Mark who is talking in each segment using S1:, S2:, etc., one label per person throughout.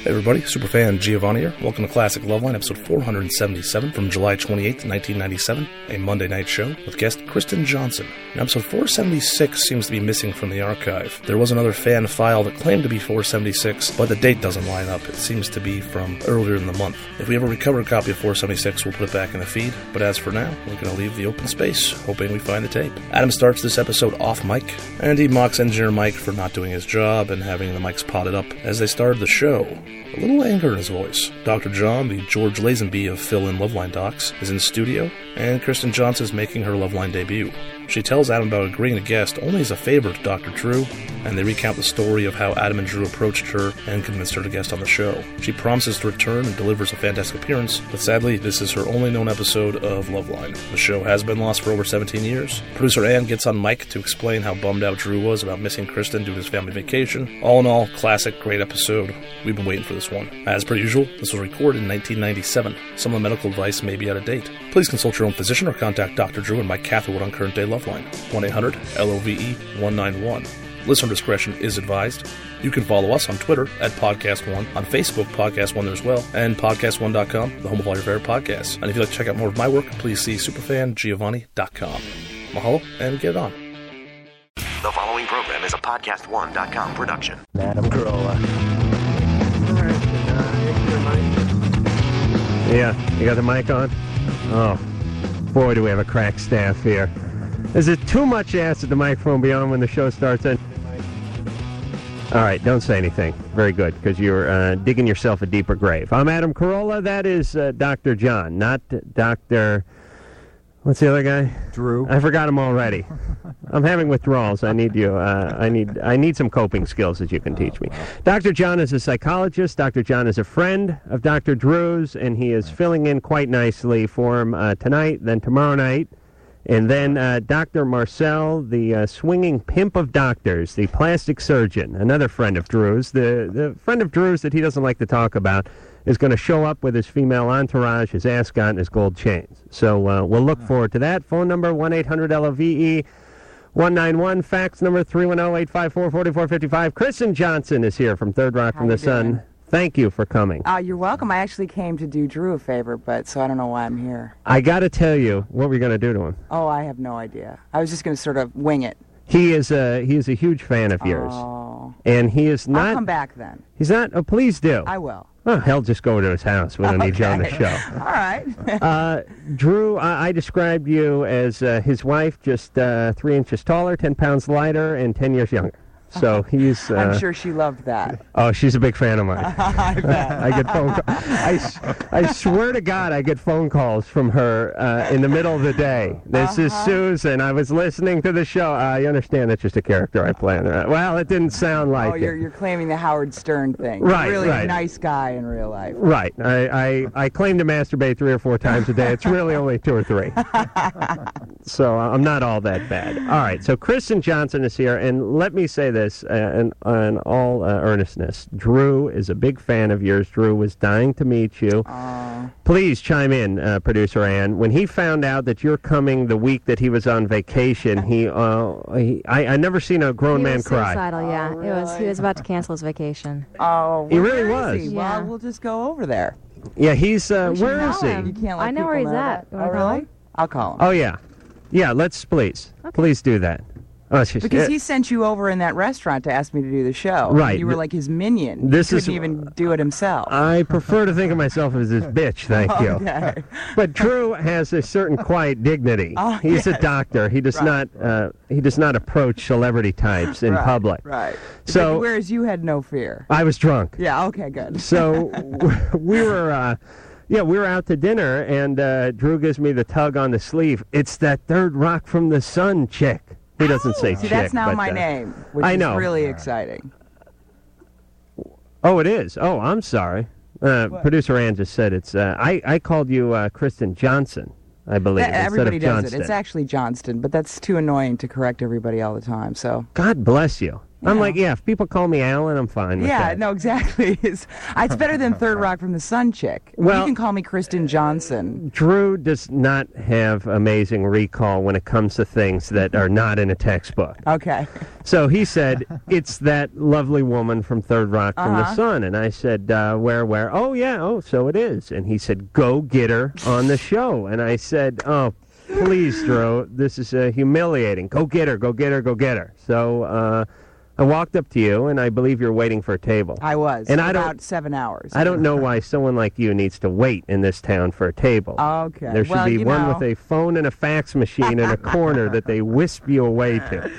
S1: Hey everybody, superfan Giovanni here. Welcome to Classic Loveline, episode 477 from July 28th, 1997, a Monday night show with guest Kristen Johnson. Now, episode 476 seems to be missing from the archive. There was another fan file that claimed to be 476, but the date doesn't line up. It seems to be from earlier in the month. If we ever recover a copy of 476, we'll put it back in the feed, but as for now, we're going to leave the open space, hoping we find the tape. Adam starts this episode off mic, and he mocks engineer Mike for not doing his job and having the mics potted up as they started the show. A little anger in his voice. Dr. John, the George Lazenby of Fill in Loveline Docs, is in studio, and Kristen Johnson is making her Loveline debut. She tells Adam about agreeing to guest only as a favor to Dr. Drew, and they recount the story of how Adam and Drew approached her and convinced her to guest on the show. She promises to return and delivers a fantastic appearance, but sadly, this is her only known episode of Loveline. The show has been lost for over 17 years. Producer Ann gets on mic to explain how bummed out Drew was about missing Kristen due to his family vacation. All in all, classic, great episode. We've been waiting for this one. As per usual, this was recorded in 1997. Some of the medical advice may be out of date. Please consult your own physician or contact Dr. Drew and Mike Catherwood on Current Day Loveline, 1 800 LOVE 191. Listener discretion is advised. You can follow us on Twitter at Podcast One, on Facebook, Podcast One as well, and PodcastOne.com, the home of all your favorite podcasts. And if you'd like to check out more of my work, please see SuperfanGiovanni.com. Mahalo and get on.
S2: The following program is a podcast1.com production.
S3: Adam Carolla. Yeah, you got the mic on? Oh, boy, do we have a crack staff here. Is it too much to ask that the microphone be on when the show starts? In? All right, don't say anything. Very good, because you're uh, digging yourself a deeper grave. I'm Adam Carolla. That is uh, Dr. John, not Dr. What's the other guy?
S4: Drew.
S3: I forgot him already. I'm having withdrawals. I need you. Uh, I need. I need some coping skills that you can teach me. Dr. John is a psychologist. Dr. John is a friend of Dr. Drew's, and he is filling in quite nicely for him uh, tonight, then tomorrow night, and then uh, Dr. Marcel, the uh, swinging pimp of doctors, the plastic surgeon, another friend of Drew's, the the friend of Drew's that he doesn't like to talk about, is going to show up with his female entourage, his ascot, and his gold chains. So uh, we'll look forward to that. Phone number one eight hundred love. 191, fax number 310 854 4455. Kristen Johnson is here from Third Rock from the Sun. Thank you for coming.
S5: Uh, you're welcome. I actually came to do Drew a favor, but so I don't know why I'm here.
S3: I got to tell you what we're going to do to him.
S5: Oh, I have no idea. I was just going to sort of wing it.
S3: He is a, he is a huge fan of yours.
S5: Oh,
S3: And he is
S5: I'll come
S3: not,
S5: back then.
S3: he's not, oh, please do.
S5: I will.
S3: Oh, he'll just go to his house. We don't need you on the
S5: Okay.
S3: show.
S5: All right.
S3: Uh, Drew, I, I described you as uh, his wife, just uh, three inches taller, 10 pounds lighter, and 10 years younger. So he's. Uh,
S5: I'm sure she loved that.
S3: Oh, she's a big fan of mine.
S5: I bet.
S3: I get phone. Call- I, s- I swear to God, I get phone calls from her uh, in the middle of the day. This is
S5: Uh-huh.
S3: Susan. I was listening to the show. Uh, you understand that's just a character I play. in there. Well, it didn't sound like
S5: Oh, you're,
S3: it.
S5: you're claiming the Howard Stern thing.
S3: Right,
S5: Really
S3: right.
S5: a nice guy in real life.
S3: Right. I, I, I claim to masturbate three or four times a day. It's really only two or three. so uh, I'm not all that bad. All right. So Kristen Johnson is here. And let me say this uh, in, in all uh, earnestness Drew is a big fan of yours. Drew was dying to meet you.
S5: Uh.
S3: Please chime in, uh, producer Ann. When he found out that you're coming the week that he was on vacation, he, uh, he I, I never seen a grown
S6: He
S3: man
S6: was
S3: cry.
S6: Suicidal, yeah. It was. He was about to cancel his vacation.
S5: Oh,
S3: He
S5: where
S3: really
S5: is
S3: was.
S5: He? Well,
S6: Yeah.
S5: we'll just go over there.
S3: Yeah, he's uh,
S6: We should
S3: where
S6: call
S3: is he?
S6: him.
S5: You can't let
S6: I know where
S5: people
S6: he's at. You wanna
S5: That. Oh,
S6: call
S5: really?
S6: him?
S5: I'll call him.
S3: Oh yeah, yeah. Let's please, please do that. Oh, it's just-
S5: Because
S3: uh,
S5: he sent you over in that restaurant to ask me to do the show.
S3: Right.
S5: You were
S3: Th-
S5: like his minion.
S3: this
S5: he
S3: is-
S5: couldn't even do it himself.
S3: I prefer to think of myself as this bitch. Thank you.
S5: Oh, Okay.
S3: But Drew has a certain quiet dignity.
S5: Oh,
S3: He's a doctor. He does
S5: Right.
S3: not. Uh, he does not approach celebrity types in
S5: Right,
S3: public.
S5: Right.
S3: So-
S5: But whereas you had no fear.
S3: I was drunk.
S5: Yeah. Okay. Good.
S3: So we were, uh, yeah, we were out to dinner, and uh, Drew gives me the tug on the sleeve. It's that third rock from the sun chick. He doesn't say
S5: Oh. See,
S3: chick.
S5: that's now
S3: but,
S5: my
S3: uh,
S5: name, which
S3: I
S5: is
S3: know.
S5: really exciting.
S3: Oh, it is. Oh, I'm sorry. Uh, Producer Ann just said it's. Uh, I I called you uh, Kristen Johnson, I believe,
S5: That-
S3: instead
S5: everybody
S3: of
S5: does
S3: Johnston.
S5: oh. it. It's actually Johnston, but that's too annoying to correct everybody all the time. So
S3: God bless you. I'm like, yeah, if people call me Alan, I'm fine with
S5: Yeah,
S3: that.
S5: no, exactly. It's, it's better than Third Rock from the Sun Chick.
S3: Well-
S5: you can call me Kristen Johnson.
S3: Drew does not have amazing recall when it comes to things that are not in a textbook.
S5: Okay.
S3: So he said, "It's that lovely woman from Third Rock from the
S5: Uh-huh.
S3: Sun." And I said, uh, "Where, where? Oh yeah, oh so it is." And he said, "Go get her on the show." And I said, "Oh, please, Drew, this is uh, humiliating. Go get her, go get her, go get her." So uh, I walked up to you, and I believe you're waiting for a table.
S5: I was.
S3: And I
S5: about
S3: don't-
S5: seven hours.
S3: I don't know why someone like you needs to wait in this town for a table.
S5: Okay.
S3: There should
S5: well,
S3: be
S5: you
S3: one
S5: know,
S3: with a phone and a fax machine in a corner that they wisp you away to.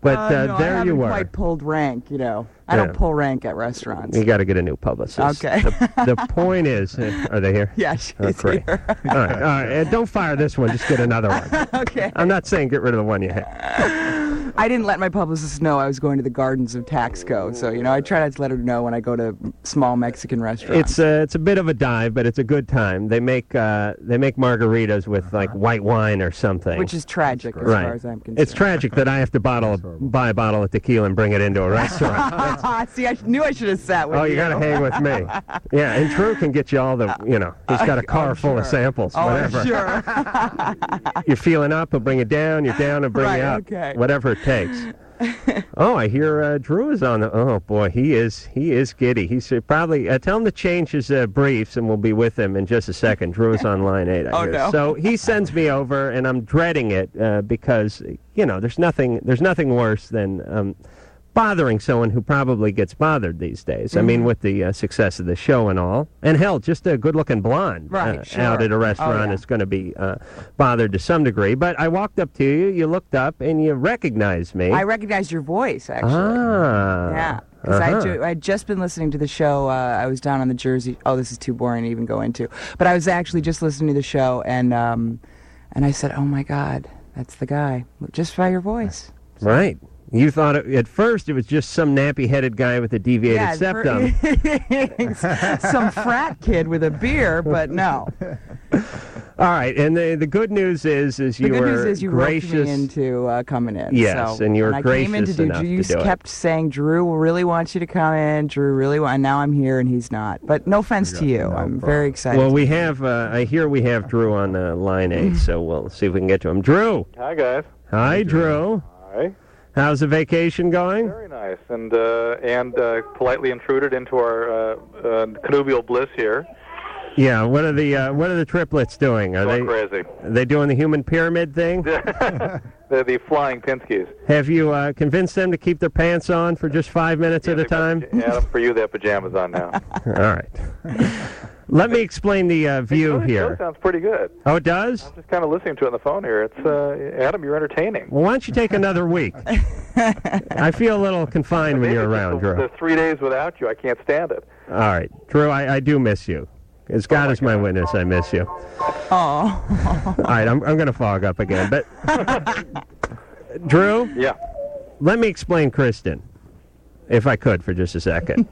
S3: But
S5: uh,
S3: uh,
S5: no, I
S3: there
S5: haven't
S3: you were.
S5: Quite pulled rank, you know. I
S3: Yeah.
S5: don't pull rank at restaurants.
S3: You got to get a new publicist.
S5: Okay.
S3: The, the point is, uh, are they here?
S5: Yeah, she's
S3: Oh, great.
S5: here.
S3: All right, all right. Uh, don't fire this one. Just get another one.
S5: okay.
S3: I'm not saying get rid of the one you have.
S5: I didn't let my publicist know I was going to the gardens of Taxco, so you know I try not to let her know when I go to small Mexican restaurants.
S3: It's a, it's a bit of a dive, but it's a good time. They make uh, they make margaritas with like white wine or something.
S5: Uh-huh. which is tragic as
S3: right.
S5: far as I'm concerned.
S3: It's tragic that I have to bottle buy a bottle of tequila and bring it into a restaurant.
S5: See, I knew I should have sat with
S3: Oh,
S5: you.
S3: you gotta hang with me. Yeah, and Drew can get you all the, you know, he's got a car full of samples,
S5: Oh, I'm
S3: whatever.
S5: sure.
S3: You're feeling up, he'll bring you down. You're down, he'll bring
S5: Right,
S3: you up.
S5: okay.
S3: Whatever it takes. oh, I hear uh, Drew is on the. Oh boy, he is. He is giddy. He's uh, probably. Uh, tell him to change his uh, briefs, and we'll be with him in just a second. Drew is on line eight. I
S5: Oh,
S3: hear.
S5: no.
S3: So he sends me over, and I'm dreading it uh, because you know there's nothing. There's nothing worse than. Um, Bothering someone who probably gets bothered these days. I
S5: Mm-hmm.
S3: mean, with the uh, success of the show and all. And hell, just a good looking blonde
S5: Right,
S3: uh,
S5: sure.
S3: out at a
S5: Oh,
S3: restaurant
S5: yeah.
S3: is going to be uh, bothered to some degree. But I walked up to you, you looked up, and you recognized me.
S5: I recognized your voice, actually.
S3: ah,
S5: Yeah, because I
S3: Uh-huh.
S5: ju- I had just been listening to the show. Uh, I was down on the Jersey. Oh, this is too boring to even go into. But I was actually just listening to the show, and um, and I said, "Oh my God, that's the guy!" Just by your voice.
S3: right. You thought it, at first it was just some nappy-headed guy with a deviated
S5: Yeah,
S3: septum.
S5: for- some frat kid with a beer, but no.
S3: All right, and the the good news is is
S5: The
S3: you
S5: good
S3: were
S5: news is you
S3: gracious.
S5: roped me into uh, coming in.
S3: Yes,
S5: so,
S3: and you were
S5: I came in
S3: gracious
S5: to do.
S3: enough to
S5: you
S3: do it.
S5: kept saying Drew really wants you to come in. Drew really wa- and Now I'm here, and he's not. But no offense to you. I'm very excited.
S3: well, we have. Uh, I hear we have Drew on uh, line eight, so we'll see if we can get to him. Drew,
S7: Hi guys.
S3: hi, Drew.
S7: Hi.
S3: How's the vacation going?
S7: Very nice, and uh, and uh, politely intruded into our uh, uh, connubial bliss here.
S3: Yeah. What are the uh, What are the triplets doing? Are
S7: Going
S3: they
S7: crazy.
S3: are they doing the human pyramid thing?
S7: They're the flying Pinskys.
S3: Have you uh, convinced them to keep their pants on for just five minutes at a
S7: They've got
S3: time?
S7: the- Adam, for you, that pajamas on now.
S3: All right. Let me explain the uh, view
S7: Really,
S3: here.
S7: Sounds pretty good.
S3: Oh, it does?
S7: Just kind of listening to it on the phone here. It's uh, Adam, you're entertaining.
S3: Well, why don't you take another week? I feel a little confined when you're
S7: Maybe
S3: around,
S7: just the,
S3: Drew.
S7: the three days without you, I can't stand it.
S3: All right. Drew, I, I do miss you.
S7: Oh,
S3: As God is my witness, I miss you.
S5: oh,
S3: All right, I'm, I'm going to fog up again. But, Drew?
S7: Yeah.
S3: let me explain Kristen, if I could, for just a second.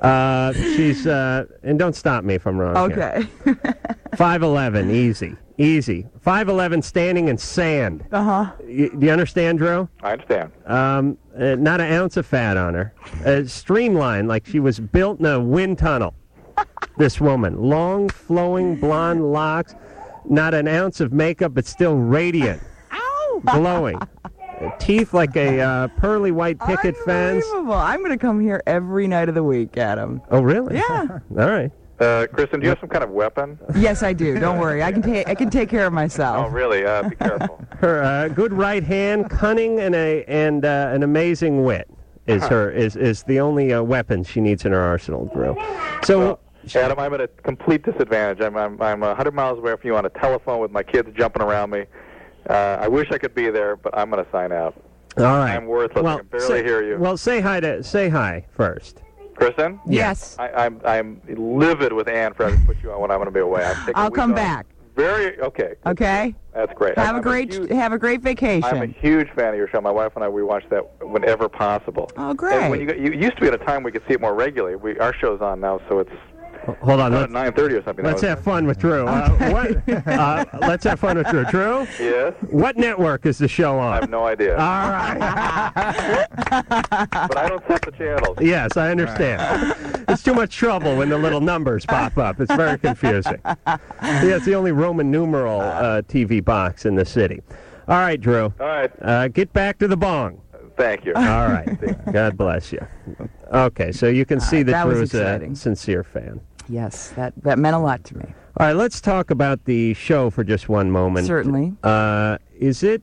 S3: uh, she's uh, and don't stop me if I'm wrong.
S5: okay.
S3: Five eleven, easy, easy. Five eleven, standing in sand. Uh huh. do you understand, Drew?
S7: Uh-huh. I understand.
S3: Um, uh, not an ounce of fat on her. Uh, streamlined, like she was built in a wind tunnel. this woman, long flowing blonde locks, not an ounce of makeup, but still radiant,
S5: Ow!
S3: glowing. Teeth like a uh, pearly white picket fence.
S5: Unbelievable. I'm going to come here every night of the week, Adam.
S3: Oh, really?
S5: Yeah.
S3: All right. Uh,
S7: Uh, Kristen, do you have some kind of weapon?
S5: yes, I do. Don't worry. I can take I can take care of
S7: Oh,
S5: myself.
S7: really? Uh, be careful.
S3: Her uh, good right hand, cunning, and a and uh, an amazing wit is her is is the only uh, weapon she needs in her arsenal, Drew. So
S7: Adam, I'm at a complete disadvantage. I'm I'm I'm 100 miles away from you on a telephone with my kids jumping around me. Uh, I wish I could be there, but I'm going to sign out.
S3: all right.
S7: I'm worthless. I
S3: Well,
S7: can barely
S3: say,
S7: hear you.
S3: Well, say hi to say hi first.
S7: Kristen,
S5: Yes.
S7: I, I'm I'm livid with Ann for having to put you on when I'm going to be away. I'm taking a
S5: I'll
S7: week
S5: come
S7: off.
S5: back.
S7: Very okay.
S5: Okay.
S7: That's great.
S5: Have
S7: I'm
S5: a great
S7: huge-
S5: have a great
S7: I'm a
S5: vacation.
S7: huge fan of your show. My wife and I we watch that whenever possible.
S5: Oh,
S7: And when
S5: great.
S7: you, go- you it used to be at a time we could see it more regularly. We our show's on now, so it's
S3: Hold on.
S7: Uh,
S3: Let's,
S7: 9:30 or something.
S3: let's
S7: that
S3: have fun with Drew. Uh, what, uh, let's have fun with Drew. Drew,
S7: was, Yes.
S3: what network is the show
S7: I
S3: on?
S7: have no idea.
S3: All right.
S7: but I don't set the channels.
S3: Yes, I understand. It's too much trouble when the little numbers pop up. It's very confusing. Yeah, it's the only Roman numeral uh, TV box in the city. All right, Drew.
S7: All right.
S3: Uh, get back to the bong.
S7: Thank you.
S3: All right. God bless you. Okay, so you can see that
S5: that was
S3: Drew's a
S5: exciting.
S3: sincere fan.
S5: Yes, that, that meant a lot to me.
S3: All right, let's talk about the show for just one moment.
S5: Certainly.
S3: Uh, is it?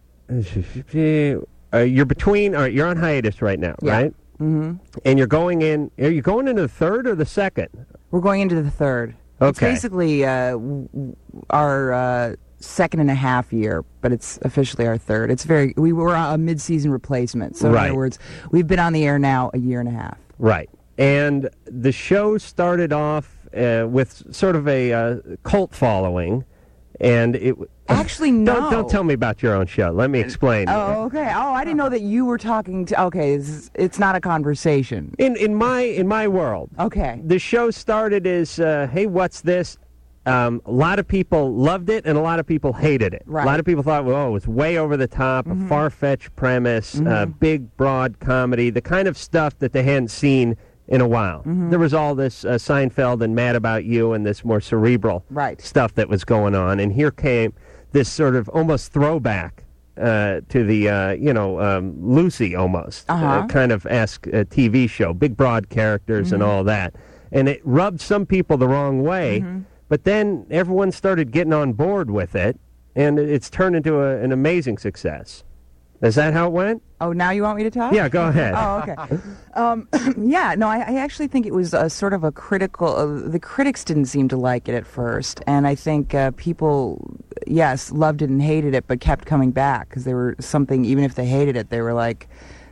S3: Uh, you're between. All right, you're on hiatus right now,
S5: Yeah.
S3: right? Mm-hmm. And you're going in. Are you going into the third or the second?
S5: We're going into the third. It's
S3: Okay.
S5: basically uh, w- w- our uh, second and a half year, but it's officially our third. It's very we were a mid-season replacement. So in
S3: Right.
S5: other words, we've been on the air now a year and a half.
S3: Right. And the show started off uh, with sort of a uh, cult following, and it. w-
S5: Actually,
S3: Don't, don't
S5: no.
S3: tell me about your own show. Let me explain.
S5: Oh, okay. Oh, I didn't know that you were talking to. Okay, this is, it's not a conversation.
S3: In in my in my world,
S5: Okay.
S3: the show started as uh, hey what's this um, a lot of people loved it and a lot of people hated it a lot
S5: Right. Mm-hmm.
S3: of people thought well it was way over the top a far-fetched premise uh, big broad comedy the kind of stuff that they hadn't seen in a while
S5: Mm-hmm.
S3: there was all this uh, seinfeld and mad about you and this more cerebral
S5: Right.
S3: stuff that was going on and here came this sort of almost throwback uh, to the uh, you know um, lucy almost uh,
S5: Uh-huh.
S3: kind of esque uh, TV show, big broad characters and all that. And it rubbed some people the wrong way, but then everyone started getting on board with it, and it- it's turned into a, an amazing success. Is that how it went?
S5: Oh, now you want me to talk?
S3: Yeah, go ahead.
S5: Oh, okay. Um, yeah, no, I, I actually think it was a sort of a critical. Uh, the critics didn't seem to like it at first, and I think uh, people, yes, loved it and hated it, but kept coming back because they were something. Even if they hated it, they were like,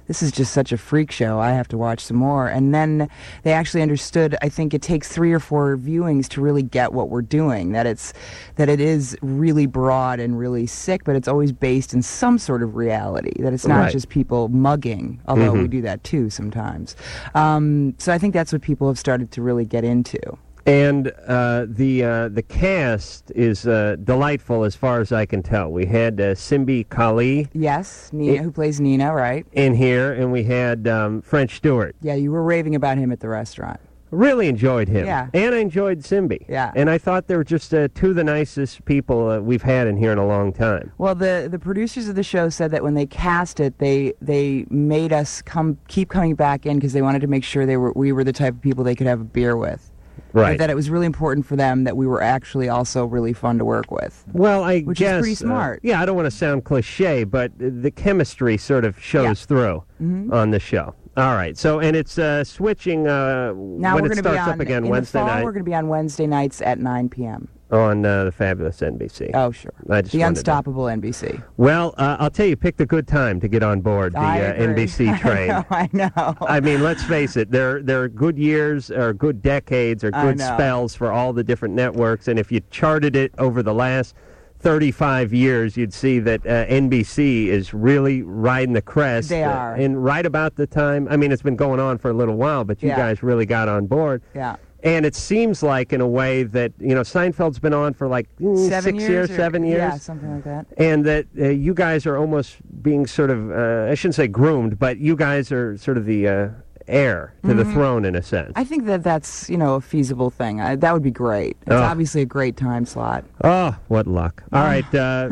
S5: "This is just such a freak show. I have to watch some more." And then they actually understood. I think it takes three or four viewings to really get what we're doing. That it's that it is really broad and really sick, but it's always based in some sort of reality. That it's not
S3: Right.
S5: just people mugging, although
S3: Mm-hmm.
S5: we do that too sometimes. Um, so I think that's what people have started to really get into.
S3: And uh, the uh, the cast is uh, delightful as far as I can tell. We had uh, Simbi Kali
S5: Yes, Nina, who plays Nina, right?
S3: in here, and we had um, French Stewart.
S5: Yeah, you were raving about him at the restaurant.
S3: Really enjoyed him.
S5: Yeah.
S3: And I enjoyed Simbi.
S5: Yeah.
S3: And I thought they were just uh, two of the nicest people uh, we've had in here in a long time.
S5: Well, the the producers of the show said that when they cast it, they they made us come keep coming back in because they wanted to make sure they were we were the type of people they could have a beer with.
S3: Right.
S5: That it was really important for them that we were actually also really fun to work with.
S3: well, I
S5: Which is
S3: guess.
S5: pretty
S3: uh,
S5: smart.
S3: yeah, I don't want to sound cliche, but uh, the chemistry sort of shows through
S5: Mm-hmm.
S3: on the show. All right. So, and it's uh, switching uh, when
S5: Now we're
S3: it
S5: going to be
S3: starts
S5: on
S3: up again
S5: in
S3: Wednesday
S5: the fall,
S3: night
S5: We're going to be on Wednesday nights at 9 p.m.
S3: on uh, the fabulous NBC.
S5: Oh, sure.
S3: I just wanted
S5: the
S3: to-
S5: unstoppable NBC.
S3: Well, uh, I'll tell you, picked a good time to get on board the
S5: I
S3: uh,
S5: agree.
S3: NBC train.
S5: Oh, I know.
S3: I mean, let's face it. There, there are good years, or good decades, or
S5: I
S3: good
S5: know.
S3: spells for all the different networks. And if you charted it over the last 35 years, you'd see that uh, NBC is really riding the crest.
S5: They
S3: uh,
S5: are.
S3: and right about the time. I mean, it's been going on for a little while, but you
S5: Yeah.
S3: guys really got on board.
S5: Yeah.
S3: And it seems like, in a way, that you know, Seinfeld's been on for like mm,
S5: Seven
S3: six
S5: years, or-
S3: seven years
S5: Yeah, something like that.
S3: and that uh, you guys are almost being sort of uh, I shouldn't say groomed, but you guys are sort of the uh, heir to
S5: Mm-hmm.
S3: the throne in a sense.
S5: I think that that's you know a feasible thing. I, that would be great. It's
S3: Ugh.
S5: obviously a great time slot.
S3: oh, what luck! All right, uh,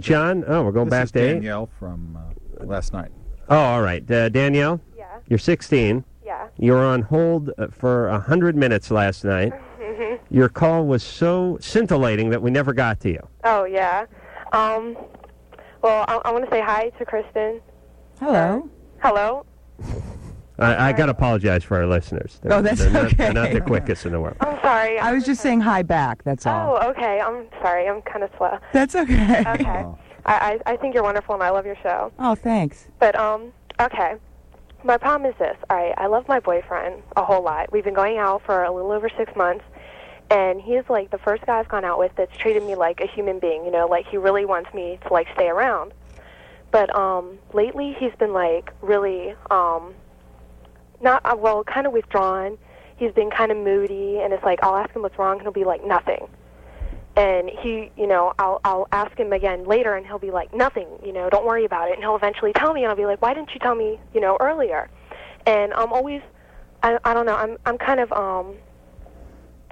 S3: John. Oh, we're going
S8: This
S3: back
S8: is
S3: to eight.
S8: Danielle from uh, last night.
S3: Oh, all right, uh, Danielle.
S9: Yeah.
S3: You're 16.
S9: Yeah.
S3: You were on hold uh, for a 100 minutes last night. Your call was so scintillating that we never got to you.
S9: Oh, yeah. Um, well, I, I want to say hi to Kristen.
S5: Hello.
S10: Um,
S9: Hello.
S3: I, I got to apologize for our listeners. They're,
S5: Oh, that's
S3: they're not, They're
S5: okay.
S3: not the quickest in the world.
S9: I'm sorry.
S5: I was just saying hi back. That's all.
S9: Oh, okay. I'm sorry. I'm kind of slow.
S5: That's okay.
S9: Okay. I, I I think you're wonderful and I love your show.
S5: Oh, thanks.
S9: But um, okay. My problem is this. All right, I love my boyfriend a whole lot. We've been going out for a little over six months, and he's like the first guy I've gone out with that's treated me like a human being. You know, like he really wants me to like stay around. But um, lately he's been like really um, not uh, well, kind of withdrawn. he's been kind of moody, and it's like I'll ask him what's wrong, and he'll be like nothing. And he, you know, I'll I'll ask him again later, and he'll be like nothing. You know, don't worry about it. And he'll eventually tell me, and I'll be like, why didn't you tell me, you know, earlier? And I'm always, I I don't know, I'm I'm kind of um,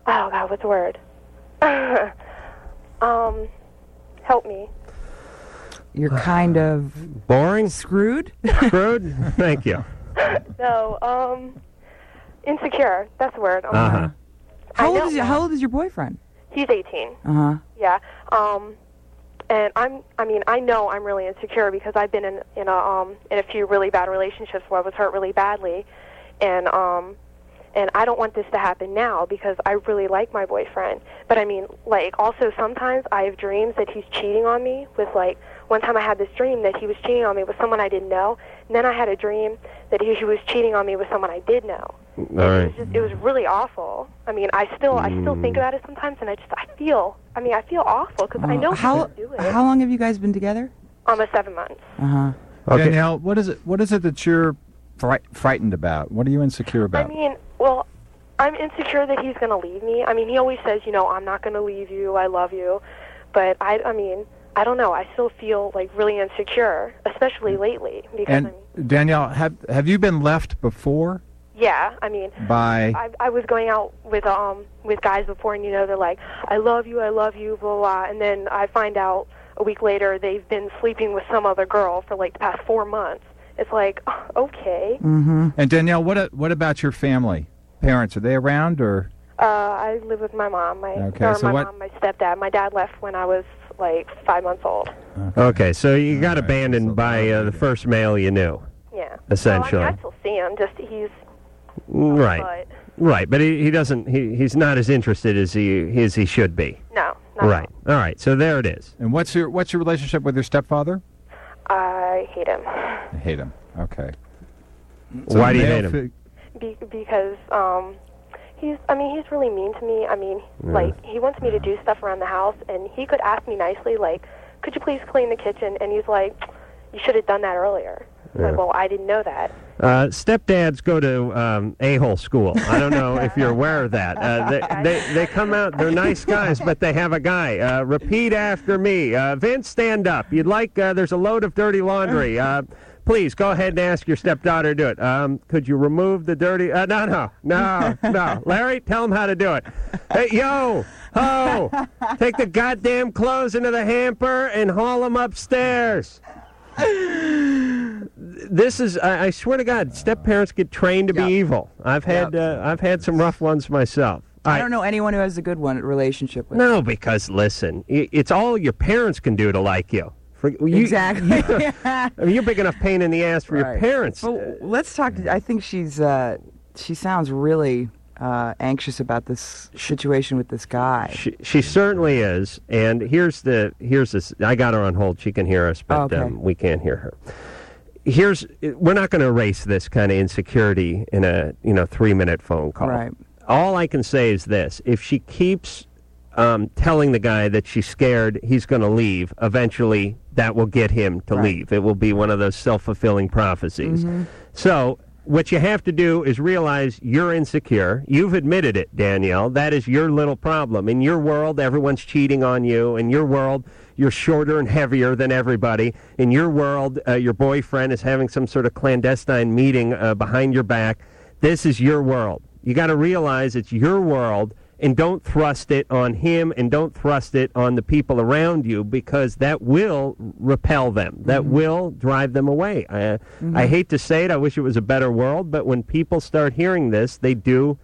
S9: oh God, what's the word? um, help me.
S5: You're kind of
S3: Boring?
S5: screwed.
S3: Screwed? Thank you.
S9: No, um, insecure. That's the word. Um,
S5: Uh-huh.
S3: Uh huh.
S5: How old
S9: know.
S5: is your, how old is your boyfriend?
S9: He's 18.
S5: Uh huh.
S9: Yeah. Um, and I'm. I mean, I know I'm really insecure because I've been in in a um in a few really bad relationships where I was hurt really badly, and um, and I don't want this to happen now because I really like my boyfriend. But I mean, like also sometimes I have dreams that he's cheating on me with like one time I had this dream that he was cheating on me with someone I didn't know, and then I had a dream that he, he was cheating on me with someone I did know.
S3: All right.
S9: It was, just, it was really awful. I mean, I still I still think
S5: Mm.
S9: about it sometimes, and I just I feel. I mean, I feel awful because I know
S5: how
S9: people do it.
S5: how long have you guys been together?
S9: Almost seven months.
S3: Uh-huh. Okay.
S8: Danielle, what is it? What is it that you're fri- frightened about? What are you insecure
S9: I
S8: about?
S9: mean, well, I'm insecure that he's going to leave me. I mean, he always says, you know, I'm not going to leave you. I love you, but I I mean, I don't know. I still feel like really insecure, especially
S5: Mm.
S9: lately because I
S8: and
S9: mean,
S8: Danielle, have have you been left before
S9: yeah, I mean,
S8: by?
S9: I, I was going out with um with guys before, and you know they're like, "I love you, I love you," blah blah, and then I find out a week later they've been sleeping with some other girl for like the past four months. It's like, okay,
S3: Mm-hmm.
S8: and Danielle, what a, what about your family? Parents are they around or?
S9: uh, I live with my mom, my
S8: Okay,
S9: or
S8: so
S9: my
S8: what-
S9: mom, my stepdad. My dad left when I was like five months old.
S3: Okay, so you got abandoned
S8: So-
S3: by uh, the first male you knew,
S9: Yeah,
S3: Essentially.
S9: So,
S3: Mm,
S9: I, mean, I still see him. Just he's
S3: right? Right, but he, he doesn't. He, he's not as interested as he as he should be.
S9: but no, not
S3: Right. All right. So there it is.
S8: And what's your what's your relationship with your stepfather?
S9: I hate him
S8: I hate him. Okay.
S3: Why do you
S8: male
S3: hate him?
S8: fi-
S9: Be- because um he's i mean he's really mean to me i mean like he wants me to do stuff around the house and he could ask me nicely like could you please clean the kitchen and he's like you should have done that earlier I'm like well i didn't know that
S3: Uh, stepdads go to um, a-hole school. I don't know if you're aware of that. Uh, they, they, they come out, they're nice guys, but they have a guy. Uh, repeat after me. Uh, Vince, stand up. You'd like, uh, there's a load of dirty laundry. Uh, please, go ahead and ask your stepdaughter to do it. Um, could you remove the dirty? Uh, no, no, no, no. Larry, tell him how to do it. Hey, yo, ho, take the goddamn clothes into the hamper and haul them upstairs this is I, I swear to God, step parents get trained to be evil. I've had uh, I've had some rough ones myself.
S5: I don't know anyone who has a good one relationship with.
S3: No, because listen, i it's all your parents can do to like you. For, you
S5: Exactly.
S3: You're, I mean, you're big enough pain in the ass for your
S5: Right.
S3: parents.
S5: But w- let's talk. to- I think she's uh, she sounds really uh, anxious about this situation with this guy.
S3: She, she certainly is. And here's the here's this. I got her on hold. She can hear us, but
S5: Okay.
S3: um, we can't hear her. Here's we're not going to erase this kind of insecurity in a you know three minute phone call.
S5: Right.
S3: All I can say is this: if she keeps um, telling the guy that she's scared he's going to leave, eventually that will get him to leave. It will be one of those self fulfilling prophecies.
S5: Mm-hmm.
S3: So. What you have to do is realize you're insecure. You've admitted it, Danielle. That is your little problem. In your world, everyone's cheating on you. In your world, you're shorter and heavier than everybody. In your world, uh, your boyfriend is having some sort of clandestine meeting uh, behind your back. This is your world. You got to realize it's your world and don't thrust it on him and don't thrust it on the people around you because that will repel them. That will drive them away. I, uh, I hate to say it. I wish it was a better world, but when people start hearing this, they do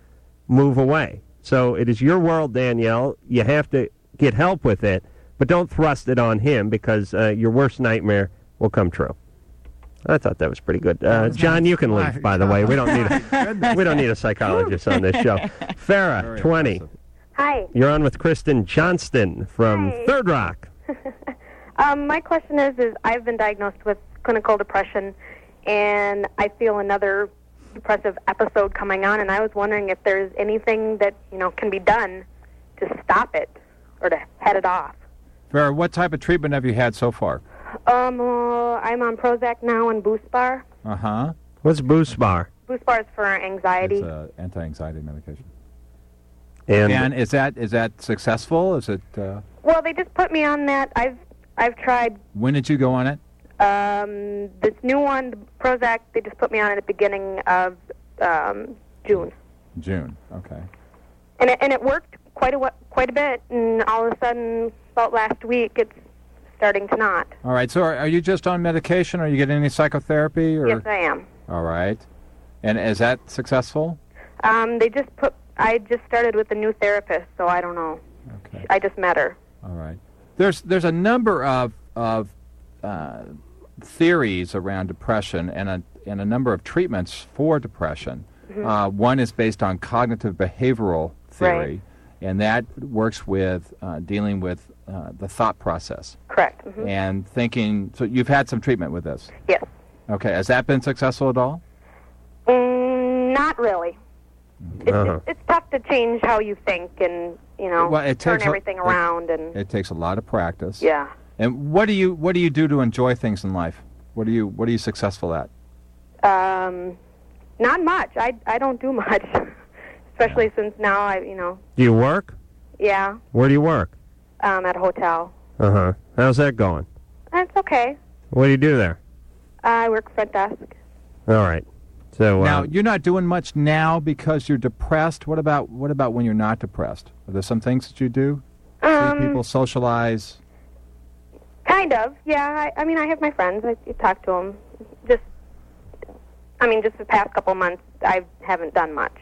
S3: move away. So it is your world, Danielle. You have to get help with it, but don't thrust it on him because uh, your worst nightmare will come true. I thought that was pretty good. Uh, John, you can leave. By the way, we don't need a, we don't need a psychologist on this show. Farah, twenty.
S10: Hi.
S3: You're on with Kristen Johnston from Third Rock.
S10: Um, my question is: is I've been diagnosed with clinical depression, and I feel another depressive episode coming on, and I was wondering if there's anything that you know can be done to stop it or to head it off.
S8: Farrah, what type of treatment have you had so far?
S10: Um, uh, I'm on Prozac now and Boost Bar.
S8: Uh huh.
S3: What's Boost Bar?
S10: Boost bars for anxiety.
S8: It's uh, anti-anxiety medication.
S3: And,
S8: is that is that successful? Is it? Uh,
S10: well, they just put me on that. I've I've tried
S8: when did you go on it?
S10: um, this new one, the Prozac. They just put me on at the beginning of um, June,
S8: June. Okay.
S10: and it, and it worked quite a wa- quite a bit. And all of a sudden, about last week, it's starting to not.
S8: All right. So are, are you just on medication? Are you getting any psychotherapy? Or
S10: Yes, I am.
S8: all right. And is that successful?
S10: Um, they just put. I just started with a new therapist, so I don't know.
S8: Okay.
S10: I just met her.
S8: All right. There's there's a number of of uh, theories around depression and a and a number of treatments for depression.
S10: Mm-hmm.
S8: Uh, one is based on cognitive behavioral theory, and that works with uh, dealing with uh, the thought process
S10: Correct.
S5: mm-hmm.
S10: hmm
S8: and thinking. So you've had some treatment with this.
S10: Yes.
S8: Okay. Has that been successful at all?
S10: Mm, not really. It's,
S3: Uh-huh.
S10: it's, it's tough to change how you think and you know
S8: Well, it
S10: turn
S8: takes a-
S10: everything
S8: it-
S10: around and
S8: It takes a lot of practice.
S10: yeah.
S8: And what do you what do you do to enjoy things in life? What do you what are you successful at?
S10: Um, not much. I I don't do much, especially since now I you know
S3: do you work?
S10: yeah
S3: Where do you work?
S10: um at a hotel.
S3: Uh huh. How's that going?
S10: That's okay.
S3: What do you do there?
S10: I work front desk.
S3: All right. So uh,
S8: Now you're not doing much now because you're depressed. What about what about when you're not depressed? Are there some things that you do? See
S10: Um,
S8: people, socialize.
S10: kind of. Yeah. I, I mean, I have my friends. I, I talk to them. Just, I mean, just the past couple months, I haven't done much,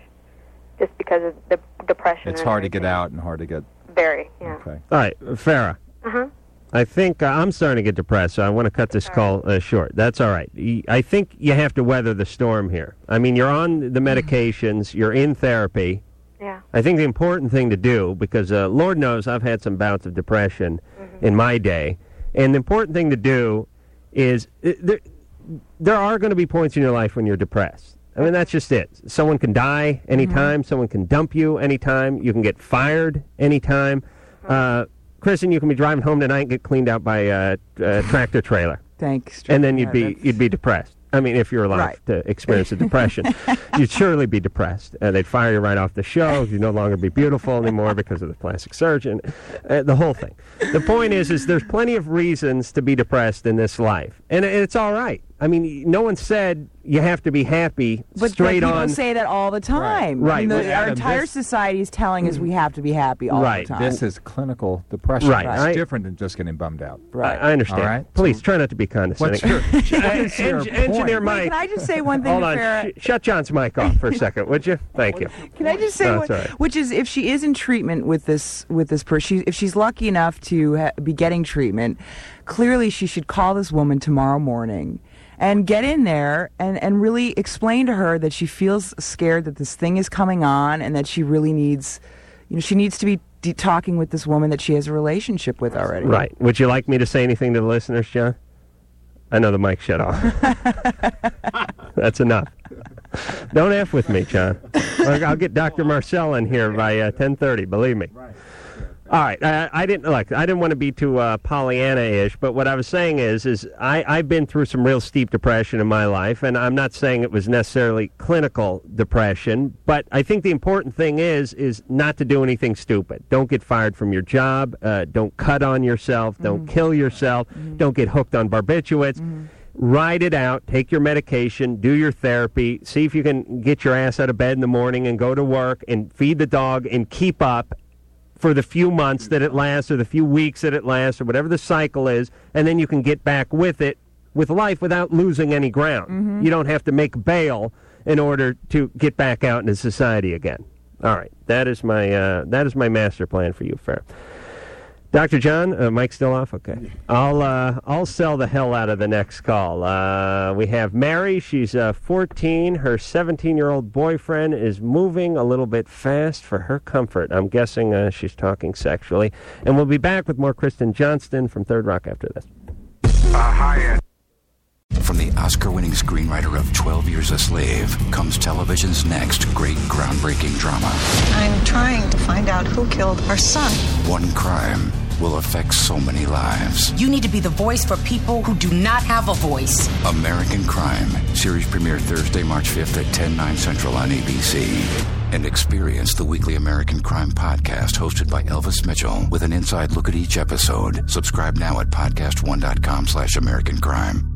S10: just because of the depression.
S8: It's
S10: and
S8: hard to get
S10: everything.
S8: out and hard to get.
S10: Very. Yeah.
S8: Okay.
S3: all right, Farah.
S10: Uh huh.
S3: I think uh, I'm starting to get depressed, so I want to cut this call uh, short. That's all right. Y- I think you have to weather the storm here. I mean, you're on the medications, you're in therapy.
S10: Yeah.
S3: I think the important thing to do, because uh, Lord knows I've had some bouts of depression in my day, and the important thing to do is i- there, there are going to be points in your life when you're depressed. I mean, that's just it. Someone can die anytime, someone can dump you anytime, you can get fired anytime. Uh, Kristen, you can be driving home tonight and get cleaned out by a uh, uh, tractor trailer
S5: Thanks.
S3: and then you'd
S5: Yeah,
S3: be
S5: that's-
S3: you'd be depressed. I mean, if you're alive
S5: Right.
S3: to experience a depression, you'd surely be depressed. Uh, they'd fire you right off the show. You'd no longer be beautiful anymore because of the plastic surgeon. Uh, the whole thing. The point is, is there's plenty of reasons to be depressed in this life, and, and it's all right. I mean, no one said you have to be happy
S5: But like,
S3: straight
S5: people
S3: on.
S5: say that all the time.
S3: Right.
S5: I
S3: Right.
S5: mean, the-
S3: Well, Mm.
S5: our
S8: Adam,
S5: entire
S8: this-
S5: society is telling us we have to be happy all
S3: Right.
S5: the time.
S8: This is clinical depression.
S3: Right,
S8: It's
S3: I-
S8: different than just getting bummed out.
S3: I, I understand.
S8: All right.
S3: Please try not to be condescending.
S8: What's your, what's your
S3: Eng- engineer
S5: Wait,
S8: point?
S3: Mike,
S5: can I just say one thing
S3: hold
S5: to
S3: on.
S5: Farrah?
S3: Sh- shut John's mic off for a second, would you? Thank you.
S5: Can I just say,
S3: No, it's
S5: what,
S3: all right.
S5: which is, if she is in treatment with this with this person, she, if she's lucky enough to ha- be getting treatment, clearly she should call this woman tomorrow morning and get in there and and really explain to her that she feels scared that this thing is coming on and that she really needs, you know, she needs to be de- talking with this woman that she has a relationship with already.
S3: Right. Would you like me to say anything to the listeners, John? I know the mic shut off. That's enough. Don't f with me, John. Or I'll get Dr. Marcel in here by uh, ten thirty. Believe me. All right. I, I didn't like. I didn't want to be too uh, Pollyanna-ish, but what I was saying is, is I I've been through some real steep depression in my life, and I'm not saying it was necessarily clinical depression, but I think the important thing is, is not to do anything stupid. Don't get fired from your job. Uh, don't cut on yourself. Don't kill yourself. Don't get hooked on barbiturates ride it out, take your medication, do your therapy, see if you can get your ass out of bed in the morning and go to work and feed the dog and keep up for the few months that it lasts or the few weeks that it lasts or whatever the cycle is, and then you can get back with it with life without losing any ground. You don't have to make bail in order to get back out into society again. All right, that is my uh, that is my master plan for you, Fair. Dr. John, uh, Mike's still off? Okay. I'll, uh, I'll sell the hell out of the next call. Uh, we have Mary. She's uh, 14. Her 17 year old boyfriend is moving a little bit fast for her comfort. I'm guessing uh, she's talking sexually. And we'll be back with more Kristen Johnston from Third Rock after this.
S11: From the Oscar winning screenwriter of 12 Years a Slave comes television's next great groundbreaking drama
S12: I'm trying to find out who killed our son.
S11: One Crime, will affect so many lives.
S12: You need to be the voice for people who do not have a voice.
S11: American Crime, series premiere Thursday, March 5th at 10, 9 central on ABC. And experience the weekly American Crime podcast hosted by Elvis Mitchell with an inside look at each episode. Subscribe now at podcast1.com slash American Crime.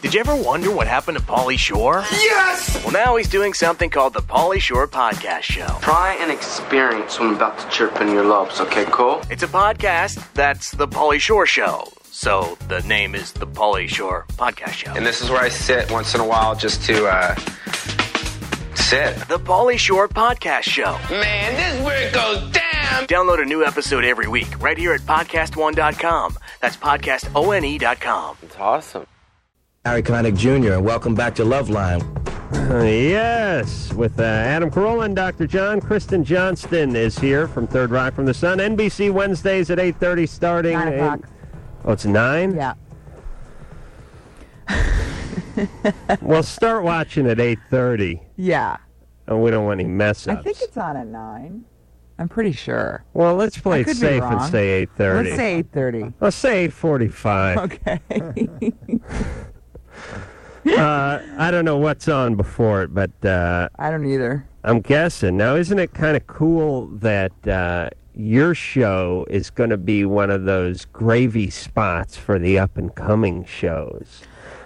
S13: Did you ever wonder what happened to Pauly Shore?
S14: Yes!
S13: Well, now he's doing something called the Pauly Shore Podcast Show.
S14: Try and experience when I'm about to chirp in your lobes, okay, cool?
S13: It's a podcast that's the Pauly Shore Show. So the name is the Pauly Shore Podcast Show.
S14: And this is where I sit once in a while just to, uh, sit.
S13: The Pauly Shore Podcast Show.
S14: Man, this is where it goes down!
S13: Download a new episode every week right here at podcast1.com. That's podcastone.com.
S14: It's awesome.
S15: Harry Connick Jr., and welcome back to Loveline.
S3: Uh, yes, with uh, Adam Carolla and Dr. John. Kristen Johnston is here from Third Rock from the Sun. NBC Wednesdays at 8.30 starting.
S5: Nine
S3: in-
S5: o'clock.
S3: oh, it's 9?
S5: Yeah.
S3: we'll start watching at 8.30.
S5: Yeah.
S3: And we don't want any mess
S5: I
S3: ups.
S5: think it's on at nine. I'm pretty sure.
S3: Well, let's play
S5: I
S3: it
S5: could be
S3: safe and
S5: wrong.
S3: say 8.30.
S5: Let's say 8:30.
S3: Let's say 8.45.
S5: Okay.
S3: uh, I don't know what's on before it, but uh,
S5: I don't either.
S3: I'm guessing now. Isn't it kind of cool that uh, your show is going to be one of those gravy spots for the up and coming shows?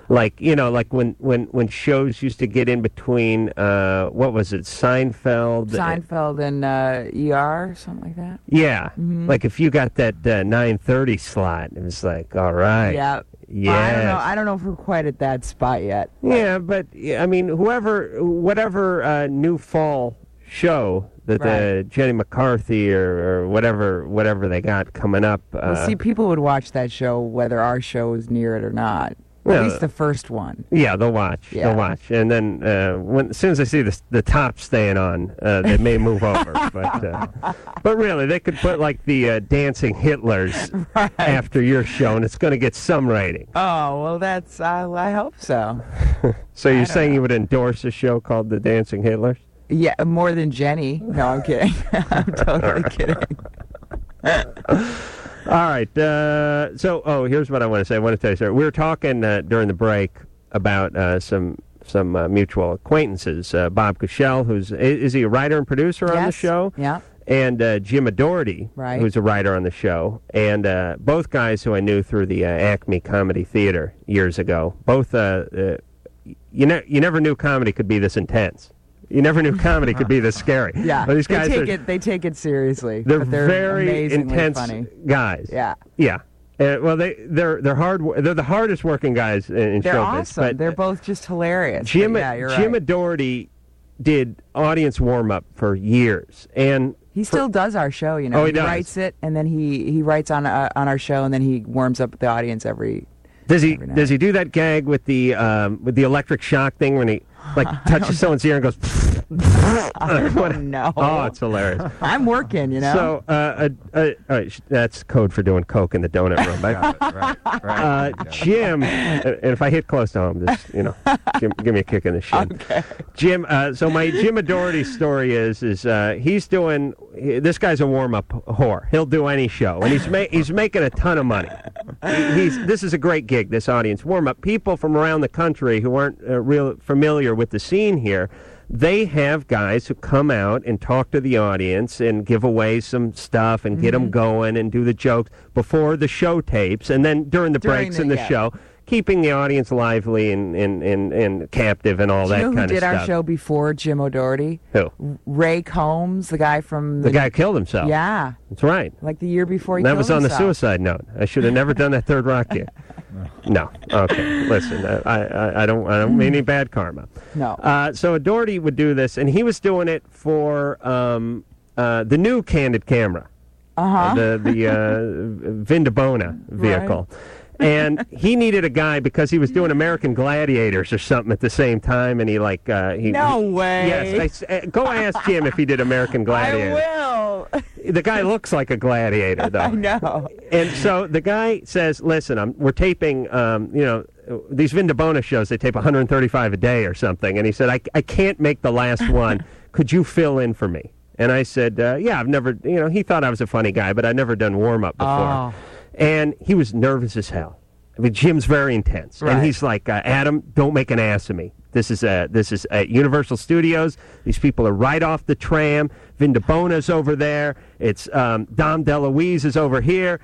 S3: Like you know, like when when when shows used to get in between. Uh, what was it, Seinfeld?
S5: Seinfeld and uh, ER, something like that.
S3: Yeah,
S5: Mhm.
S3: like if you got that uh, nine thirty slot, it was like, all right,
S5: Yeah.
S3: yeah.
S5: I don't know. I don't know if we're quite at that spot yet.
S3: Yeah, but yeah, I mean, whoever, whatever uh, new fall show that the
S5: Right.
S3: Jenny McCarthy or, or whatever, whatever they got coming up. Uh,
S5: well, see, people would watch that show whether our show was near it or not.
S3: Yeah.
S5: At least the first one.
S3: yeah, they'll watch.
S5: Yeah.
S3: They'll watch, and then uh, when, as soon as they see the the top staying on, uh, they may move over. But uh, but really, they could put like the uh, dancing Hitlers after your show, and it's going to get some rating.
S5: Oh well, that's I, I hope so.
S3: So you're saying you would endorse a show called the Dancing Hitlers?
S5: Yeah, more than Jenny. No, I'm kidding. I'm totally kidding.
S3: All right. Uh, so, oh, here's what I want to say. I want to tell you, sir. We were talking uh, during the break about uh, some some uh, mutual acquaintances. Uh, Bob Cushell, who's i- is he a writer and producer on the
S5: Yes.
S3: show?
S5: Yeah.
S3: And uh, Jim Adorty,
S5: Right.
S3: who's a writer on the show, and uh, both guys who I knew through the uh, Acme Comedy Theater years ago. Both, uh, uh, you know, you never knew comedy could be this intense. You never knew comedy could be this scary.
S5: Yeah,
S3: But these guys
S5: they
S3: are
S5: take it. They take it seriously.
S3: they're,
S5: but they're
S3: very
S5: amazingly
S3: intense
S5: Funny.
S3: guys.
S5: Yeah.
S3: yeah. Uh, well, they they're they're hard. wo- They're the hardest working guys in, in
S5: They're
S3: showbiz.
S5: awesome.
S3: But
S5: they're both just hilarious.
S3: Jim
S5: But yeah, you're
S3: Jim
S5: right.
S3: Doherty did audience warm up for years, and
S5: He still does our show, you
S3: Oh,
S5: know.
S3: he
S5: he
S3: does.
S5: writes it, and then he he writes on uh, on our show, and then he warms up the audience every.
S3: does he does he do that gag with the um, with the electric shock thing when he like touches someone's ear and goes.
S5: I don't know.
S3: Oh, it's hilarious.
S5: I'm working, you know.
S3: So, uh, uh, uh, all right, sh- that's code for doing coke in the donut room. Right? uh, Jim, and if I hit close to him, just you know, Jim, give me a kick in the shin. Okay. Jim, uh, so my Jim Doherty story is is uh, he's doing he- this guy's a warm up whore. He'll do any show, and he's ma- he's making a ton of money. He- He's this is a great gig. This audience warm up people from around the country who aren't uh, real familiar with the scene here they have guys who come out and talk to the audience and give away some stuff and get 'em get them
S5: Mm-hmm.
S3: going and do the jokes before the show tapes and then during the
S5: During
S3: breaks
S5: the-
S3: in the
S5: yeah.
S3: show, keeping the audience lively and, and, and, and captive and all
S5: Do you
S3: that
S5: know who
S3: kind
S5: did
S3: of stuff.
S5: our show before Jim O'Doherty?
S3: Who?
S5: Ray Combs, the guy from
S3: The guy who killed himself.
S5: Yeah,
S3: That's right.
S5: like the year before he
S3: that
S5: killed
S3: was on the
S5: himself.
S3: suicide note. I should have never done that third rock gig. No. Okay. Listen, I, I, I don't I don't mean any bad karma.
S5: No.
S3: Uh, so Doherty would do this, and he was doing it for um, uh, the new candid camera,
S5: Uh-huh.
S3: the the uh, Vindabona vehicle. and he needed a guy because he was doing American Gladiators or something at the same time, and he like uh, he
S5: No
S3: he-
S5: way.
S3: Yes, I s- uh, go ask Jim if he did American Gladiators.
S5: I will. Oh,
S3: The guy looks like a gladiator, though. I
S5: know.
S3: And so the guy says, "Listen, I'm, we're taping. Um, you know, these Vindabona shows they tape 135 a day or something." And he said, "I, I can't make the last one. Could you fill in for me?" And I said, uh, yeah, I've never, you know, he thought I was a funny guy, but I'd never done warm up before.
S16: Oh.
S3: And he was nervous as hell. I mean, Jim's very intense,
S16: Right.
S3: and he's like, uh, "Adam, don't make an ass of me. This is uh, this is at Universal Studios. These people are right off the tram. Vin DeBona's over there. It's um, Dom DeLuise is over here.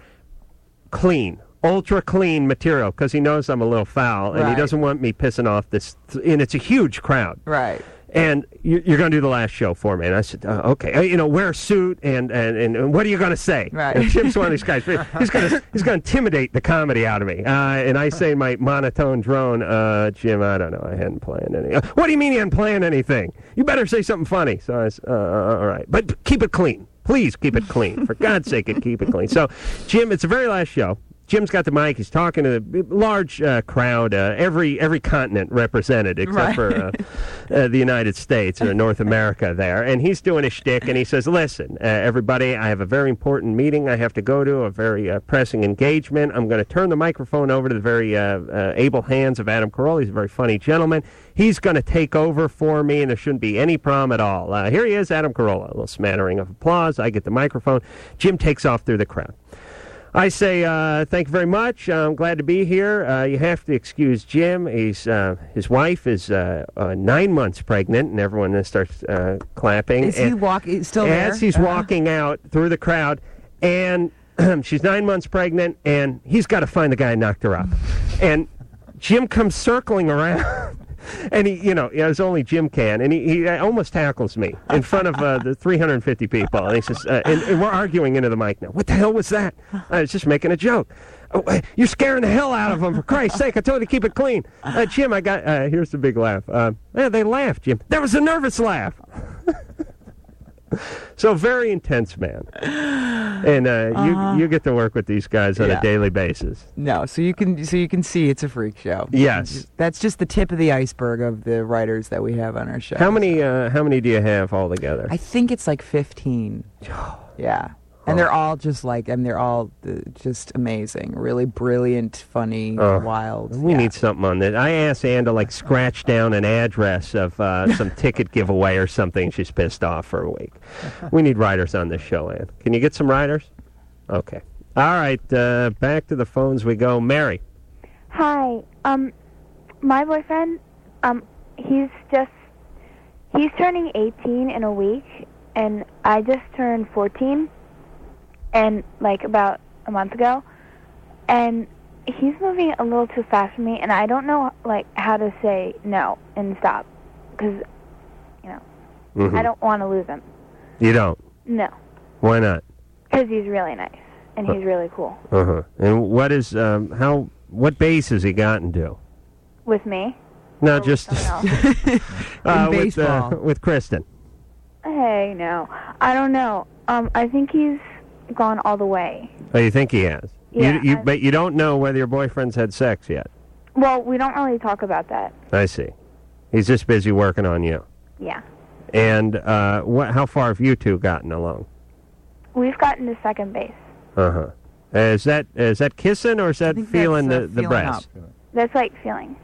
S3: Clean, ultra clean material because he knows I'm a little foul, and he
S16: Right.
S3: doesn't want me pissing off this. and it's a huge crowd,
S5: right?
S3: And you- you're going to do the last show for me, and I said, uh, "Okay, Uh, you know, wear a suit, and and, and, and what are you going to say?"
S16: Right.
S3: And Jim's one of these guys. He's going to he's going to intimidate the comedy out of me. Uh, and I say in my monotone drone, uh, Jim, I don't know. I hadn't planned any. "Uh, what do you mean you hadn't planned anything? You better say something funny. So I s- uh, uh, all right. But keep it clean. Please keep it clean. For God's sake, keep it clean. So, Jim, it's the very last show. Jim's got the mic. He's talking to a b- large uh, crowd, uh, every every continent represented
S16: Right.
S3: except for uh, uh, the United States or North America there. And he's doing his shtick, and he says, "Listen, uh, everybody, I have a very important meeting I have to go to, a very uh, pressing engagement. I'm going to turn the microphone over to the very uh, uh, able hands of Adam Carolla. He's a very funny gentleman. He's going to take over for me, and there shouldn't be any problem at all. Uh, here he is, Adam Carolla. A little smattering of applause. I get the microphone. Jim takes off through the crowd." I say uh, thank you very much. I'm glad to be here. Uh, you have to excuse Jim. He's, uh, his wife is uh, uh, nine months pregnant, and everyone then starts uh, clapping.
S5: Is
S17: Eh,
S5: he
S3: And-
S5: walk? is Still there?
S3: as he's
S5: Uh,
S3: walking out through the crowd, and she's nine months pregnant, and he's got to find the guy who knocked her up. and Jim comes circling around. And he, you know, as only Jim can, and he, he uh, almost tackles me in front of uh, the 350 people. And he says, uh, and, and we're arguing into the mic now. What the hell was that? I was just making a joke. Oh, uh, you're scaring the hell out of them, for Christ's sake. I told you to keep it clean. Uh, Jim, I got, uh, here's the big laugh. Uh, yeah, they laughed, Jim. There was a nervous laugh. So very intense man, and uh,
S5: Uh-huh.
S3: you you get to work with these guys on
S5: Yeah.
S3: a daily basis.
S5: No, so you can so you can see it's a freak show.
S3: Yes.
S5: that's just the tip of the iceberg of the writers that we have on our show.
S3: How many uh, how many do you have altogether?
S5: I think it's like fifteen. yeah, and they're all just like, I mean, they're all uh, just amazing, really brilliant, funny,
S3: Oh,
S5: wild.
S3: We need something on that. I asked Ann to like scratch down an address of uh, some ticket giveaway or something. She's pissed off for a week. We need writers on this show, Ann. Can you get some writers? Okay. All right. Uh, back to the phones we go. Mary.
S18: Hi. Um, my boyfriend, um, he's just he's turning 18 in a week, and I just turned 14, and like about a month ago, and he's moving a little too fast for me, and I don't know like how to say no and stop, because you know I
S3: Mhm.
S18: don't want to lose him.
S3: You don't.
S18: No,
S3: Why not?
S18: because he's really nice and he's really cool
S3: Uh huh. And what is um, how what base has he gotten to?
S18: with me.
S3: No, just
S18: Oh, someone
S3: uh,
S18: In
S3: with, uh,
S18: baseball.
S3: with Kristen.
S18: Hey, no. I don't know. Um, I think he's gone all the way.
S3: Oh, you think he has?
S18: Yeah,
S3: you, you,
S18: I-
S3: but you don't know whether your boyfriend's had sex yet.
S18: Well, we don't really talk about that.
S3: I see. He's just busy working on you.
S18: Yeah.
S3: And uh, what? How far have you two gotten along?
S18: We've gotten to second base.
S3: Uh huh. Is that is that kissing or is that feeling
S18: uh,
S3: the the breast?
S18: That's like feeling.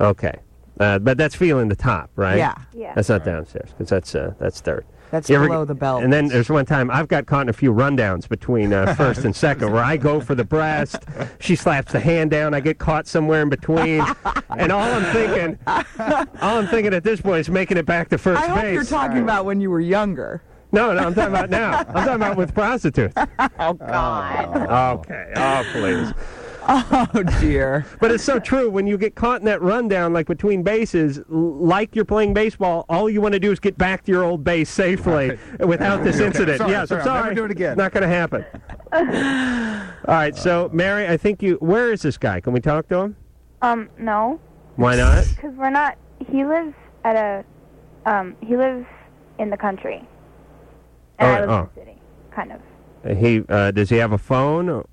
S3: Okay. Uh, but that's feeling the top, right?
S18: Yeah. Yeah.
S3: That's not downstairs because that's uh, that's third.
S5: That's
S3: You ever
S5: below
S3: get-
S5: the belt.
S3: And then there's one time I've got caught in a few rundowns between uh, first and second where I go for the breast, she slaps the hand down, I get caught somewhere in between, and all I'm thinking, all I'm thinking at this point is making it back to first
S5: I
S3: base.
S5: hope you're talking about when you were younger.
S3: No, no, I'm talking about now. I'm talking about with prostitutes.
S5: Oh God.
S3: Okay. Oh, please.
S5: Oh dear.
S3: but it's so true. When you get caught in that rundown, like between bases, l- like you're playing baseball, all you want to do is get back to your old base safely without this
S16: Okay,
S3: incident.
S16: sorry,
S3: yes,
S16: sorry,
S3: I'm
S16: I'll never
S3: sorry.
S16: do it again.
S3: Not going to happen. all right. So, Mary, I think you. Where is this guy? Can we talk to him?
S18: Um, no,
S3: Why not?
S18: because we're not. He lives at a. Um, he lives in the country, and I
S3: All
S18: live
S3: right,
S18: in the city, kind of.
S3: Uh, He uh, does he have a phone, or,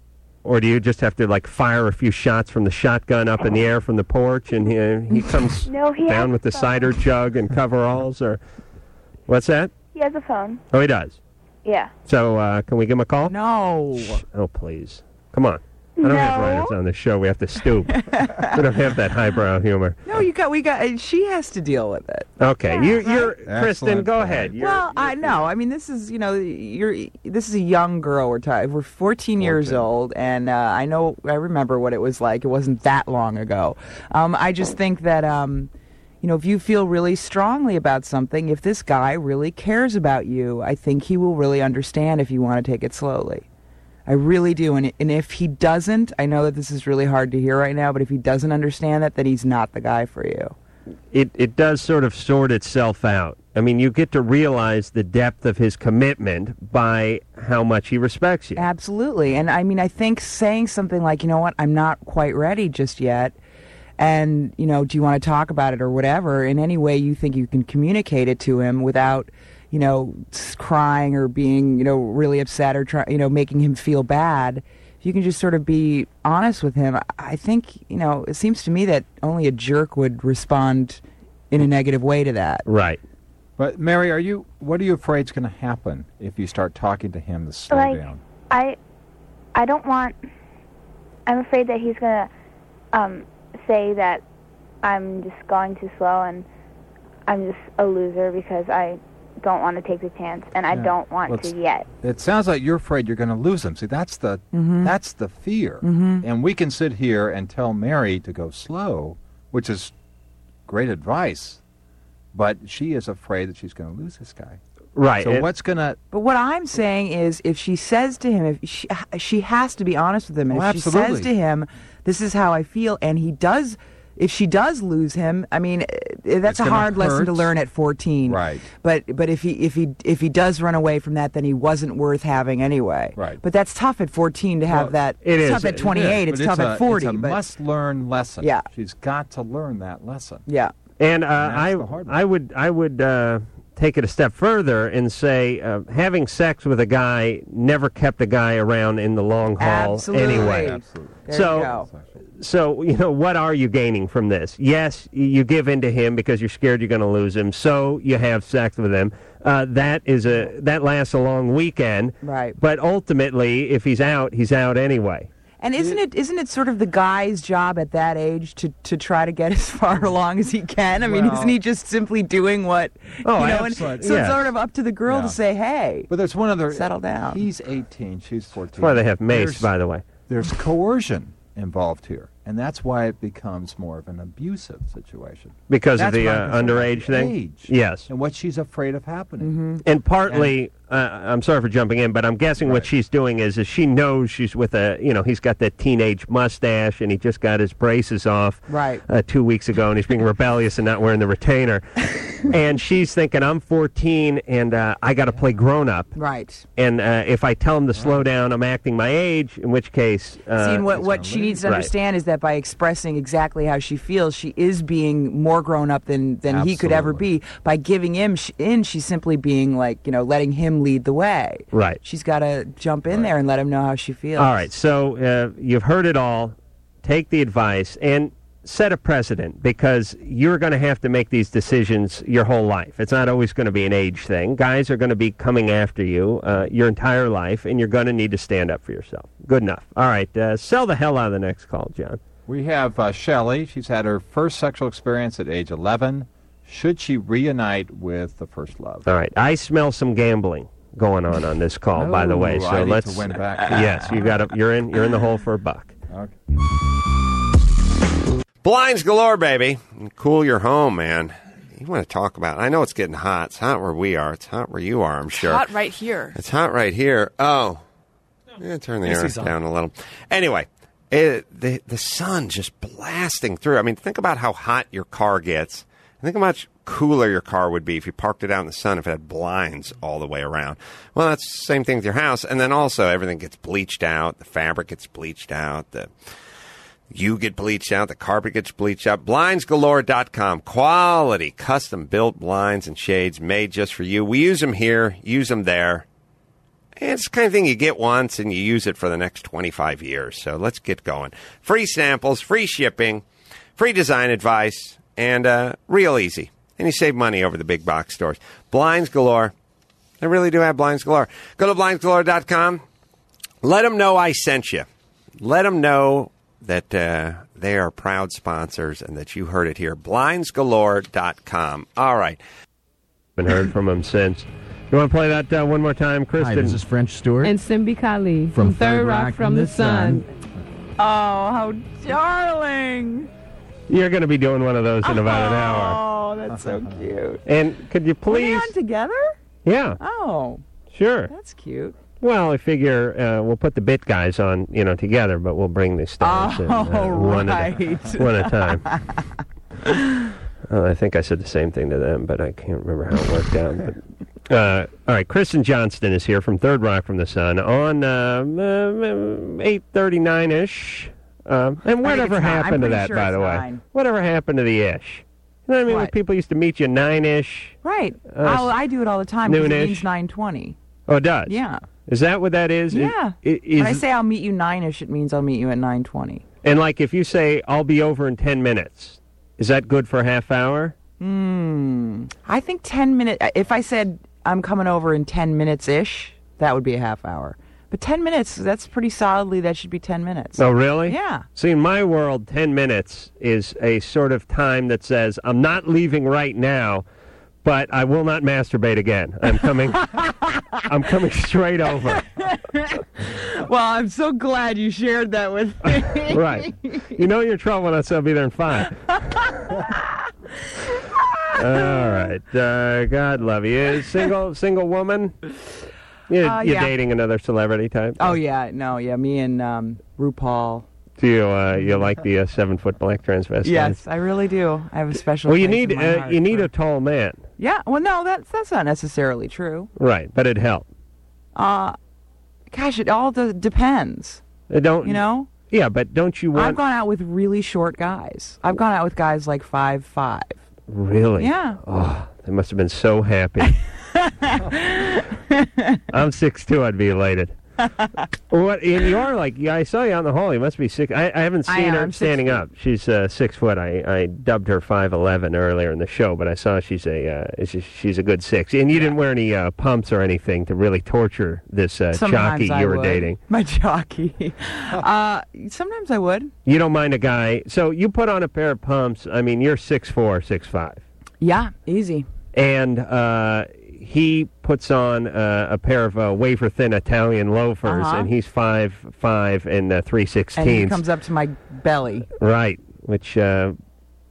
S3: or do you just have to like fire a few shots from the shotgun up in the air from the porch, and he he comes
S18: No, he has
S3: down with the cider jug and coveralls, or what's that?
S18: He has a phone.
S3: Oh, he does.
S18: Yeah.
S3: So uh, can we give him a call?
S5: No.
S3: Oh, please. Come on. I don't have
S5: No.
S3: writers on this show. We have to stoop. we don't have that highbrow humor.
S5: No, you got. We got. She has to deal with it.
S3: Okay, you, you're Kristen.
S5: Excellent
S3: Go
S5: point.
S3: ahead. You're,
S5: Uh-huh. well, I know. I mean, this is you know, you're this is a young girl. We're tired. We're 14 years old, and uh, I know I remember what it was like. It wasn't that long ago. Um, I just think that um, you know, if you feel really strongly about something, if this guy really cares about you, I think he will really understand if you want to take it slowly. I really do. And, and if he doesn't, I know that this is really hard to hear right now, but if he doesn't understand that, then he's not the guy for you.
S3: it it does sort of sort itself out. I mean, you get to realize the depth of his commitment by how much he respects you.
S5: Absolutely. And I mean, I think saying something like, you know what, I'm not quite ready just yet. And, you know, do you want to talk about it or whatever? In any way you think you can communicate it to him without, you know, s- crying or being, you know, really upset or, try, you know, making him feel bad. If you can just sort of be honest with him, I- I think, you know, it seems to me that only a jerk would respond in a negative way to that.
S3: Right.
S8: But Mary, are you? What are you afraid is going to happen if you start talking to him to slow
S18: like
S8: down?
S18: I, I don't want. I'm afraid that he's gonna um, say that I'm just going too slow and I'm just a loser because I don't want to take the chance and I
S8: Yeah.
S18: don't want
S8: Let's-
S18: to yet.
S8: It sounds like you're afraid you're going to lose him. See, that's the
S5: Mm-hmm.
S8: that's the fear.
S18: Mhm.
S8: And we can sit here and tell Mary to go slow, which is great advice, but she is afraid that she's going to lose this guy.
S3: Right.
S8: So
S5: it-
S8: what's going to
S5: But what I'm saying is, if she says to him, if she, she has to be honest with him.
S8: Oh,
S5: If she
S8: absolutely.
S5: says to him, "This is how I feel," and he does, if she does lose him, I mean, eh,
S16: It's
S5: that's a
S16: gonna
S5: hard lesson to
S16: hurt.
S5: learn at 14. Right. But but if he if he if he does run away from that, then he wasn't worth having anyway. Right. But that's tough at 14 to have that.
S8: It
S5: it's
S8: is.
S5: tough at 28.
S8: It
S5: it's
S8: is, but
S5: tough
S8: it's
S5: at
S8: a-
S5: 40.
S8: It's a
S5: but
S8: must-learn lesson.
S5: Yeah.
S8: she's got to learn that lesson.
S5: yeah.
S3: And uh,
S8: that's
S3: I,
S8: the hard
S3: I would, I would uh, take it a step further and say uh, having sex with a guy never kept a guy around in the long haul
S16: Absolutely.
S3: anyway.
S16: Absolutely. There you
S3: So,
S16: go.
S3: so you know, what are you gaining from this? Yes, y- you give in to him because you're scared you're going to lose him. So you have sex with him. Uh, that is a that lasts a long weekend.
S5: Right.
S3: But ultimately, if he's out, he's out anyway.
S5: And isn't it isn't it sort of the guy's job at that age to, to try to get as far along as he can? I mean,
S8: Well-
S5: isn't he just simply doing what
S8: Oh,
S5: you know? and so
S8: absolutely.
S5: it's
S8: Yes.
S5: sort of up to the girl
S8: Yeah.
S5: to say, "Hey,
S8: But there's one other
S5: settle down."
S8: He's 18. She's 14.
S3: That's why they have mace,
S8: There's-
S3: by the way.
S8: There's coercion involved here, and that's why it becomes more of an abusive situation
S3: Because of
S8: That's
S3: the
S8: why
S3: uh,
S8: I'm concerned about
S3: underage
S8: the
S3: thing.
S8: age
S3: Yes.
S8: and what she's afraid of happening.
S3: And partly, uh, I'm sorry for jumping in, but I'm guessing what she's doing is, is she knows she's with a, you know, he's got that teenage mustache and he just got his braces off
S5: Right.
S3: uh, two weeks ago and he's being rebellious and not wearing the retainer. and she's thinking, I'm 14 and uh, I got to play grown up.
S5: Right.
S3: And uh, if I tell him to slow down, I'm acting my age, in which case. Uh,
S5: See, and what, what she needs to
S3: Right.
S5: understand is that by expressing exactly how she feels, she is being more grown up than, than he could ever be. By giving him sh- in, she's simply being like, you know, letting him lead the way.
S3: Right.
S5: She's got to jump in there and let him know how she feels.
S3: All right, so uh, you've heard it all. Take the advice and set a precedent because you're going to have to make these decisions your whole life. It's not always going to be an age thing. Guys are going to be coming after you uh, your entire life, and you're going to need to stand up for yourself. Good enough. All right, uh, sell the hell out of the next call, John.
S8: We have uh, Shelley. She's had her first sexual experience at age 11. Should she reunite with the first love?
S3: All right, I smell some gambling going on on this call. by the way,
S8: Ooh,
S3: so
S8: Oh, I need to
S3: let's
S8: win back.
S3: yes, you got to, You're in. You're in the hole for a buck.
S17: Blinds galore, baby. Cool your home, man. You want to talk about? I know it's getting hot. It's hot where we are. It's hot where you are. I'm sure.
S19: Hot right here.
S17: It's hot right here. Oh, yeah, turn the
S19: Yes,
S17: air
S19: he's on.
S17: down a little. Anyway, it, the the sun just blasting through. I mean, think about how hot your car gets. Think how much cooler your car would be if you parked it out in the sun if it had blinds all the way around. Well, that's the same thing with your house. And then also everything gets bleached out. The fabric gets bleached out. The you get bleached out, the carpet gets bleached out. Blindsgalore.com. Quality, custom built blinds and shades made just for you. We use them here, use them there. And it's the kind of thing you get once and you use it for the next 25 years. So let's get going. Free samples, free shipping, free design advice, and uh, real easy. And you save money over the big box stores. Blinds galore. They really do have blinds galore. Go to blindsgalore.com. Let them know I sent you. let them know that uh, they are proud sponsors and that you heard it here. Blindsgalore.com. All right.
S3: Been heard from them since. You want to play that uh, one more time, Kristen?
S16: this is French Stewart.
S19: And Simbi Kali
S16: From Third Rock from the Sun.
S19: Oh, how darling!
S3: You're going to be doing one of those in about an hour.
S5: Oh, that's so cute.
S3: And could you
S5: Were they
S3: please?
S5: on together?
S3: Yeah.
S5: Oh,
S3: Sure.
S5: that's cute.
S3: Well, I figure uh, we'll put the bit guys on, you know, together, but we'll bring the stars in uh,
S5: Oh,
S3: one, at a,
S5: right.
S3: one at a time. Uh, I think I said the same thing to them, but I can't remember how it worked out. But, uh, all right, Kristen Johnston is here from Third Rock from the Sun on uh, eight thirty nine ish. Um, and
S16: I think
S3: whatever
S16: it's nine. I'm
S3: happened to
S16: pretty
S3: that,
S16: sure
S3: by
S16: it's
S3: the way?
S16: nine.
S3: Whatever happened to the ish? You know what I mean? When people used to meet you nine ish.
S5: Right.
S3: Uh,
S5: I'll- I do it all the time. 'cause It
S3: noon-ish.
S5: means nine twenty.
S3: Oh, it does.
S5: Yeah.
S3: Is that what that is? Is-
S5: Yeah.
S3: i-
S5: when I
S3: is-
S5: say I'll meet you nine ish, it means I'll meet you at nine twenty.
S3: And like if you say I'll be over in 10 minutes, is that good for a half hour?
S5: Hmm. I think ten minute. uh, If I said I'm coming over in ten minutes ish, that would be a half hour. But ten minutes, that's pretty solidly. That should be ten minutes.
S3: Oh, really?
S5: Yeah.
S3: See, in my world, 10 minutes is a sort of time that says I'm not leaving right now, but I will not masturbate again. I'm coming I'm coming straight over.
S5: Well, I'm so glad you shared that with me.
S3: Right. You know you're trouble when I say I'll be there in 5. All right. Uh, God love you. Single single woman? You're,
S5: Uh,
S3: you're
S5: yeah.
S3: dating another celebrity type?
S5: Oh yeah, no, yeah. Me and um, RuPaul.
S3: Do you uh, you like the uh, seven foot black transvestite?
S5: Yes, I really do. I have a special.
S3: Well, you
S5: place
S3: need
S5: in my
S3: uh,
S5: heart
S3: you need
S5: for-
S3: a tall man,
S5: Yeah. Well, no, that's that's not necessarily true.
S3: right? But it helps.
S5: Uh, gosh, it all d- depends.
S3: It don't
S5: You know?
S3: Yeah, but don't you
S5: I've
S3: want
S5: gone out with really short guys. I've gone out with guys like five five.
S3: really?
S5: Yeah.
S3: Oh, they must have been so happy. I'm six two. I'd be elated. what? And you are like yeah, I saw you out in the hall. You must be six. I, I haven't
S5: I
S3: seen
S5: am.
S3: her
S5: I'm six
S3: standing
S5: feet.
S3: up. She's uh, six foot. I, I dubbed her five eleven earlier in the show, but I saw she's a uh, she's, she's a good six. And you didn't wear any uh, pumps or anything to really torture this uh,
S5: Sometimes
S3: jockey
S5: I
S3: you were
S5: would.
S3: dating.
S5: My jockey. uh, sometimes I would.
S3: You don't mind a guy. So you put on a pair of pumps. I mean, you're six four, six five,
S5: Yeah, easy.
S3: and uh, he puts on uh, a pair of uh, wafer thin Italian loafers,
S5: Uh-huh.
S3: and he's five five and uh, three
S5: And he
S3: sixteenths.
S5: comes up to my belly.
S3: right, which uh,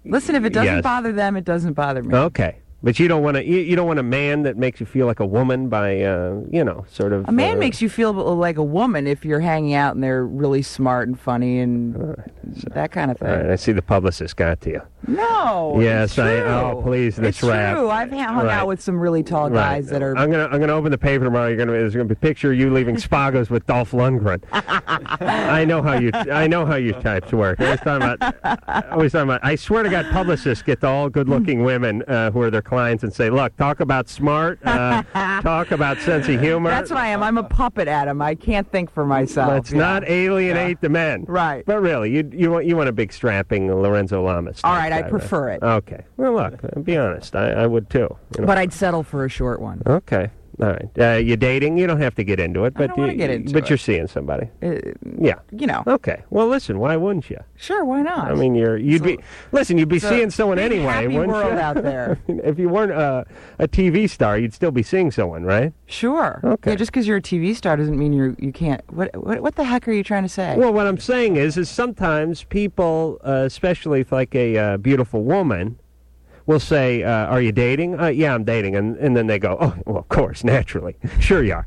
S5: Listen, if it doesn't
S3: Yes. Oh.
S5: bother them, it doesn't bother me.
S3: okay, but you don't want to. You, you don't want a man that makes you feel like a woman by uh, you know sort of
S5: A man
S3: uh,
S5: makes you feel like a woman if you're hanging out and they're really smart and funny and that kind of thing.
S3: All right, I see the publicist got to you.
S5: No.
S3: yes,
S5: it's
S3: I.
S5: true.
S3: Oh, please, this
S5: it's
S3: rap.
S5: true. I've ha- hung
S3: Right.
S5: out with some really tall
S3: Right.
S5: guys that are.
S3: I'm gonna I'm gonna open the paper tomorrow. You're gonna there's gonna be a picture of you leaving Spagos with Dolph Lundgren. I know how you I know how you types work. I was talking about I was talking about. I swear to God, publicists get to all good-looking
S5: Hmm.
S3: women uh, who are their clients and say, "Look, talk about smart, uh, talk about sense of humor."
S5: That's what I am. I'm a puppet, Adam. I can't think for myself.
S3: Let's
S5: Yeah.
S3: not alienate the men. Right. But really, you you want you want a big strapping Lorenzo Lamas.
S5: All
S3: type
S5: right, I
S3: guy,
S5: prefer it.
S3: Okay. Well, look, uh, be honest. I, I would too. you know.
S5: But I'd settle for a short one.
S3: Okay. All right. Uh, you're dating. You don't have to get into it, but
S5: don't wanna
S3: you,
S5: get into
S3: but
S5: it.
S3: you're seeing somebody.
S5: Uh,
S3: yeah.
S5: You know.
S3: Okay. Well, listen. Why wouldn't you?
S5: Sure, why not?
S3: I mean, you're you'd be listen. You'd be
S5: it's a
S3: seeing someone
S5: big
S3: anyway,
S5: happy
S3: wouldn't
S5: world
S3: you?
S5: out there.
S3: I mean, if you weren't uh, a TV star, you'd still be seeing someone, right?
S5: Sure.
S3: Okay.
S5: Yeah, just because you're a TV star doesn't mean you you can't. What, what what the heck are you trying to say?
S3: Well, what I'm saying is, is sometimes people, uh, especially if like a uh, beautiful woman, will say, uh, "Are you dating?" Uh, yeah, I'm dating, and and then they go, "Oh, well, of course, naturally, sure you are."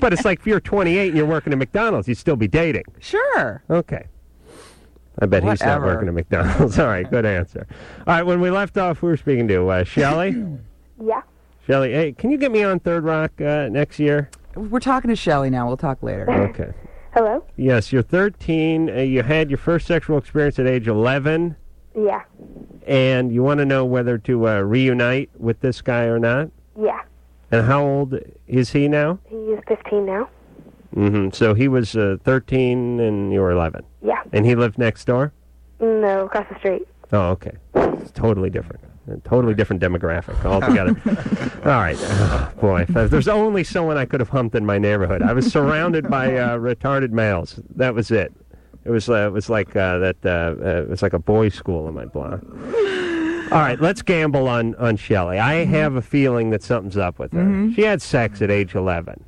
S3: but it's like if you're 28 and you're working at McDonald's, you'd still be dating.
S5: Sure.
S3: Okay. I bet he's not
S5: Whatever.
S3: working at McDonald's. All right, good answer. All right, when we left off, we were speaking to uh, Shelly.
S10: Yeah.
S3: Shelly, hey, can you get me on Third Rock uh, next year?
S5: We're talking to Shelly now. We'll talk later.
S3: Okay.
S10: Hello?
S3: Yes, you're 13. Uh, you had your first sexual experience at age 11,
S10: Yeah.
S3: and you want to know whether to uh, reunite with this guy or not.
S10: Yeah.
S3: And how old is he now?
S10: He is 15 now.
S3: hmm So he was uh, 13, and you were 11.
S10: Yeah.
S3: And he lived next door.
S10: No, across the street.
S3: Oh, okay. It's totally different. A totally different demographic altogether. All right. Oh, boy, if there's only someone I could have humped in my neighborhood. I was surrounded by uh, retarded males. That was it. It was uh, it was like uh, that. Uh, uh, it was like a boys' school in my block. All right, let's gamble on on Shelley. I have a feeling that something's up with her.
S20: Mhm.
S3: She had sex at age eleven.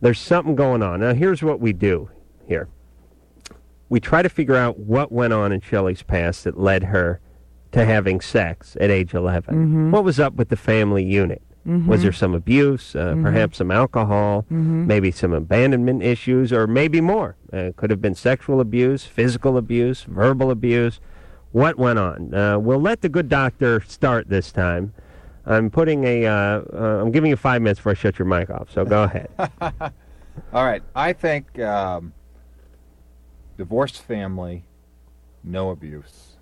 S3: There's something going on. Now here's what we do here. We try to figure out what went on in Shelley's past that led her to having sex at age 11
S20: Mhm.
S3: What was up with the family unit? Was
S20: Mhm.
S3: there some abuse, uh,
S20: Mhm.
S3: perhaps some alcohol,
S20: Mhm.
S3: maybe some abandonment issues, or maybe more? Uh, it could have been sexual abuse, physical abuse, verbal abuse. What went on? Uh, we'll let the good doctor start this time. I'm putting a. Uh, uh, I'm giving you five minutes before I shut your mic off. So go ahead.
S8: All right. I think um, divorced family, no abuse.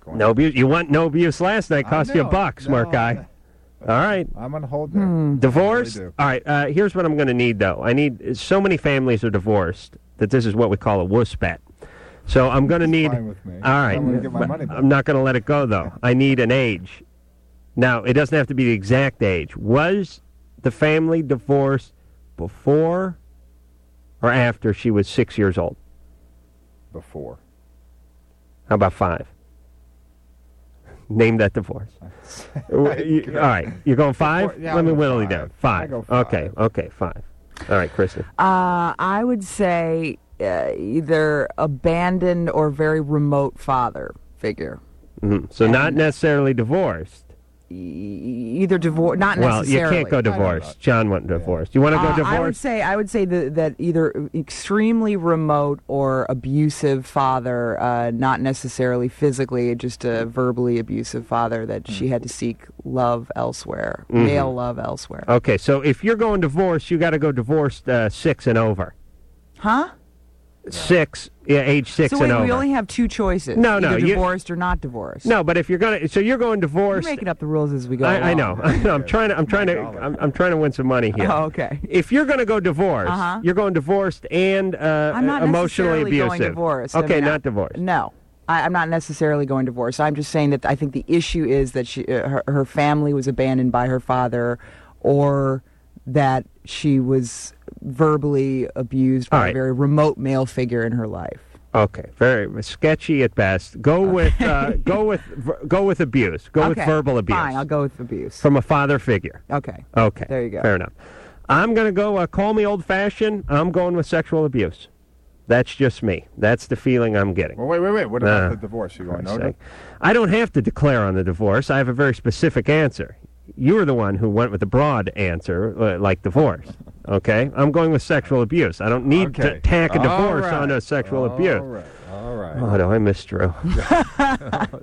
S8: Going
S3: No abuse. You want no abuse last night? Cost you a
S8: know,
S3: buck, smart
S8: no.
S3: guy. All right.
S8: I'm on hold there.
S3: Divorce.
S8: I really do.
S3: All right. Uh, here's what I'm going to need, though. I need so many families are divorced that this is what we call a wuss bet. So I'm going to need.
S20: fine with me.
S3: All right.
S20: I wanna get my
S3: but
S20: money back.
S3: I'm not going to let it go though. I need an age. Now it doesn't have to be the exact age. Was the family divorced before or after she was six years old?
S8: Before.
S3: How about five? Name that divorce. W- you- all right, you're going five.
S5: Before- yeah,
S3: Let
S5: I'll
S3: me
S5: go
S3: whittle you
S5: five.
S3: down. Five.
S5: I'll go
S3: Okay, okay, five. All right, Kristen.
S5: Uh, I would say uh, either abandoned or very remote father figure. E,
S3: hmm So not necessarily divorced.
S5: Either divorce, not
S3: well, you
S5: necessarily.
S3: can't go divorced. John went divorced. You want to
S5: Uh,
S3: go
S5: I would
S3: divorced?
S5: say I would say that, that either extremely remote or abusive father, uh, not necessarily physically, just a verbally abusive father that she had to seek love elsewhere,
S3: Mhm.
S5: male love elsewhere.
S3: Okay, so if you're going divorced, you got to go divorced uh, six and over.
S5: Huh?
S3: Six, yeah, age six
S5: so wait,
S3: and over.
S5: we only have two choices.
S3: No, no,
S5: either
S3: you-
S5: divorced or not divorced.
S3: no, but if you're gonna, so you're going
S5: We're
S3: divorced.
S5: making up the rules as we go.
S3: I, I know.
S5: along.
S3: I know. I'm trying to. I'm trying to. I'm, I'm trying to win some money here.
S5: Oh, okay.
S3: If you're going to go divorced,
S5: Uh-huh.
S3: you're going divorced and uh,
S5: I'm not
S3: emotionally
S5: necessarily
S3: abusive.
S5: going divorced. I
S3: Okay,
S5: mean, I-
S3: not divorced.
S5: No, I, I'm not necessarily going divorced. I'm just saying that I think the issue is that she, uh, her, her family was abandoned by her father, or that she was verbally abused by a very remote male figure in her life.
S3: Okay, very sketchy at best. Go with uh, go with ver- go with abuse. Go with
S5: Okay,
S3: verbal abuse.
S5: Fine, I'll go with abuse.
S3: from a father figure.
S5: Okay.
S3: Okay.
S5: There you go.
S3: Fair enough. I'm going to go uh, call me old fashioned. I'm going with sexual abuse. That's just me. That's the feeling I'm getting.
S8: Well, wait, wait, wait. What about
S3: Uh,
S8: the divorce? You going
S3: Christ's
S8: no?
S3: sake. I don't have to declare on the divorce. I have a very specific answer. You were the one who went with the broad answer, uh, like divorce. Okay, I'm going with sexual abuse. I don't need
S8: Okay.
S3: to tack a
S8: All
S3: divorce
S8: right.
S3: onto sexual
S8: All
S3: abuse.
S8: right. All right.
S3: Oh, do I miss Drew?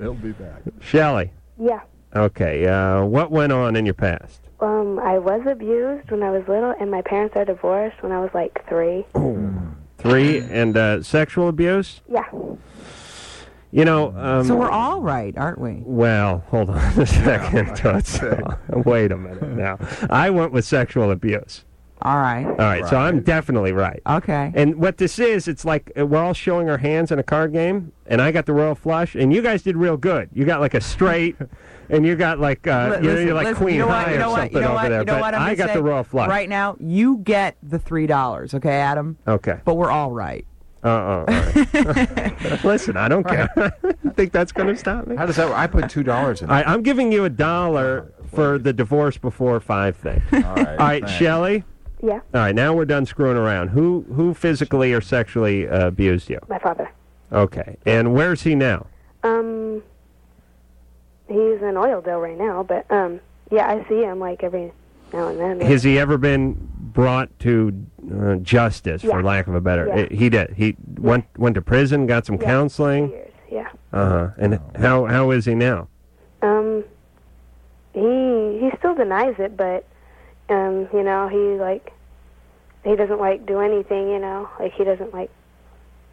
S8: He'll be back.
S3: Shelley.
S21: Yeah.
S3: Okay, uh, what went on in your past?
S21: Um, I was abused when I was little, and my parents are divorced when I was like three.
S8: Hmm.
S3: Three and uh, sexual abuse.
S21: Yeah.
S3: You know. Um,
S5: so we're all right, aren't we?
S3: Well, hold on a second. Toots. Wait a minute now. I went with sexual abuse.
S5: All right. All
S3: right, so I'm definitely right.
S5: Okay.
S3: And what this is, it's like uh, we're all showing our hands in a card game, and I got the royal flush, and you guys did real good. You got like a straight, and you got like uh,
S5: Li-
S3: you know,
S5: listen,
S3: you're like
S5: listen,
S3: queen
S5: you know what,
S3: high
S5: you know
S3: or
S5: what,
S3: something
S5: you know
S3: over
S5: what,
S3: there.
S5: You know
S3: but
S5: what I'm
S3: I
S5: gonna
S3: got
S5: say?
S3: the royal flush.
S5: Right now, you get the three dollars, okay, Adam?
S3: Okay.
S5: But we're all right.
S3: Uh-uh. Listen, I don't care. think that's going to stop me?
S8: How does that work? I put two dollars in.
S3: I, I'm giving you a dollar for the divorce before five thing. All
S8: right,
S3: All right,
S8: thanks.
S3: Shelley.
S21: Yeah.
S3: All right, now we're done screwing around. Who who physically or sexually uh, abused you?
S21: My father.
S3: Okay, and where's he now?
S21: Um, he's in Oildale right now, but um, yeah, I see him like every now and then.
S3: Has he ever been brought to uh, justice, for
S21: Yeah.
S3: lack of a better?
S21: Yeah.
S3: Uh, he did. He went went to prison, got some counseling.
S21: yeah.
S3: Uh huh.
S8: Oh.
S3: And how how is he now?
S21: Um, he he still denies it, but um, you know, he like he doesn't like do anything. You know, like he doesn't like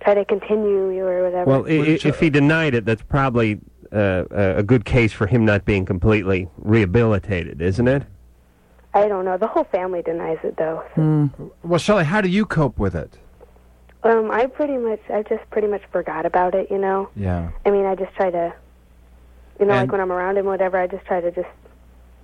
S21: try to continue or whatever.
S3: Well, i- i- if
S8: uh,
S3: he denied it, that's probably uh, a a good case for him not being completely rehabilitated, isn't it?
S21: I don't know. The whole family denies it, though.
S8: Hmm. Well, Shelley, how do you cope with it?
S21: Um, I pretty much, I just pretty much forgot about it, you know.
S8: Yeah.
S21: I mean, I just try to, you know,
S8: And-
S21: like when I'm around him, whatever. I just try to just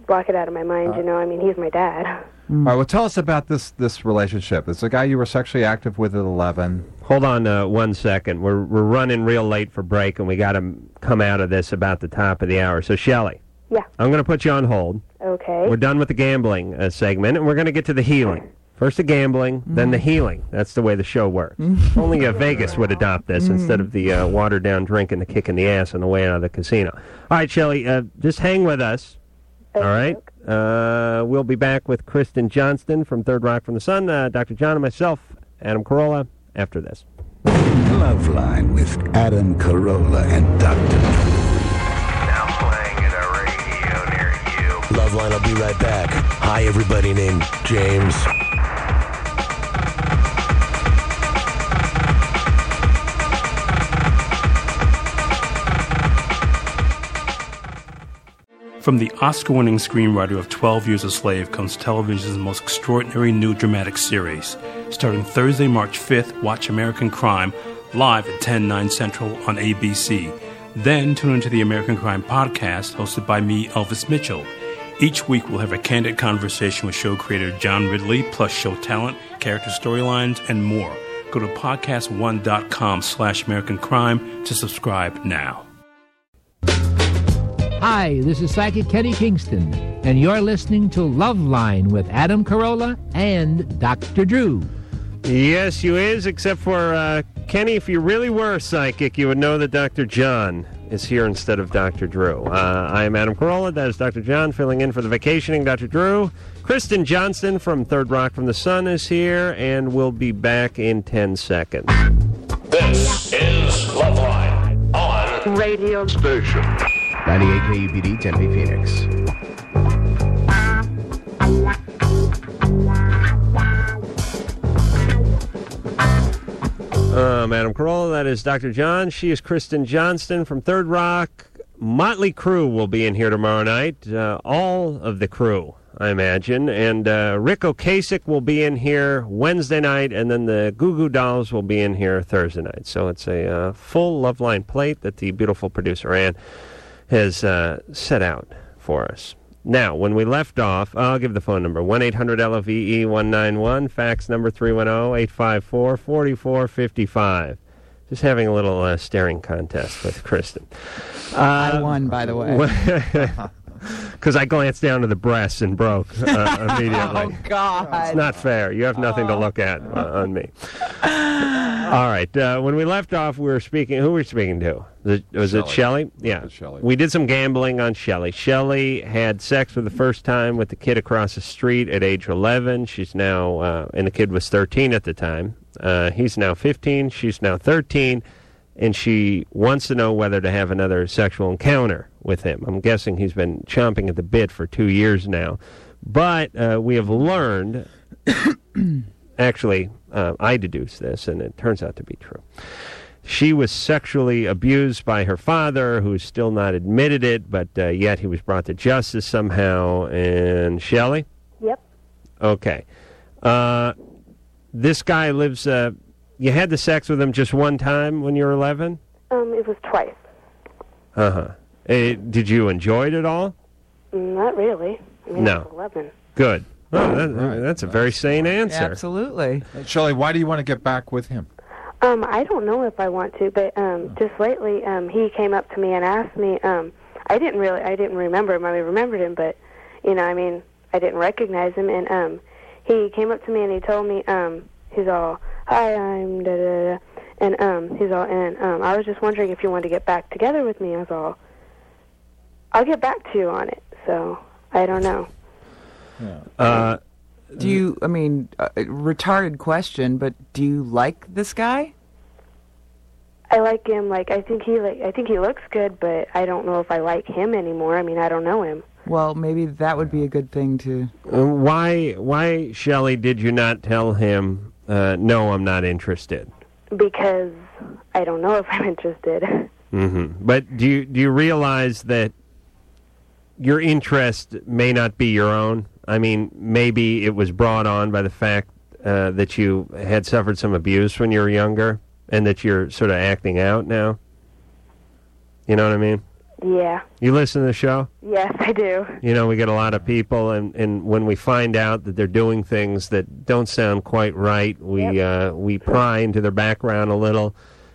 S21: block it out of my mind, you know. I mean, he's my dad.
S8: All right. Well, tell us about this this relationship. It's a guy you were sexually active with at eleven.
S3: Hold on uh, one second. We're we're running real late for break, and we got to come out of this about the top of the hour. So, Shelley,
S21: Yeah.
S3: I'm going to put you on hold.
S21: Okay.
S3: We're done with the gambling uh, segment, and we're going to get to the healing. First the gambling, then the healing. That's the way the show works. Only uh, Vegas would adopt this instead of the uh, watered down drink and the kick in the ass on the way out of the casino. All right, Shelley, uh, just hang with us. All right. Uh, we'll be back with Kristen Johnston from Third Rock from the Sun, uh, Dr. John, and myself, Adam Carolla, after this.
S20: Loveline with Adam Carolla and Dr.
S15: Loveline, I'll be right back. Hi, everybody named James.
S22: From the Oscar winning screenwriter of 12 Years a Slave comes television's most extraordinary new dramatic series. Starting Thursday, March 5th, watch American Crime live at 10, 9 central on ABC. Then tune into the American Crime podcast hosted by me, Elvis Mitchell. Each week, we'll have a candid conversation with show creator John Ridley, plus show talent, character storylines, and more. Go to podcast1.com slash American Crime to subscribe now.
S23: Hi, this is psychic Kenny Kingston, and you're listening to Love Line with Adam Carolla and Dr. Drew.
S3: Yes, you is, except for uh, Kenny. If you really were psychic, you would know that Dr. John is here instead of Dr. Drew. Uh, I am Adam Carolla. That is Dr. John filling in for the vacationing Dr. Drew. Kristen Johnston from Third Rock from the Sun is here, and we'll be back in 10 seconds.
S2: This is Loveline on radio station.
S24: 98 KUPD, Tempe, Phoenix.
S3: Uh, Madam Carolla, that is Dr. John. She is Kristen Johnston from Third Rock. Motley Crew will be in here tomorrow night. Uh, all of the crew, I imagine. And uh, Rick Ocasek will be in here Wednesday night, and then the Goo Goo Dolls will be in here Thursday night. So it's a uh, full love line plate that the beautiful producer Ann has uh, set out for us. Now, when we left off, I'll give the phone number 1 800 LOVE 191, fax number 310 854 4455. Just having a little uh, staring contest with Kristen.
S5: I won, by the way.
S3: Because I glanced down to the breasts and broke uh, immediately.
S5: Oh, God. Oh.
S3: It's not fair. You have nothing to look at uh, on me. All right. Uh, when we left off, we were speaking. Who were we speaking to? Was it, was it Shelley? Yeah. We did some gambling on Shelley. Shelley had sex for the first time with the kid across the street at age 11. She's now, uh, and the kid was 13 at the time. Uh, he's now 15. She's now 13. And she wants to know whether to have another sexual encounter with him. I'm guessing he's been chomping at the bit for two years now. But uh, we have learned actually, uh, I deduce this, and it turns out to be true. She was sexually abused by her father, who's still not admitted it, but uh, yet he was brought to justice somehow. And Shelley?
S21: Yep.
S3: Okay. Uh, this guy lives. Uh, you had the sex with him just one time when you were 11?
S21: Um, it was twice.
S3: Uh huh. Did you enjoy it at all?
S21: Not really. I mean,
S3: No.
S21: I was 11.
S3: Good. Oh, that, That's a very sane answer.
S5: absolutely.
S8: Shelley, why do you want to get back with him?
S21: Um, I don't know if I want to, but um, just lately, um, he came up to me and asked me. Um, I didn't really, I didn't remember him. I remembered him, but you know, I mean, I didn't recognize him. And um, he came up to me and he told me, um, he's all, "Hi, I'm da da da," and um, he's all, and um, I was just wondering if you wanted to get back together with me. I was all, I'll get back to you on it. So I don't know.
S3: Uh,
S5: do you, I mean, uh, retarded question, but do you like this guy?
S21: I like him. Like I think he, like I think he looks good, but I don't know if I like him anymore. I mean, I don't know him.
S5: Well, maybe that would be a good thing to.
S3: Uh, why why Shelley did you not tell him uh, no I'm not interested
S21: because I don't know if I'm interested.
S3: hmm but do you do you realize that your interest may not be your own I mean maybe it was brought on by the fact uh, that you had suffered some abuse when you were younger and that you're sort of acting out now you know what I mean
S21: Yeah.
S3: You listen to the show?
S21: Yes, I do.
S3: You know, we get a lot of people, and, and when we find out that they're doing things that don't sound quite right, we uh, we pry into their background a little,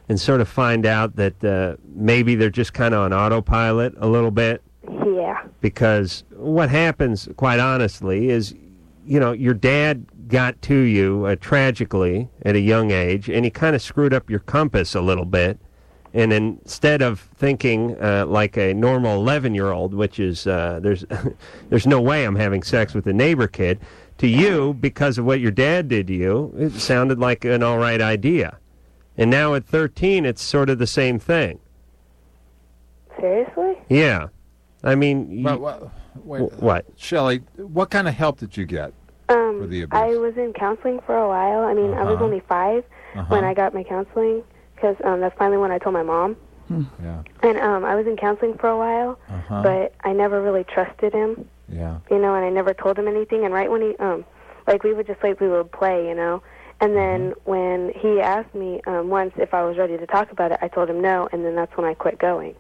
S3: and sort of find out that uh, maybe they're just kind of on autopilot a little bit.
S21: Yeah.
S3: Because what happens, quite honestly, is you know your dad got to you uh, tragically at a young age, and he kind of screwed up your compass a little bit. And instead of thinking uh, like a normal eleven-year-old, which is uh, there's there's no way I'm having sex with a neighbor kid, to you because of what your dad did to you, it sounded like an all right idea. And now at thirteen, it's sort of the same thing.
S21: Seriously?
S3: Yeah, I mean, you-
S8: Well, well, wait,
S3: wh- what?
S8: Shelley, what kind of help did you get
S21: Um,
S8: for the abuse?
S21: I was in counseling for a while. I mean, I was
S8: Uh-huh.
S21: only 5 when I got my counseling because um, that's finally when I told my mom.
S23: Hmm.
S8: Yeah.
S21: And um, I was in counseling for a while,
S8: Uh-huh.
S21: but I never really trusted him,
S8: yeah.
S21: you know, and I never told him anything. And right when he, um, like, we would just like we would play, you know. And then
S8: Mm-hmm.
S21: when he asked me um, once if I was ready to talk about it, I told him no, and then that's when I quit going.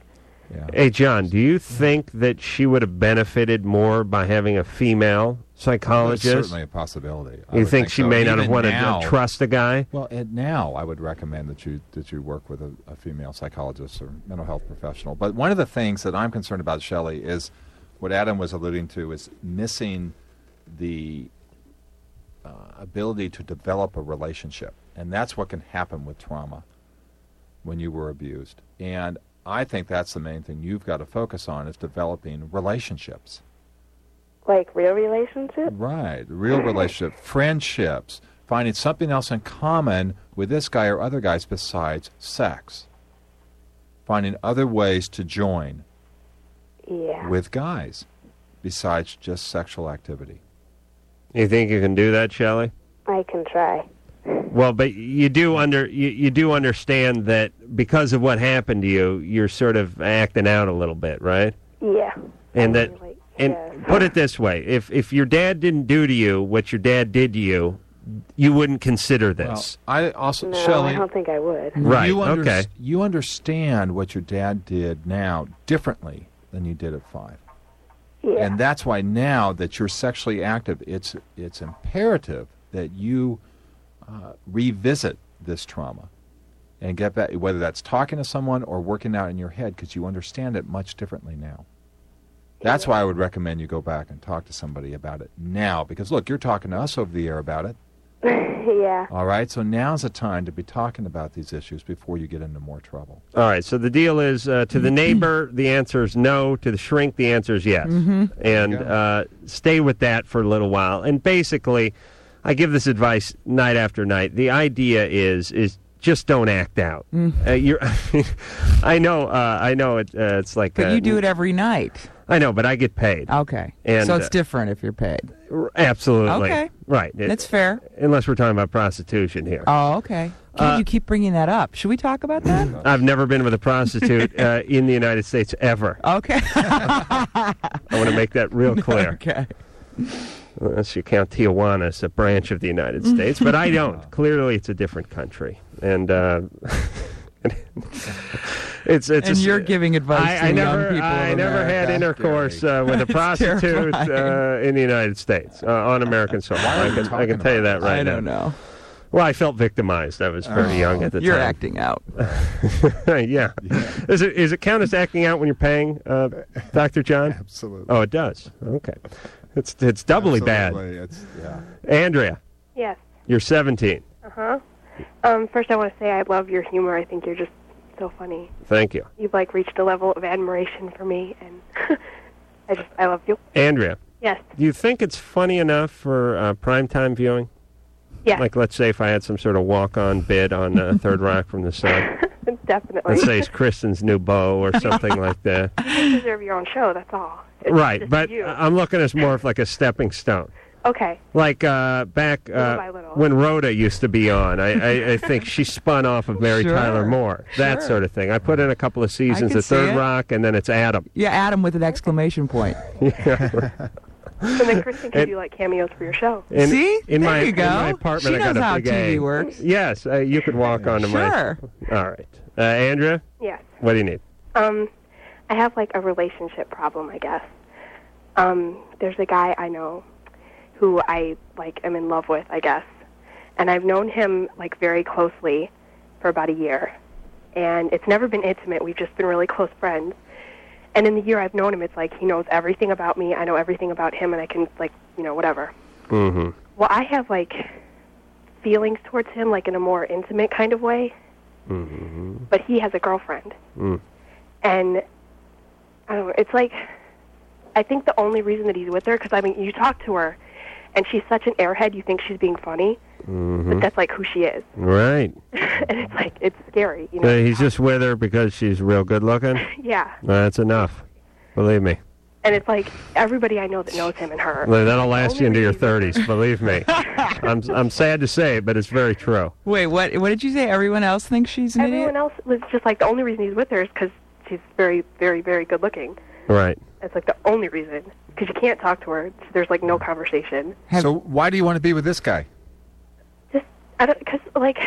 S3: Hey, John, do you think that she would have benefited more by having a female psychologist?
S8: That's certainly a possibility. I
S3: You
S8: would
S3: think, she
S8: so.
S3: may not have
S8: Even
S3: wanted
S8: now-
S3: to trust a guy?
S8: Well, and now I would recommend that you that you work with a, a female psychologist or mental health professional. But one of the things that I'm concerned about, Shelley, is what Adam was alluding to is missing the uh, ability to develop a relationship, and that's what can happen with trauma when you were abused. And I think that's the main thing you've got to focus on is developing relationships.
S21: Like, real relationship?
S8: Right. Real relationship, friendships, finding something else in common with this guy or other guys besides sex. Finding other ways to join
S21: Yeah.
S8: with guys besides just sexual activity.
S3: You think you can do that, Shelley?
S21: I can try.
S3: Well, but you do under you, you do understand that because of what happened to you, you're sort of acting out a little bit, right?
S21: Yeah.
S3: And that and put it this way, if if your dad didn't do to you what your dad did to you, you wouldn't consider this.
S8: I also,
S21: No,
S8: Shelley,
S21: I don't think I would.
S3: Right,
S8: You under-
S3: okay.
S8: You understand what your dad did now differently than you did at five.
S21: Yeah.
S8: And that's why now that you're sexually active, it's it's imperative that you uh, revisit this trauma and get back, whether that's talking to someone or working out in your head, because you understand it much differently now. That's why I would recommend you go back and talk to somebody about it now, because look, you're talking to us over the air about it.
S21: yeah.
S8: All right, so now's the time to be talking about these issues before you get into more trouble.
S3: All right. So the deal is uh, to the neighbor, the answer is no. To the shrink, the answer is yes.
S5: Mm-hmm.
S8: Mhm.
S3: And uh, stay with that for a little while. And basically, I give this advice night after night. The idea is is just don't act out.
S5: Mm.
S3: Uh, you're, I know, uh, I know. It, uh, it's like,
S5: But
S3: uh,
S5: you do it every night.
S3: I know, but I get paid.
S5: Okay.
S3: And,
S5: so it's
S3: uh,
S5: different if you're paid.
S3: R- Absolutely.
S5: Okay.
S3: Right.
S5: That's fair.
S3: Unless we're talking about prostitution here.
S5: Oh, okay. Can
S3: Uh,
S5: you keep bringing that up? Should we talk about that?
S3: I've never been with a prostitute uh, in the United States ever.
S5: Okay.
S3: I want to make that real clear.
S5: okay.
S3: Unless you count Tijuana as a branch of the United States, but I don't. Clearly, it's a different country, and uh, it's it's. a
S5: and
S3: s-
S5: you're giving
S3: I,
S5: advice to
S3: I
S5: young
S3: never,
S5: people.
S3: I
S5: of
S3: never
S5: America.
S3: had intercourse uh, with a
S5: It's
S3: prostitute uh,
S5: terrifying.
S3: in the United States uh, on American soil. I can, I can tell you that right
S5: I don't
S3: now.
S5: know.
S3: Well, I felt victimized. I was very
S5: Oh.
S3: young at the
S5: You're
S3: time.
S5: acting out.
S3: yeah. Is it is it count as acting out when you're paying, uh, Doctor John?
S8: Absolutely.
S3: Oh, it does. Okay. It's it's doubly bad.
S8: Absolutely, It's, yeah.
S3: Andrea,
S25: Yes.
S3: you're 17.
S25: Uh huh. Um, first, I want to say I love your humor. I think you're just so funny.
S3: Thank you,
S25: You've like reached a level of admiration for me, and I just I love you.
S3: Andrea.
S25: Yes.
S3: Do you think it's funny enough for uh, primetime viewing?
S25: Yes.
S3: Like, let's say if I had some sort of walk-on bid on uh, Third Rock from the Sun.
S25: Definitely.
S3: Let's say it's Kristen's new beau or something like that.
S25: you deserve your own show. That's all. It's
S3: Right,
S25: just
S3: but
S25: you.
S3: I'm looking at it more of like a stepping stone.
S25: okay.
S3: Like uh, back uh, when Rhoda used to be on, I, I, I think she spun off of Mary
S5: Sure,
S3: Tyler Moore, that
S5: sure.
S3: sort of thing. I put in a couple of seasons
S5: can
S3: at
S5: see
S3: Third
S5: it.
S3: Rock, and then it's Adam.
S5: Yeah, Adam with an exclamation point.
S3: Yeah.
S25: And then Kristen can
S3: And-
S25: do like cameos for your show.
S3: In-
S25: There
S3: in my,
S25: you
S3: In my
S25: go. She
S3: apartment, I got
S25: knows
S3: a
S25: how
S3: big
S25: TV
S3: A.
S25: works.
S3: Yes, uh, you could walk onto my.
S25: Sure.
S3: All right, uh, Andrea.
S25: Yes.
S3: What do you need?
S25: Um, I have like a relationship problem, I guess. Um, there's a guy I know who I like am in love with, I guess. And I've known him like very closely for about a year. And it's never been intimate. We've just been really close friends. And in the year I've known him, it's like he knows everything about me. I know everything about him, and I can like you know whatever.
S3: Mm-hmm.
S25: Well, I have like feelings towards him, like in a more intimate kind of way.
S3: Mm-hmm.
S25: But he has a girlfriend,
S3: Mm.
S25: and I don't know. It's like I think the only reason that he's with her, because I mean, you talk to her, and she's such an airhead. You think she's being funny,
S3: Mm-hmm.
S25: but that's like who she is,
S3: right.
S25: and it's like it's scary, you know.
S3: So he's just with her because she's real good looking.
S25: Yeah.
S3: That's enough. Believe me.
S25: And it's like everybody I know that knows him and her.
S3: That'll last you into your 30s. Believe me. I'm I'm sad to say, it, but it's very true.
S5: Wait, what? What did you say? Everyone else thinks she's an
S25: Everyone else was just like the only reason he's with her is because she's very, very, very good looking.
S3: Right.
S25: That's like the only reason because you can't talk to her. There's like no conversation.
S8: so why do you want to be with this guy?
S25: I don't because like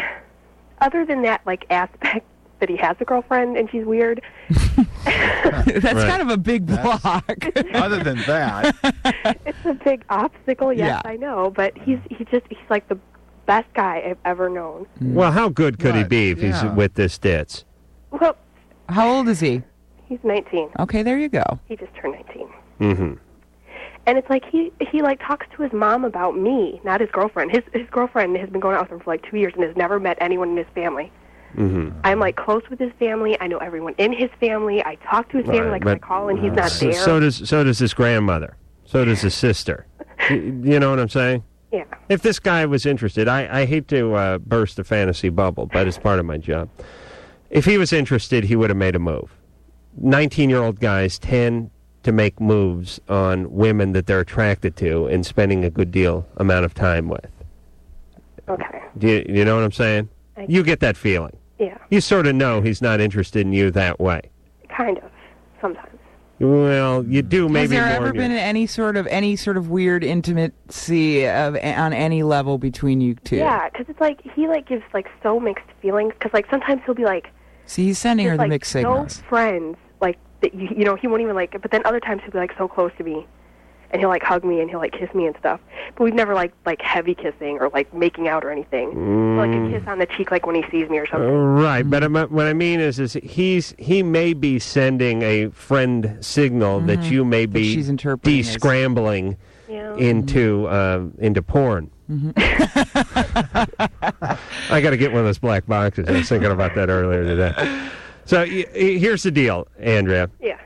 S25: other than that like aspect that he has a girlfriend and she's weird.
S5: idiot? That's
S8: Right.
S5: kind of a big
S8: That's-
S5: block.
S8: Other than that,
S25: It's a big obstacle. Yes,
S5: Yeah.
S25: I know, but he's he just he's like the best guy I've ever known.
S3: Well, how good could he be if
S5: Mm. yeah.
S3: he's with this ditz?
S25: Well,
S5: How old is he?
S25: he's 19.
S5: Okay, there you go.
S25: He just turned 19.
S3: Mm-hmm.
S25: And it's like he he like talks to his mom about me, not his girlfriend. His his girlfriend has been going out with him for like two years and has never met anyone in his family.
S3: Mm-hmm.
S25: I'm like close with his family. I know everyone in his family. I talk to his family like if I call and he's not
S3: uh, so,
S25: there.
S3: so does so does his grandmother. So does his sister. Y- you know what I'm saying?
S25: Yeah.
S3: If this guy was interested, I, I hate to uh, burst a fantasy bubble, but it's part of my job. If he was interested, he would have made a move. 19 year old guys tend to make moves on women that they're attracted to and spending a good deal amount of time with.
S25: Okay.
S3: Do you, you know what I'm saying?
S25: I-
S3: You get that feeling.
S25: Yeah.
S3: You sort of know he's not interested in you that way.
S25: Kind of. Sometimes.
S3: Well, you do maybe
S5: Has there
S3: more
S5: ever
S3: than you-
S5: been any sort of any sort of weird intimacy of on any level between you two?
S25: Yeah, because it's like he like gives like so mixed feelings. Because like sometimes he'll be like
S5: See, he's sending her
S25: just,
S5: the
S25: like
S5: mixed
S25: so
S5: signals.
S25: friends like that you, you know he won't even like. But then other times he'll be like so close to me, and he'll like hug me and he'll like kiss me and stuff. But we've never like like heavy kissing or like making out or anything.
S5: Mm.
S25: Like a kiss on the cheek like when he sees me or something.
S3: Mm. Uh, Right, but I'm- what I mean is, is he's he may be sending a friend signal that
S5: Mhm.
S3: you may
S5: That
S3: be
S5: she's interpreting as-
S3: descrambling
S25: Yeah.
S3: into uh, into porn. I got to get one of those black boxes. I was thinking about that earlier today. So y- y- here's the deal, Andrea.
S25: Yeah.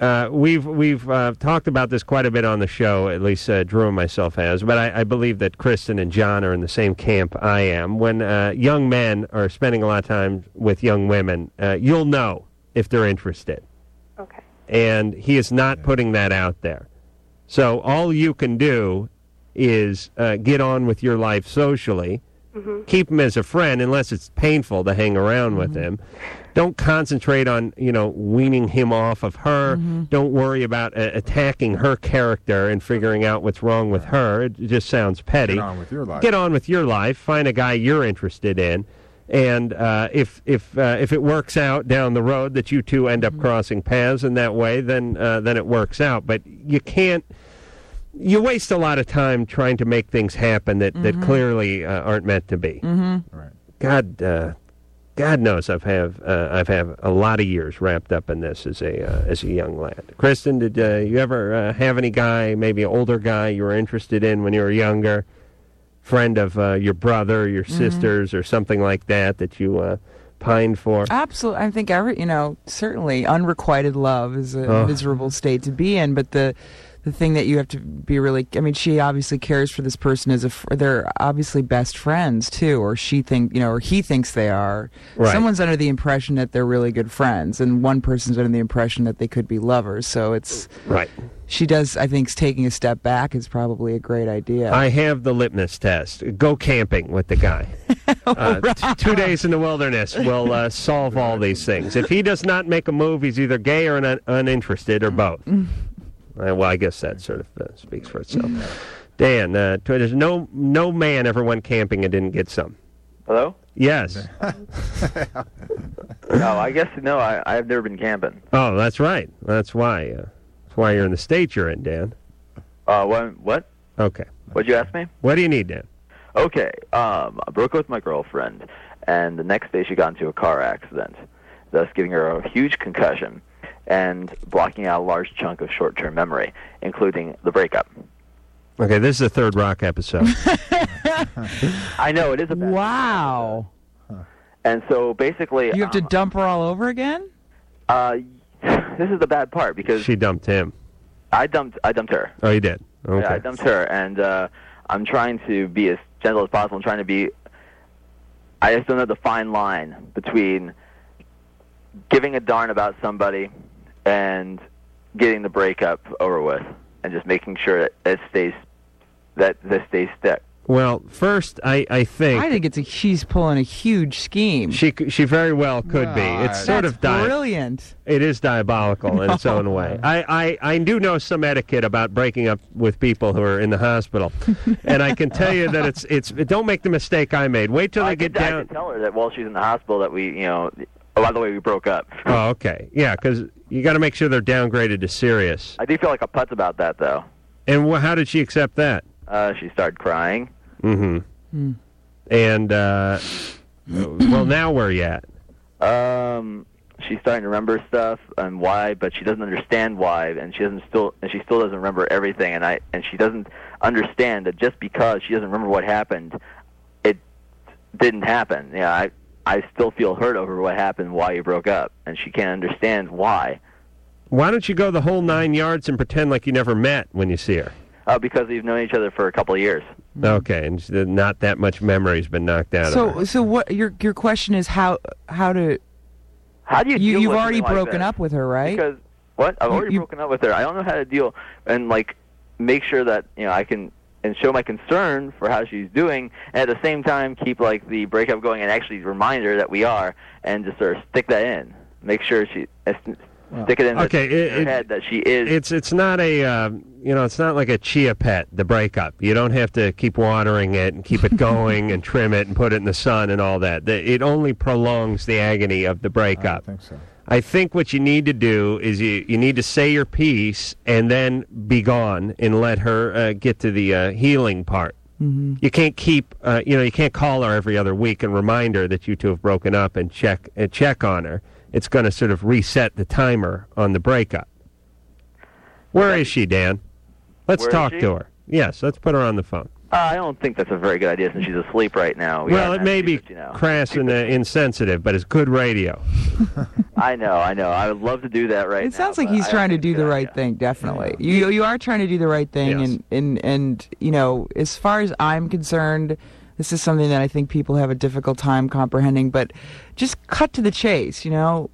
S3: Uh, we've we've uh, talked about this quite a bit on the show. At least uh, Drew and myself has, but I, I believe that Kristen and John are in the same camp I am. When uh, young men are spending a lot of time with young women, uh, you'll know if they're interested.
S25: Okay.
S3: And he is not putting that out there. So all you can do is uh, get on with your life socially. Keep him as a friend unless it's painful to hang around with
S8: Mm-hmm.
S3: him. Don't concentrate on, you know, weaning him off of her.
S8: Mm-hmm.
S3: Don't worry about uh, attacking her character and figuring out what's wrong with her. It just sounds petty.
S8: Get on with your life.
S3: Get on with your life. Find a guy you're interested in. And uh, if if uh, if it works out down the road that you two end up crossing paths in that way, then uh, then it works out. But you can't you waste a lot of time trying to make things happen that, that clearly uh, aren't meant to be.
S5: Mm-hmm.
S3: God, uh, God knows I've have uh, I've have a lot of years wrapped up in this as a uh, as a young lad. Kristen, did uh, you ever uh, have any guy, maybe an older guy you were interested in when you were younger, friend of uh, your brother, your sisters, or something like that that you uh, pined for?
S5: Absolutely, I think every you know certainly unrequited love is a
S3: Ugh.
S5: miserable state to be in. But the the thing that you have to be really, I mean, she obviously cares for this person as a fr- they're obviously best friends too, or she think you know, or he thinks they are.
S3: Right.
S5: Someone's under the impression that they're really good friends, and one person's under the impression that they could be lovers. So it's
S3: Right.
S5: She does, I think, taking a step back is probably a great idea.
S3: I have the litmus test. Go camping with the guy. Uh, t- two days in the wilderness will uh, solve all these things. If he does not make a move, he's either gay or un- uninterested or both. Uh, well, I guess that sort of uh, speaks for itself. Dan, uh, t- there's no no man ever went camping and didn't get some.
S26: Hello?
S3: Yes.
S26: no, I guess no. I I've never been camping.
S3: Oh, that's right. That's why. Uh, that's why you're in the state you're in, Dan.
S26: Uh, what? What?
S3: Okay.
S26: What'd you ask me?
S3: What do you need, Dan?
S26: Okay. Um, I broke up with my girlfriend, and the next day she got into a car accident, thus giving her a huge concussion and blocking out a large chunk of short-term memory, including the breakup.
S3: Okay, this is the third rock episode.
S26: I know it is a bad
S5: Wow.
S26: And so basically,
S5: You have to
S26: um,
S5: dump her all over again?
S26: Uh, this is the bad part because
S3: she dumped him.
S26: I dumped I dumped her.
S3: Oh, you did. Okay.
S26: Yeah, I dumped her, and uh, I'm trying to be as gentle as possible. I'm trying to be. I just don't know the fine line between giving a darn about somebody and getting the breakup over with, and just making sure that it stays that this stays stuck.
S3: Well, first, I, I think
S5: I think it's a she's pulling a huge scheme.
S3: She c- she very well could be. It's sort
S5: That's
S3: of di-
S5: brilliant.
S3: It is diabolical in its own way. I, I I do know some etiquette about breaking up with people who are in the hospital, and I can tell you that it's it's. Don't make the mistake I made. Wait till
S26: I
S3: they get
S26: could, I
S3: down.
S26: could tell her that while she's in the hospital that we, you know, oh by the way, we broke up.
S3: Oh, okay. Yeah, because you got to make sure they're downgraded to serious.
S26: I do feel like a putz about that though.
S3: And wh- how did she accept that?
S26: Uh, she started crying.
S3: Mm-hmm.
S5: Hmm.
S3: And uh, well, now where you at?
S26: Um, she's starting to remember stuff and why, but she doesn't understand why, and she doesn't still, and she still doesn't remember everything, and I, and she doesn't understand that just because she doesn't remember what happened, it didn't happen. Yeah, I, I still feel hurt over what happened, why you broke up, and she can't understand why.
S3: Why don't you go the whole nine yards and pretend like you never met when you see her?
S26: Uh, because we've known each other for a couple of years.
S3: Okay, and s- not that much memory's been knocked out of her.
S5: So so what your your question is how how to
S26: How do you?
S5: you
S26: deal
S5: you've
S26: with
S5: already
S26: something like
S5: broken
S26: that?
S5: up with her, right?
S26: Because what? I've
S5: You-
S26: already broken up with her. I don't know how to deal and like make sure that you know I can and show my concern for how she's doing, and at the same time keep like the breakup going and actually remind her that we are, and just sort of stick that in. Make sure she uh, s- stick it in
S3: Okay,
S26: her,
S3: it-
S26: in her
S3: it-
S26: head that she is.
S3: It's it's not a uh, you know it's not like a chia pet the breakup. You don't have to keep watering it and keep it going and trim it and put it in the sun and all that. The- It only prolongs the agony of the breakup. I think so. I think what you need to do is you, you need to say your piece and then be gone and let her uh, get to the uh, healing part.
S7: Mm-hmm.
S3: You can't keep, uh, you know, you can't call her every other week and remind her that you two have broken up and check and check on her. It's going to sort of reset the timer on the breakup. Where is she, Dan? Let's
S26: Where is
S3: talk
S26: she?
S3: to her. Yes, let's put her on the phone.
S26: uh, I don't think that's a very good idea since she's asleep right now. We
S3: well,
S26: haven't
S3: it
S26: had
S3: may
S26: to
S3: be
S26: do this, you know.
S3: crass and uh, insensitive, but it's good radio.
S26: I know, I know. I would love to do that right
S5: it
S26: now.
S5: sounds like he's trying to do the right thing definitely you you are trying to do the right thing and, and and you know as far as i'm concerned this is something that i think people have a difficult time comprehending but just cut to the chase you know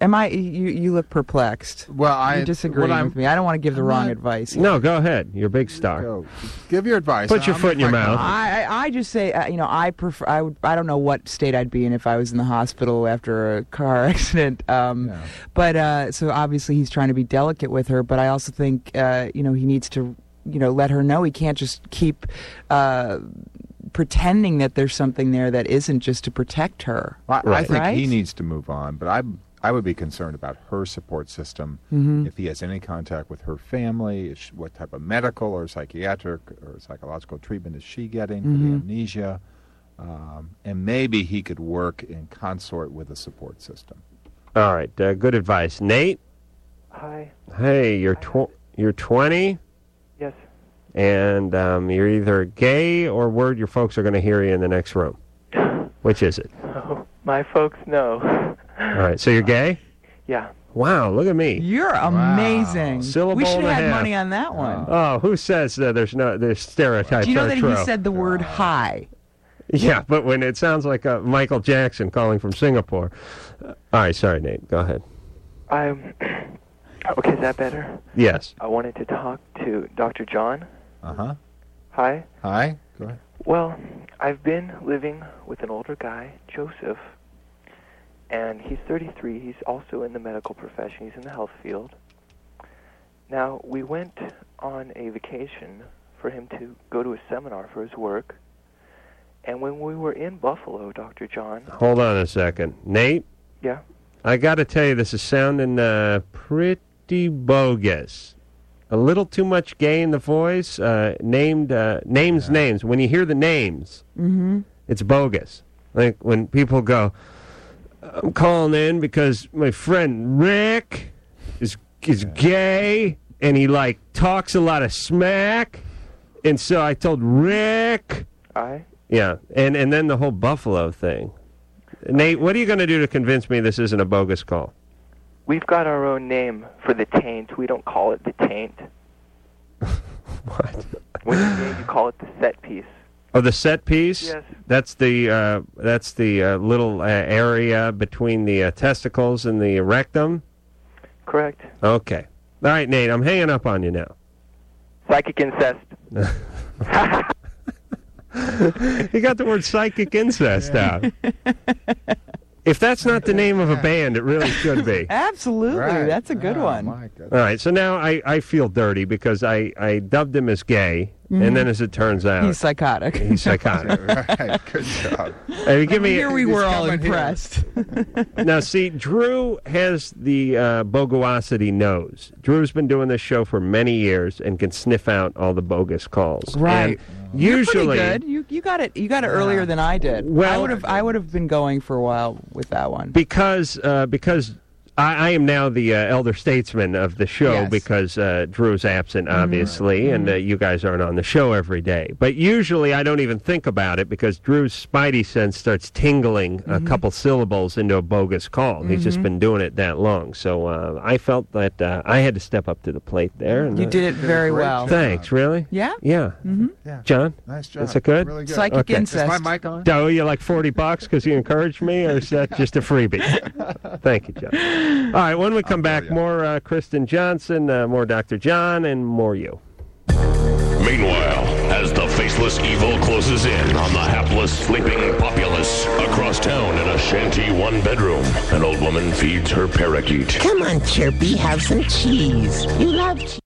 S5: am i you you look perplexed well
S8: I-
S5: you disagreeing
S8: what I'm-
S5: with me i don't want to give the
S8: I'm
S5: wrong
S8: not-
S5: advice
S3: No, go ahead. You're a big star.
S8: Give your advice.
S3: Put your
S8: I'm
S3: foot in your
S8: like-
S3: mouth.
S5: I, I I just say uh, you know I prefer I would I don't know what state I'd be in if I was in the hospital after a car accident. Um, But uh, so obviously he's trying to be delicate with her, but I also think uh, you know he needs to you know let her know he can't just keep uh, pretending that there's something there that isn't just to protect her.
S27: I, I think
S5: Right?
S27: he needs to move on, but I I would be concerned about her support system.
S5: Mhm.
S27: If he has any contact with her family, is she- what type of medical or psychiatric or psychological treatment is she getting for the
S5: Mhm.
S27: amnesia? Um, and maybe he could work in consort with a support system.
S3: All right, uh, good advice, Nate.
S9: Hi.
S3: Hey, you're tw- you're 20.
S9: Yes.
S3: And um, you're either gay or word your folks are going to hear you in the next room. Which is it?
S9: Oh, my folks know.
S3: All right, so you're gay.
S9: Yeah.
S3: Wow, look at me.
S5: You're amazing.
S3: Syllable
S5: we should
S3: and a
S5: have had
S3: half.
S5: money on that one.
S3: Oh, who says that there's no there's
S27: Oh.
S3: stereotypes
S5: Do you know
S3: are
S5: that
S3: true?
S5: he said the word "hi"?
S3: yeah, but when it sounds like uh, Michael Jackson calling from Singapore. Uh, all right, sorry, Nate. Go ahead.
S9: I'm. Okay, is that better?
S3: Yes.
S9: I wanted to talk to Dr. John.
S27: Uh huh.
S9: Hi.
S27: Hi. Go ahead.
S9: Well, I've been living with an older guy, Joseph, and he's 33. He's also in the medical profession, he's in the health field. Now, we went on a vacation for him to go to a seminar for his work, And when we were in Buffalo, Dr. John,
S3: Hold on a second. Nate?
S9: Yeah?
S3: I got to tell you, this is sounding uh, pretty bogus. A little too much gay in the voice. Uh, named uh, names, names. When you hear the names,
S23: Mm-hmm.
S5: Mhm.
S3: it's bogus. Like when people go, "I'm calling in because my friend Rick is is gay and he like talks a lot of smack," and so I told Rick.
S9: I.
S3: Yeah, and and then the whole Buffalo thing. Nate, what are you going to do to convince me this isn't a bogus call?
S9: We've got our own name for the taint. We don't call it the taint. what? When you're gay, you call it the set piece.
S3: Oh, the set piece.
S9: Yes.
S3: That's the uh, that's the uh, little uh, area between the uh, testicles and the rectum.
S9: Correct.
S3: Okay. All right, Nate. I'm hanging up on you now.
S9: Psychic incest.
S3: you got the word psychic incest out. If that's not the name of a band, it really should be.
S5: Absolutely. That's a good
S27: Oh
S5: one.
S3: All right, so now I, I feel dirty because I, I dubbed him as gay,
S5: Mhm.
S3: and then as it turns out,
S5: He's psychotic.
S3: He's psychotic.
S27: right. Good job.
S3: Hey, give me
S5: Here we were all impressed.
S3: now, see, Drew has the uh, bogosity nose. Drew's been doing this show for many years and can sniff out all the bogus calls.
S5: Right.
S3: And
S5: You're pretty
S3: usually,
S5: good. You you got it. You got it earlier than I did. I
S3: Well-
S5: would have. I would have been going for a while with that one.
S3: because uh, because I, I am now the uh, elder statesman of the show
S5: Yes. Mm-hmm.
S3: because uh, Drew's absent, obviously, and uh, you guys aren't on the show every day. But usually, I don't even think about it because Drew's spidey sense starts tingling
S5: Mm-hmm.
S3: a couple syllables into a bogus call. He's just
S5: Mhm.
S3: been doing it that long, so uh, I felt that uh, I had to step up to the plate there. And,
S5: You
S3: uh,
S5: did it very well.
S3: Thanks, really.
S5: Yeah?
S3: Yeah.
S5: Mm-hmm.
S3: John?
S27: Nice
S3: Is
S27: job.
S3: it good?
S27: Really good. Psychic incest. Is my mic on?
S3: Do I owe you like 40 bucks because you encouraged me, or is that just a freebie? Thank you, John. All right, when we come back, more uh, Kristen Johnson, uh, more Dr. John, and more you.
S2: Meanwhile, as the faceless evil closes in on the hapless sleeping populace across town in a shanty one bedroom, an old woman feeds her parakeet.
S7: Come on, Chirpy, have some cheese. You love cheese.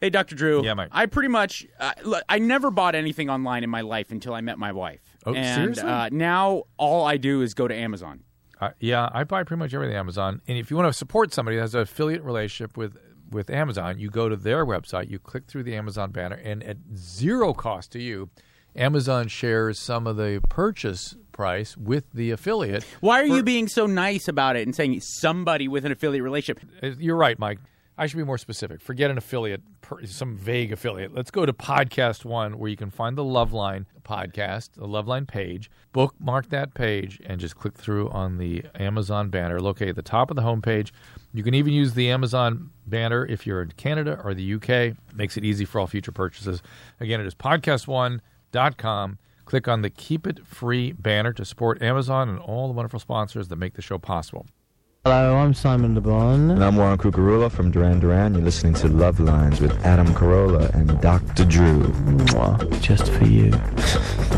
S11: Hey, Dr. Drew. Yeah, Mike. I pretty much, uh, look, I never bought anything online in my life until I met my wife.
S12: Oh,
S11: and,
S12: seriously?
S11: Uh, now all I do is go to Amazon.
S12: Uh, yeah, I buy pretty much everything Amazon. And if you want to support somebody that has an affiliate relationship with with Amazon, you go to their website, you click through the Amazon banner, and at zero cost to you, Amazon shares some of the purchase price with the affiliate.
S11: Why are you being so nice about it and saying somebody with an affiliate relationship?
S12: Uh, You're right, Mike. I should be more specific. Forget an affiliate, per- some vague affiliate. Let's go to Podcast One, where you can find the Loveline podcast, the Loveline page. Bookmark that page and just click through on the Amazon banner located at the top of the homepage. You can even use the Amazon banner if you're in Canada or the UK. makes it easy for all future purchases. Again, it is podcastone.com. Click on the Keep It Free banner to support Amazon and all the wonderful sponsors that make the show possible.
S13: Hello, I'm Simon LeBon.
S24: And I'm Warren Kukurula from Duran Duran. You're listening to Love Lines with Adam Carolla and Dr. Drew. Mwah. Just for you.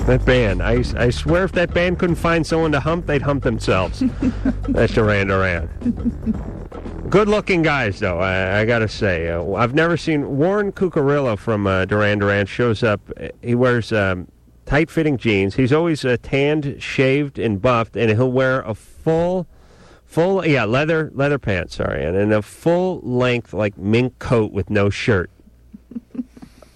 S3: That band, I, I swear if that band couldn't find someone to hump, they'd hump themselves. That's Duran Duran. Good looking guys, though, I, I got to say. Uh, I've never seen Warren Cucurilla from uh, Duran Duran shows up. Uh, He wears um, tight fitting jeans. He's always uh, tanned, shaved, and buffed, and he'll wear a full. Full, yeah, leather leather pants. Sorry, and, and a full length like mink coat with no shirt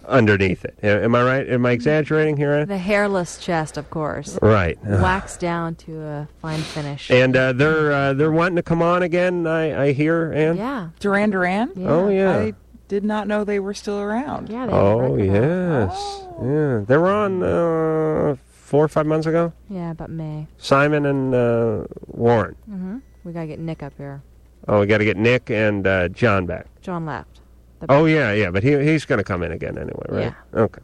S3: underneath it. A- Am I right? Am I exaggerating here? Anna?
S6: The hairless chest, of course.
S3: Right.
S6: Waxed down to a fine finish.
S3: And uh, they're uh, they're wanting to come on again. I, I hear, and
S5: Duran Duran.
S3: Oh, yeah.
S5: I did not know they were still around.
S6: Yeah.
S3: oh yes, yeah. They were on uh, four or five months ago.
S6: Yeah, but May.
S3: Simon and uh, Warren.
S6: hmm We got to get Nick up here.
S3: Oh, we got to get Nick and uh, John back.
S6: John left.
S3: Oh yeah, yeah, but he he's going to come in again anyway, right? Okay.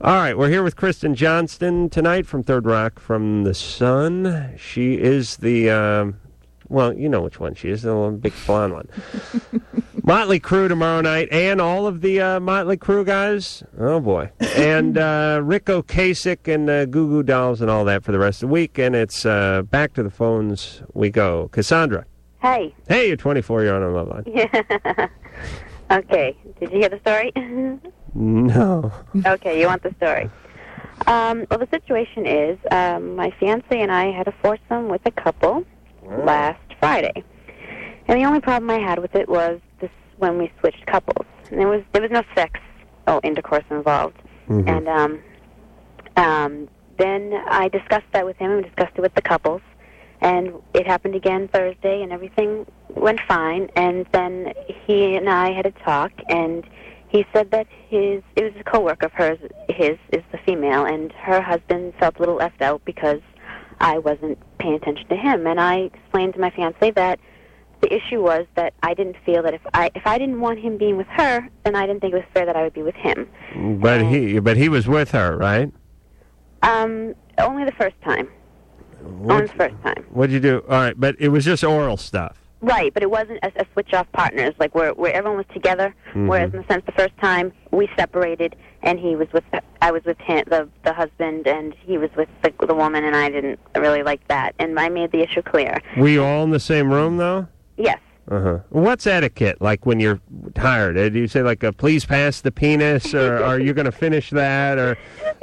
S3: All right, we're here with Kristen Johnston tonight from Third Rock from the Sun. She is the um, well, you know which one she is, the little big blonde one. Motley Crue tomorrow night, and all of the uh, Motley Crue guys. Oh boy, and uh, Rick Ocasek and uh, Goo Goo Dolls and all that for the rest of the week. And it's uh, back to the phones we go. Cassandra,
S28: Hey.
S3: hey, you're 24. You're on a love line.
S28: okay. Did you hear the story?
S3: No.
S28: okay, you want the story.
S14: Um, well, the situation is um, my fiance and I had a foursome with a couple last Friday, and the only problem I had with it was this when we switched couples. And there was there was no sex or intercourse involved,
S2: Mm-hmm.
S14: and um, um, then I discussed that with him and discussed it with the couples, and it happened again Thursday, and everything went fine. And then he and I had a talk, and he said that his it was a coworker of hers. His is the female, and her husband felt a little left out because I wasn't paying attention to him. And I explained to my fiance that the issue was that I didn't feel that if I if I didn't want him being with her, then I didn't think it was fair that I would be with him.
S3: But he, but he was with her, right?
S14: Um, only the first time. Only the first time.
S3: What'd you do? All right, but it was just oral stuff.
S14: Right, but it wasn't a, a switch off partners, like where where everyone was together.
S3: Mhm.
S14: Whereas in the sense, the first time we separated, and he was with I was with him, the the husband, and he was with the, the woman, and I didn't really like that, and I made the issue clear.
S3: Were you all in the same room though?
S14: Yes.
S3: Uh huh. What's etiquette like when you're tired? Uh, Do you say like, uh, "Please pass the penis," or "Are you going to finish that?" Or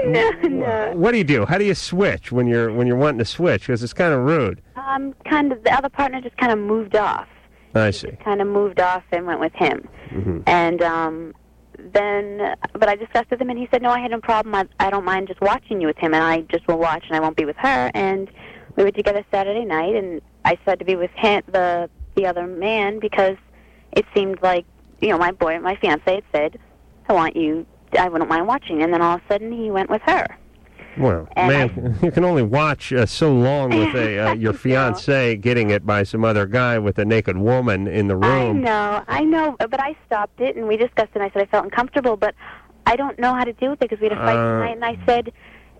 S14: No, no.
S3: what do you do? How do you switch when you're when you're wanting to switch? Because it's kind of rude.
S14: Um, kind of the other partner just kind of moved off,
S3: I see.
S14: kind of moved off, and went with him.
S3: Mhm.
S14: And um, then, but I discussed with him, and he said, "No, I had no problem. I, I don't mind just watching you with him, and I just will watch, and I won't be with her." And we were together Saturday night, and I said to be with him, the the other man, because it seemed like you know my boy, my fiance had said, "I want you. I wouldn't mind watching." And then all of a sudden, he went with her.
S3: Well, man, you can only watch uh, so long with a uh, your fiance getting it by some other guy with a naked woman in the
S14: I
S3: room.
S14: know, I know, but I stopped it, and we discussed it. and I said I felt uncomfortable, but I don't know how to deal with it because we had a fight
S3: Uh,
S14: tonight, and I said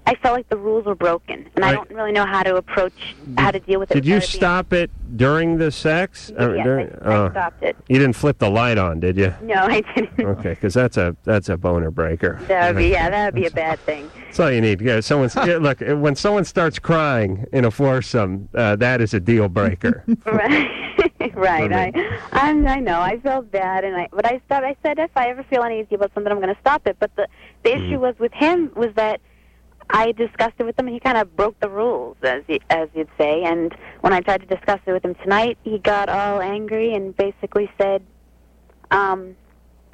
S14: I felt like the rules were broken, and I,
S3: I-
S14: don't really know how to approach how to deal with it.
S3: Did you
S14: without it being-
S3: stop it during the sex? I mean,
S14: Yes,
S3: during-
S14: I, I
S3: oh.
S14: stopped it.
S3: You didn't flip the light on, did you?
S14: No, I didn't.
S3: Okay, because that's a that's a boner breaker.
S14: That would be yeah, that would be a bad thing.
S3: That's all you need. Yeah, someone's yeah, look when someone starts crying in a foursome, uh, that is a deal breaker.
S14: right, right. I, I'm, I know. I felt bad, and I, but I stopped. I said, if I ever feel uneasy about something, I'm going to stop it. But the the issue was with him was that I discussed it with him, and he kind of broke the rules, as he, as you'd say. And when I tried to discuss it with him tonight, he got all angry and basically said, um,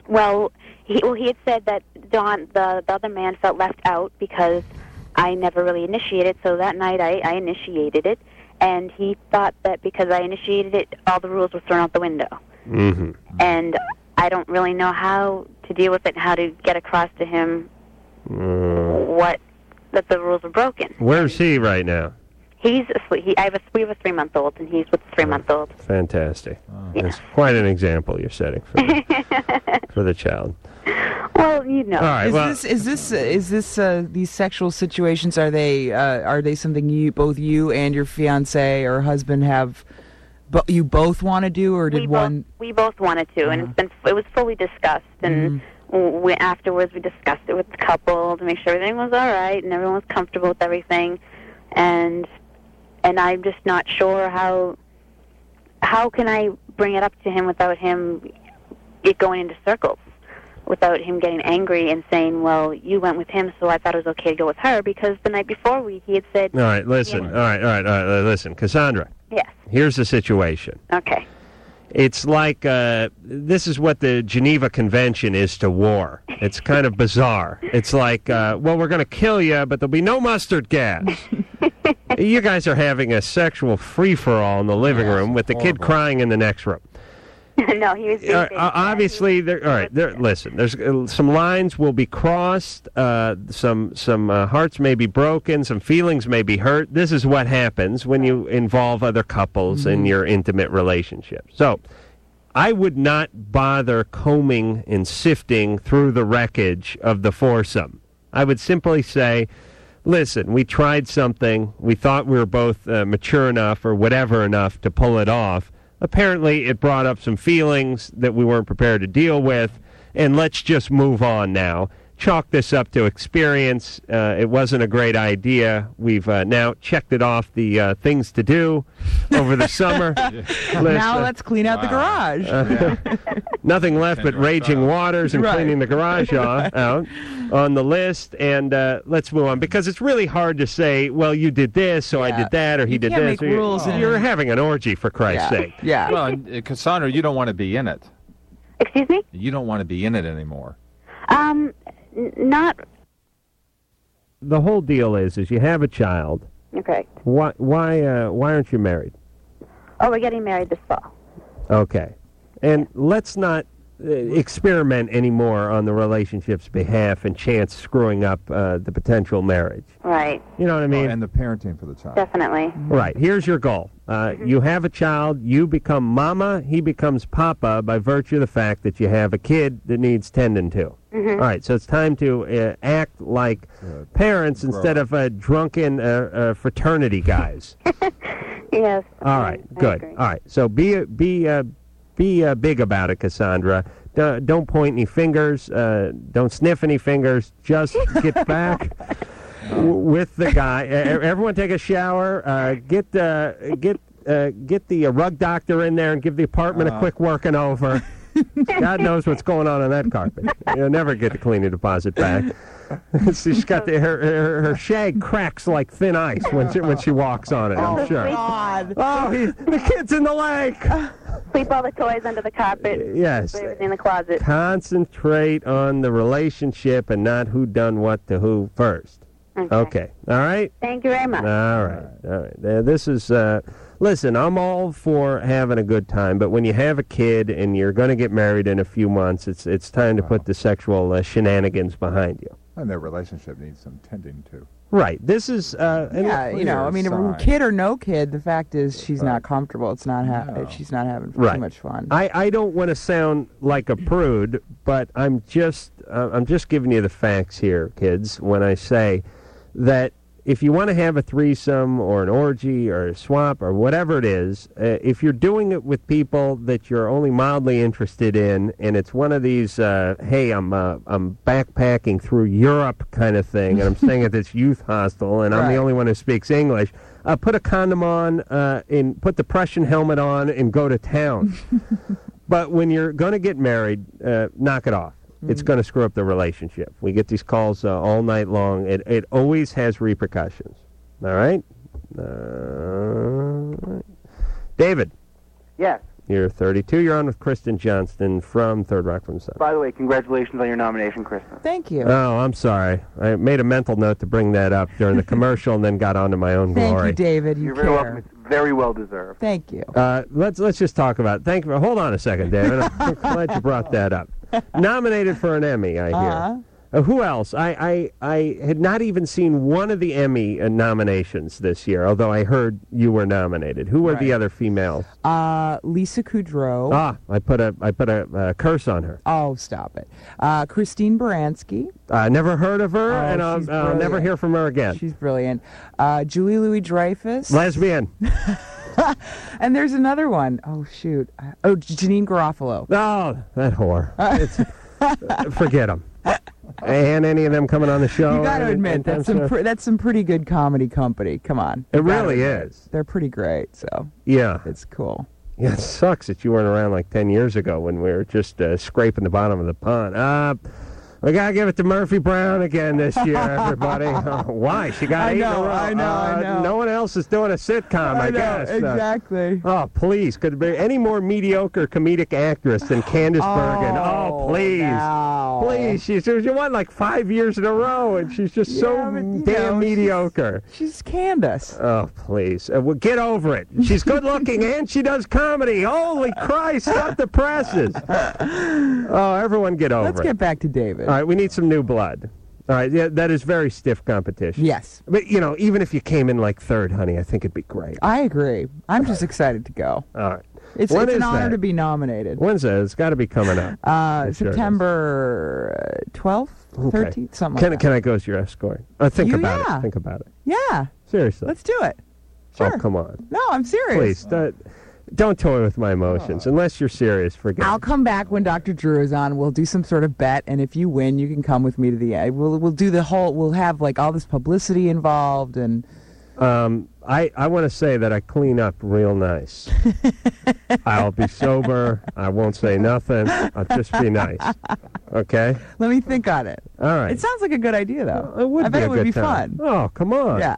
S14: well, he well he had said that Don, the the other man, felt left out because I never really initiated. So that night, I, I initiated it. And he thought that because I initiated it, all the rules were thrown out the window.
S3: Mm-hmm.
S14: And I don't really know how to deal with it and how to get across to him what that the rules are broken.
S3: Mm. Where's he right now?
S14: He's asleep. He, I have a we have a three month old, and he's with the three month old.
S3: Fantastic. That's quite an example you're setting for the, for the child.
S14: Well, you know.
S3: All right,
S5: is
S3: well-
S5: this is this is this uh, these sexual situations? Are they uh, are they something you both you and your fiance or husband have? But you both want to do, or did
S14: we
S5: one? Uh-huh.
S14: Both, we both wanted to, and it's been it was fully discussed, and
S5: Mm-hmm.
S14: we, afterwards we discussed it with the couple to make sure everything was all right and everyone was comfortable with everything, and and I'm just not sure how how can I bring it up to him without him it going into circles, without him getting angry and saying, well, you went with him, so I thought it was okay to go with her because the night before we he had said,
S3: All right, listen. All right, all right, all right. Listen, Cassandra.
S14: Yes.
S3: Here's the situation.
S14: okay,
S3: It's like uh, this is what the Geneva Convention is to war. It's kind of bizarre. It's like, uh, well, we're going to kill you, but there'll be no mustard gas. you guys are having a sexual free for all in the living room with the kid crying in the next room.
S14: no, he was being
S3: Uh, uh, obviously, there. All right, there. Listen, there's uh, some lines will be crossed. Uh, some some uh, hearts may be broken. Some feelings may be hurt. This is what happens when you involve other couples in your intimate relationship. So, I would not bother combing and sifting through the wreckage of the foursome. I would simply say. Listen, we tried something. We thought we were both uh, mature enough or whatever enough to pull it off. Apparently, it brought up some feelings that we weren't prepared to deal with, and let's just move on now. chalk this up to experience. Uh, it wasn't a great idea. We've uh, now checked it off the uh, things to do over the summer.
S5: Now let's clean out the garage.
S3: Uh, nothing left but raging waters and
S5: Right.
S3: cleaning the garage off, out on the list. And uh, let's move on because it's really hard to say, well, you did this, so I did that, or he
S8: You
S3: did
S8: can't
S3: this.
S8: make
S3: or you-
S8: rules and-
S3: You're having an orgy, for Christ's sake.
S8: Well, and, uh, Cassandra, you don't want to be in it.
S14: Excuse me?
S8: You don't want to be in it anymore.
S14: Um, n- not
S3: The whole deal is, is you have a child.
S14: okay.
S3: Why, why, uh, why aren't you married?
S14: Oh, we're getting married this fall.
S3: Okay. And let's not uh, experiment anymore on the relationship's behalf and chance screwing up uh, the potential marriage.
S14: Right.
S3: You know what I mean?
S27: and the parenting for the child.
S14: Definitely.
S3: Right. Here's your goal. Uh, You have a child. You become mama. He becomes papa by virtue of the fact that you have a kid that needs tending to.
S10: Mhm.
S3: All right. So it's time to uh, act like parents instead of uh, drunken uh, uh, fraternity guys.
S14: Yes.
S3: All right, good. All right, so be be uh, be uh, big about it, Cassandra. D- don't point any fingers. Uh, don't sniff any fingers. Just get back w- with the guy. E- e- everyone take a shower. Uh, get uh, get uh, get the uh, rug doctor in there and give the apartment a
S16: Uh.
S3: quick working over. God knows what's going on on that carpet. You'll never get the cleaning deposit back. She's got the, her, her her shag cracks like thin ice when she when she walks on it. I'm sure.
S14: God.
S3: Oh, he, the kid's in the lake.
S14: Uh, Sweep all the toys under the carpet.
S3: Yes.
S14: Put everything in the closet.
S3: Concentrate on the relationship and not who done what to who first.
S14: Okay.
S3: All right.
S14: Thank you very
S3: All
S14: much.
S3: right. All right. Uh, this is. Uh, listen, I'm all for having a good time, but when you have a kid and you're going to get married in a few months, it's it's time to put the sexual uh, shenanigans behind you.
S27: And their relationship needs some tending to.
S3: Right. This is. Uh, and-
S5: yeah, you know, I mean,
S27: Sign.
S5: kid or no kid, the fact is she's not comfortable. It's not ha- she's not having
S3: Right.
S5: too much fun.
S3: I, I don't want to sound like a prude, but I'm just uh, I'm just giving you the facts here, kids. When I say that if you want to have a threesome or an orgy or a swap or whatever it is, uh, if you're doing it with people that you're only mildly interested in, and it's one of these uh, hey I'm uh, I'm backpacking through Europe kind of thing, and I'm staying at this youth hostel, and I'm the
S16: Right.
S3: only one who speaks English. Uh, put a condom on, uh, and put the Prussian helmet on, and go to town. But when you're going to get married, uh, knock it off. It's going to screw up the relationship. We get these calls uh, all night long. It, it always has repercussions. All right? Uh, David,
S18: Yes.
S3: you're 32. You're on with Kristen Johnston from Third Rock from the Sun.
S18: By the way, congratulations on your nomination, Kristen.
S5: Thank you.
S3: Oh, I'm sorry. I made a mental note to bring that up during the commercial and then got onto my own
S5: Thank
S3: glory.
S5: you, David. You
S18: are
S5: care.
S18: very welcome. It's very well deserved.
S5: Thank you.
S3: Uh, let's let's just talk about. Thank you. Hold on a second, David. I'm glad you brought that up. Nominated for an Emmy, I hear.
S5: Uh-huh.
S3: Uh, who else? I, I I had not even seen one of the Emmy uh, nominations this year, although I heard you were nominated. Who were the other females?
S5: Uh, Lisa Kudrow.
S3: Ah, I put a I put a uh, curse on her.
S5: Oh, stop it. Uh, Christine Baranski.
S3: I never heard of her,
S5: Oh,
S3: and I'll,
S5: she's
S3: I'll never
S5: brilliant.
S3: hear from her again.
S5: She's brilliant. Uh, Julie Louis Dreyfus.
S3: Lesbian.
S5: and there's another one. Oh, shoot. Uh, Oh, Janine Garofalo.
S3: Oh, that whore. It's, uh, forget them. And any of them coming on the show?
S5: you got to
S3: and-
S5: admit
S3: and
S5: that's
S3: them
S5: some
S3: stuff?
S5: pre- that's some pretty good comedy company. Come on,
S3: It
S5: You gotta
S3: really
S5: admit.
S3: is.
S5: They're pretty great. So
S3: Yeah.
S5: It's cool.
S3: Yeah, it sucks that you weren't around like 10 years ago when we were just uh, scraping the bottom of the pond. Uh, we got to give it to Murphy Brown again this year, everybody. Uh, Why? She got
S5: I
S3: eight in
S5: know,
S3: a row.
S5: I know, I
S3: Uh,
S5: know.
S3: No one else is doing a sitcom, I,
S5: I know,
S3: guess. Uh,
S5: exactly.
S3: oh, please. Could there be any more mediocre comedic actress than Candace Bergen? Oh, please. Please. She's, she won like five years in a row, and she's just so damn mediocre.
S5: She's Candace.
S3: Oh, please. Uh, well, get over it. She's good looking and she does comedy. Holy Christ, stop the presses. Oh, everyone get over
S5: Let's
S3: it.
S5: get back to David.
S3: All right, we need some new blood. All right, yeah, that is very stiff competition.
S5: Yes.
S3: But, you know, even if you came in like third, honey, I think it'd be great.
S5: I agree. I'm just excited to go.
S3: All right.
S5: It's,
S3: When
S5: it's an
S3: is
S5: honor
S3: that?
S5: to be nominated.
S3: When's that? It's got to be coming up.
S5: Uh,
S3: It sure is.
S5: September uh, 12th, 13th, something
S3: can,
S5: like
S3: Can I go as your escort? Uh, think
S5: You-
S3: about
S5: yeah.
S3: it. Think about it.
S5: that. Yeah.
S3: Seriously.
S5: Let's do it.
S3: Oh, come on.
S5: No, I'm serious. Oh.
S3: Please, that, Don't toy with my emotions unless you're serious. Forget.
S5: I'll come back when Dr. Drew is on. We'll do some sort of bet, and if you win, you can come with me to the end. We'll we'll do the whole. We'll have like all this publicity involved, and
S3: Um, I, I want to say that I clean up real nice. I'll be sober. I won't say nothing. I'll just be nice. Okay?
S5: let me think on it.
S3: All right.
S5: It sounds like a good idea, though.
S3: it would
S5: I
S3: be
S5: bet
S3: a
S5: it would
S3: good
S5: be
S3: time.
S5: fun.
S3: Oh, come on.
S5: Yeah.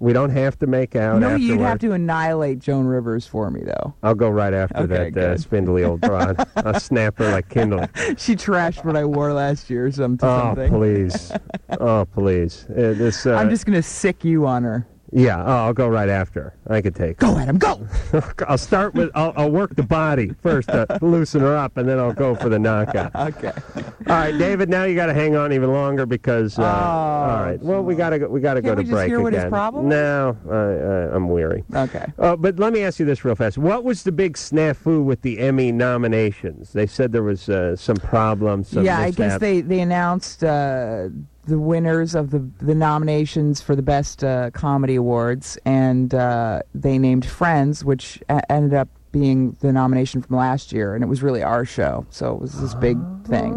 S3: We don't have to make out
S5: no, you'd have
S3: afterward.
S5: to annihilate Joan Rivers for me, though.
S3: I'll go right after
S5: Okay,
S3: that uh,
S5: good.
S3: spindly old broad. I'll snap her like Kindle.
S5: she trashed what I wore last year or some, to
S3: Oh,
S5: something.
S3: please. Oh, please. Uh, this, uh,
S5: I'm just going to sick you on her.
S3: Yeah, oh, I'll go right after. I could take. Go,
S5: Adam, go.
S3: I'll start with. I'll, I'll work the body first to loosen her up, and then I'll go for the knockout.
S5: Okay.
S3: All right, David. Now you got to hang on even longer because. Uh, all right. Well, we gotta go. We gotta go
S5: Oh. Can't
S3: to
S5: we just
S3: break
S5: hear what his
S3: again.
S5: problem
S3: No, I, I, I'm weary.
S5: Okay.
S3: Uh, but let me ask you this real fast. What was the big snafu with the Emmy nominations? They said there was uh, some problems. Some
S5: yeah, I guess
S3: mishap.
S5: they they announced uh, the winners of the the nominations for the best uh, comedy awards, and uh, they named Friends, which e- ended up being the nomination from last year, and it was really our show, so it was this big thing.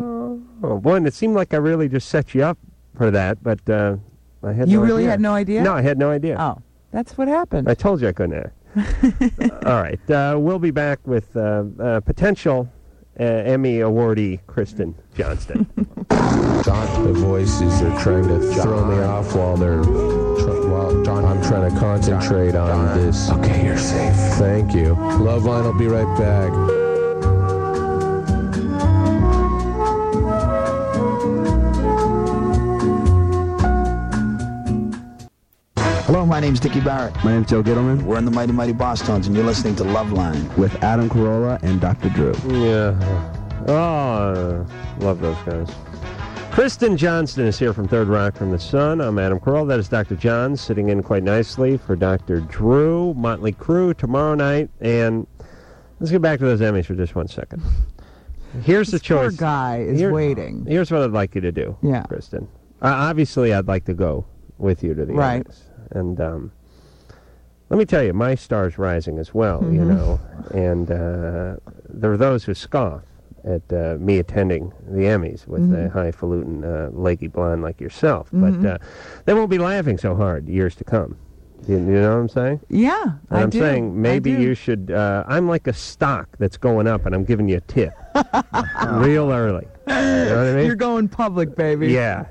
S3: Oh, boy, and it seemed like I really just set you up for that, but uh, I had
S5: You
S3: no
S5: really had no idea?
S3: No, I had no idea.
S5: Oh, that's what happened.
S3: I told you I couldn't act. All right. Uh, we'll be back with uh, uh, potential uh, Emmy awardee Kristen Johnston.
S10: John, the voices are trying to throw me off while they're. tr- While John, I'm trying to concentrate on this. Okay, you're safe. Thank you. Love line will be right back.
S16: Hello, my name's Dickie Barrett. My name's Joe Gittleman. We're in the Mighty Mighty Boston's, and you're listening to Love Line with Adam Carolla and Dr. Drew.
S3: yeah. Oh, love those guys. Kristen Johnston is here from Third Rock from the Sun. I'm Adam Carroll. That is Dr. John sitting in quite nicely for Dr. Drew, Motley Crue tomorrow night. And let's get back to those Emmys for just one second. Here's the
S5: Poor
S3: choice.
S5: guy is
S3: Here-
S5: waiting.
S3: Here's what I'd like you to do,
S5: Yeah.
S3: Kristen. Uh, obviously, I'd like to go with you to the
S5: Right.
S3: Emmys. and um, let me tell you, my star's rising as well. You
S5: Mhm.
S3: know, and uh, there are those who scoff at uh, me attending the Emmys with a
S5: Mm-hmm.
S17: Mhm.
S3: highfalutin, uh, leggy blonde like yourself,
S17: Mhm.
S3: but uh, they won't be laughing so hard years to come. You, you know what I'm saying?
S5: Yeah,
S3: And
S5: I
S3: am
S5: do.
S3: saying
S5: I
S3: maybe
S5: do.
S3: you should. Uh, I'm like a stock that's going up, and I'm giving you a tip real early. You know what I mean?
S5: You're going public, baby.
S3: Yeah.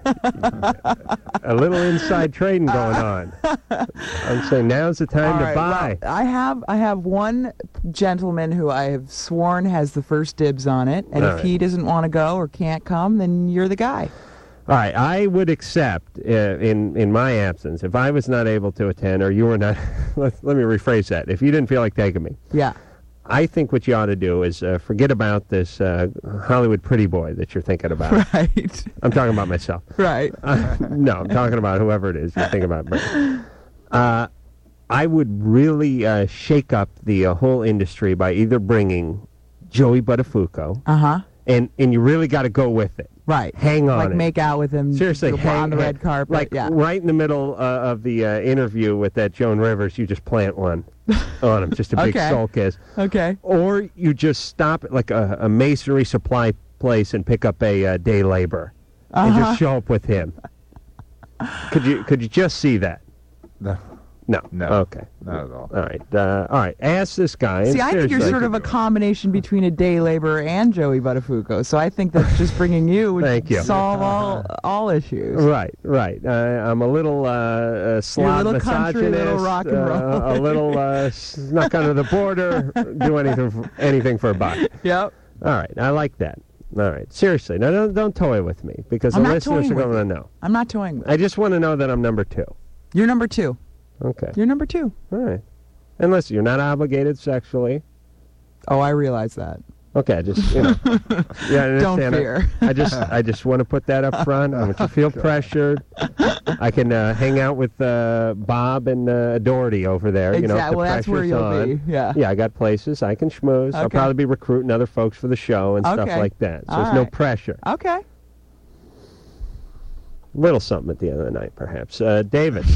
S3: a little inside trading going on. I'm saying now's the time
S5: All
S3: to
S5: right,
S3: buy.
S5: well, I have I have one gentleman who I have sworn has the first dibs on it, and
S3: All
S5: if
S3: right.
S5: he doesn't want to go or can't come, then you're the guy.
S3: All right, I would accept uh, in in my absence if I was not able to attend or you were not. let, let me rephrase that. If you didn't feel like taking me,
S5: Yeah.
S3: I think what you ought to do is uh, forget about this uh, Hollywood pretty boy that you're thinking about.
S5: Right.
S3: I'm talking about myself.
S5: Right.
S3: Uh, no, I'm talking about whoever it is you're thinking about. Brandon. Uh, I would really uh, shake up the uh, whole industry by either bringing Joey Buttafuoco,
S5: Uh-huh.
S3: and and you really got to go with it.
S5: Right.
S3: Hang on.
S5: Like
S3: it.
S5: make out with him
S3: Seriously,
S5: on
S3: hang-
S5: the red
S3: hang-
S5: carpet.
S3: Like
S5: yeah.
S3: right in the middle uh, of the uh, interview with that Joan Rivers, you just plant one on him, just a big
S5: Okay.
S3: soul kiss.
S5: Okay.
S3: Or you just stop at like a, a masonry supply place and pick up a uh, day labor and
S5: Uh-huh.
S3: just show up with him. could you could you just see that?
S27: No.
S3: No. No. Okay.
S27: Not at all.
S3: All right. Uh, all right. Ask this guy.
S5: See, I think you're sort of a combination between a day laborer and Joey Buttafuoco, so I think that's just bringing you would
S3: Thank you.
S5: solve all all issues.
S3: Right, right. Uh, I'm a little uh, uh, slob
S5: little
S3: misogynist,
S5: country, little rock and
S3: uh,
S5: roll.
S3: a little uh, snuck under the border. Do anything, for, anything for a buck.
S5: Yep.
S3: All right, I like that. All right, seriously, no, don't, don't toy with me because
S5: I'm
S3: the
S5: not
S3: listeners
S5: toying
S3: are
S5: with
S3: going to know.
S5: I'm not toying with
S3: I just want to know that I'm number two.
S5: You're number two.
S3: Okay.
S5: You're number two.
S3: All right. And listen, you're not obligated sexually.
S5: Oh, I realize that.
S3: Okay, I just you know, yeah, I
S5: Don't
S3: understand. I-
S5: fear.
S3: I, just I just want to put that up front. I want you to feel pressured. I can uh, hang out with uh, Bob and uh, Doherty over there. You know, if
S5: Exact-
S3: the
S5: well, that's where
S3: pressure's
S5: you'll
S3: on.
S5: be, yeah.
S3: yeah, I got places I can schmooze. I'll
S5: Okay.
S3: probably be recruiting other folks for the show and stuff
S5: Okay.
S3: like that. So
S5: All
S3: there's no
S5: right.
S3: pressure.
S5: Okay.
S3: Little something at the end of the night, perhaps. Uh, David.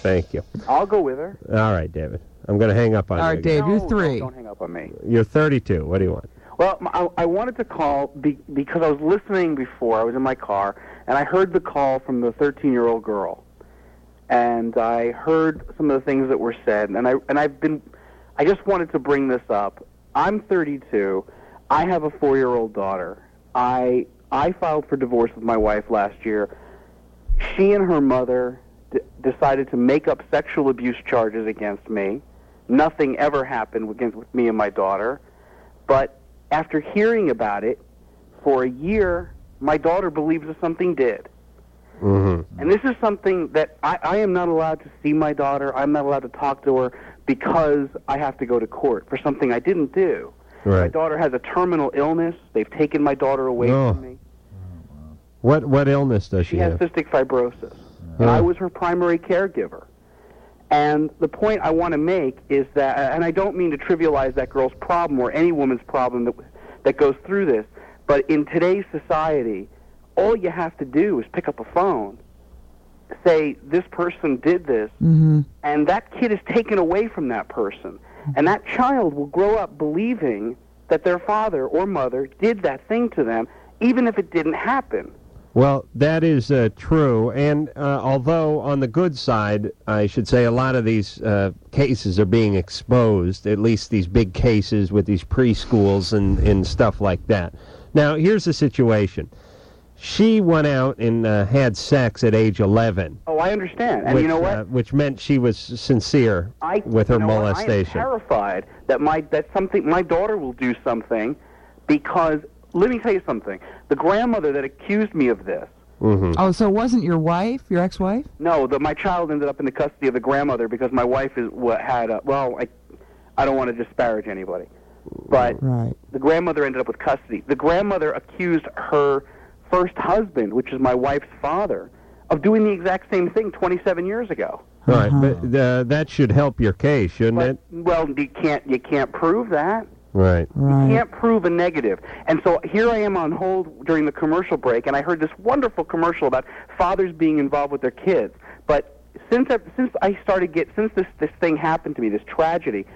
S3: Thank you.
S18: I'll go with her.
S3: All right, David. I'm going to hang up on
S5: All
S3: you.
S5: right, Dave,
S3: again.
S5: you're three.
S15: Don't hang up on me.
S3: You're 32. What do you want?
S15: Well, m- I, I wanted to call be, because I was listening before. I was in my car, and I heard the call from the 13-year-old girl, and I heard some of the things that were said, and I and I've been, I just wanted to bring this up. I'm 32. I have a four-year-old daughter. I I filed for divorce with my wife last year. She and her mother d- decided to make up sexual abuse charges against me. Nothing ever happened against with me and my daughter, but after hearing about it for a year, my daughter believes that something did.
S3: Mm-hmm.
S15: And this is something that I, I am not allowed to see my daughter. I'm not allowed to talk to her because I have to go to court for something I didn't do. My
S3: Right.
S15: daughter has a terminal illness. They've taken my daughter away
S3: No.
S15: from me.
S3: What what illness does she,
S15: She has
S3: have?
S15: cystic fibrosis. And I was her primary caregiver. And the point I want to make is that, and I don't mean to trivialize that girl's problem or any woman's problem that, that goes through this, but in today's society, all you have to do is pick up a phone, say, this person did this,
S5: Mm-hmm.
S15: and that kid is taken away from that person. And that child will grow up believing that their father or mother did that thing to them, even if it didn't happen.
S3: Well, that is uh, true. And uh, although on the good side, I should say a lot of these uh, cases are being exposed, at least these big cases with these preschools and, and stuff like that. Now, here's the situation. She went out and uh, had sex at age 11,
S15: Oh, I understand. And
S3: which,
S15: you know what?
S3: uh, which meant she was sincere
S15: I,
S3: with her
S15: you know what,
S3: molestation.
S15: I am terrified that my that something my daughter will do something because let me tell you something. The grandmother that accused me of this.
S3: Mm-hmm.
S5: Oh, so it wasn't your wife, your ex-wife?
S15: No, that my child ended up in the custody of the grandmother because my wife is what had a well. I I don't want to disparage anybody, but
S5: Right.
S15: the grandmother ended up with custody. The grandmother accused her first husband, which is my wife's father, of doing the exact same thing 27 years ago.
S3: All right, but uh, that should help your case, shouldn't it?
S15: Well, you can't you can't prove that.
S3: Right.
S15: You can't prove a negative. And so here I am on hold during the commercial break, and I heard this wonderful commercial about fathers being involved with their kids. But since I, since I started get since this this thing happened to me, this tragedy,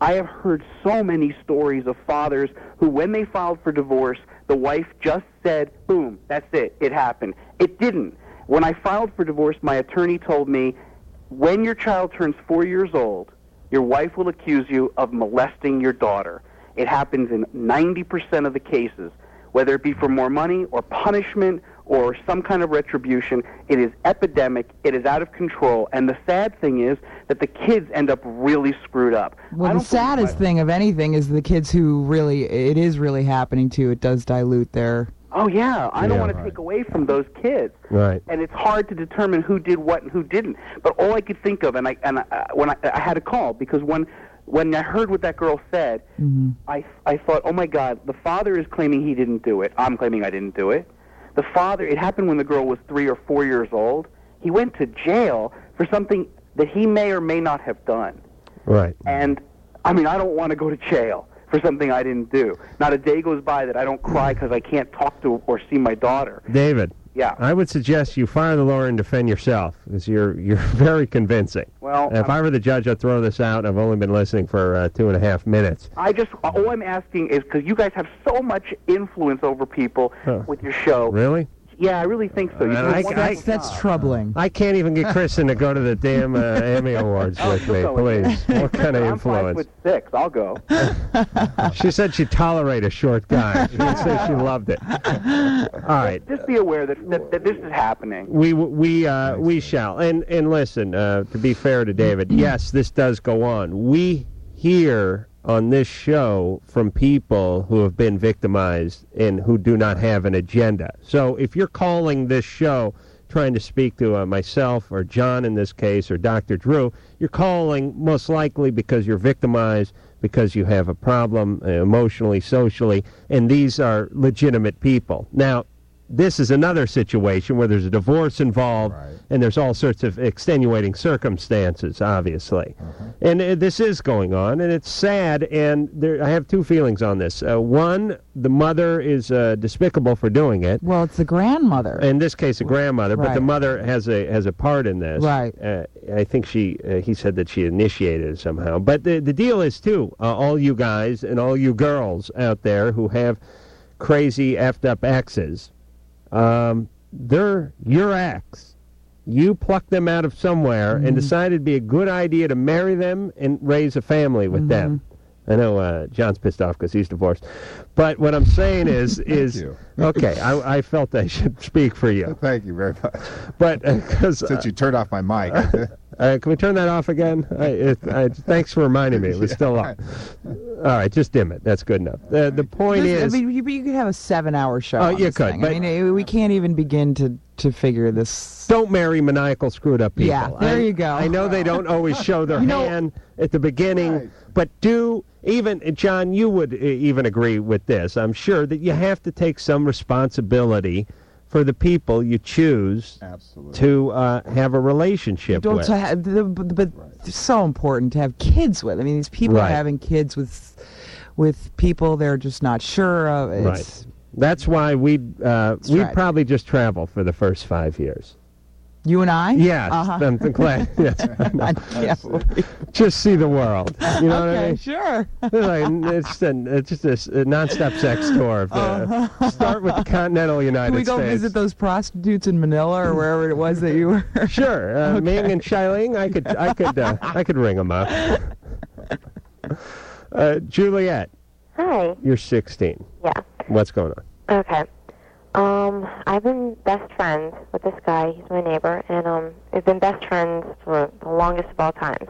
S15: I have heard so many stories of fathers who, when they filed for divorce, the wife just said, "Boom, that's it. It happened." It didn't. When I filed for divorce, my attorney told me, "When your child turns four years old, your wife will accuse you of molesting your daughter. It happens in 90% of the cases, whether it be for more money or punishment or some kind of retribution. It is epidemic, it is out of control, and the sad thing is that the kids end up really screwed up.
S5: Well, the saddest thing of anything is the kids who really, it is really happening to, it does dilute their...
S15: Oh, yeah, I don't
S5: Yeah,
S15: want to take away from those kids.
S3: Right.
S15: and it's hard to determine who did what and who didn't. But all I could think of, and I and I, when I, I had a call because when when I heard what that girl said,
S5: Mm-hmm.
S15: I I thought, oh my God, the father is claiming he didn't do it. I'm claiming I didn't do it. The father. It happened when the girl was three or four years old. He went to jail for something that he may or may not have done.
S3: Right.
S15: And I mean, I don't want to go to jail for something I didn't do. Not a day goes by that I don't cry because I can't talk to or see my daughter.
S3: David.
S15: Yeah.
S3: I would suggest you fire the lawyer and defend yourself, because you're you're very convincing.
S15: Well,
S3: if I were the judge, I'd throw this out. I've only been listening for uh, two and a half minutes.
S15: I just all I'm asking is because you guys have so much influence over people
S3: Huh.
S15: with your show.
S3: Really?
S15: Yeah, I really think so. You do a
S3: I,
S15: wonderful job.
S5: troubling.
S3: I can't even get Kristen to go to the damn uh, Emmy Awards
S15: Oh,
S3: with me, please. What kind of influence?
S15: Six, I'll go.
S3: She said she'd tolerate a short guy. She would say she loved it. All right.
S15: Just be aware that, that, that this is happening.
S3: We we uh, we shall. And and listen, uh, to be fair to David, yes, this does go on. We hear on this show from people who have been victimized and who do not have an agenda. So if you're calling this show trying to speak to uh, myself or John in this case or Dr. Drew, you're calling most likely because you're victimized because you have a problem uh, emotionally, socially, and these are legitimate people. Now, this is another situation where there's a divorce involved and there's all sorts of extenuating circumstances obviously And uh, this is going on, and it's sad. And there, I have two feelings on this. Uh, one, the mother is uh, despicable for doing it.
S5: Well, it's the grandmother.
S3: In this case, the grandmother, but the
S5: Right.
S3: mother has a has a part in this.
S5: Right.
S3: Uh, I think she uh, he said that she initiated it somehow. But the the deal is too, uh, all you guys and all you girls out there who have crazy effed up exes, um, they're your ex. You plucked them out of somewhere and decided it'd be a good idea to marry them and raise a family with them. I know uh, John's pissed off because he's divorced, but what I'm saying is is
S17: you.
S3: okay. I, I felt I should speak for you.
S17: Thank you very much.
S3: But because
S17: Since you turned off my mic,
S3: uh, can we turn that off again? I, it, I, thanks for reminding me. It was still on. All right, just dim it. That's good enough. The, the point
S5: This-
S3: is,
S5: I mean, you, you could have a seven-hour show.
S3: Oh,
S5: on
S3: you
S5: this
S3: could,
S5: thing.
S3: but-
S5: I mean, uh, we can't even begin to to figure this.
S3: Don't marry maniacal, screwed-up people.
S5: Yeah, there
S3: I,
S5: you go.
S3: I know they don't always show their hand at the beginning, but do even uh, John, you would uh, even agree with this. I'm sure that you have to take some responsibility for the people you choose to uh, have a relationship
S5: Don't
S3: with.
S5: to have, the, but but it's so important to have kids with. I mean, these people
S3: Right.
S5: are having kids with with people they're just not sure of. It's,
S3: right. That's why we'd uh, we'd
S5: right.
S3: probably just travel for the first five years.
S5: You and I?
S3: Yes,
S5: Uh-huh.
S3: I'm glad. Yes, I know.
S5: Absolutely.
S3: just see the world. You know what I
S5: Okay,
S3: mean?
S5: sure.
S3: It's, like, it's, an, it's just this uh, nonstop sex tour. Of the, Start with the continental United
S5: Can Uh-huh. we go
S3: States.
S5: visit those prostitutes in Manila or wherever it was that you were?
S3: Sure, uh, Ming and Shiling. I could, I could, uh, I could ring them up. Uh, Juliet,
S29: Hi.
S3: you're 16.
S29: Yeah.
S3: What's going on?
S29: Okay. Um, I've been best friends with this guy. He's my neighbor, and um, we've been best friends for the longest of all time.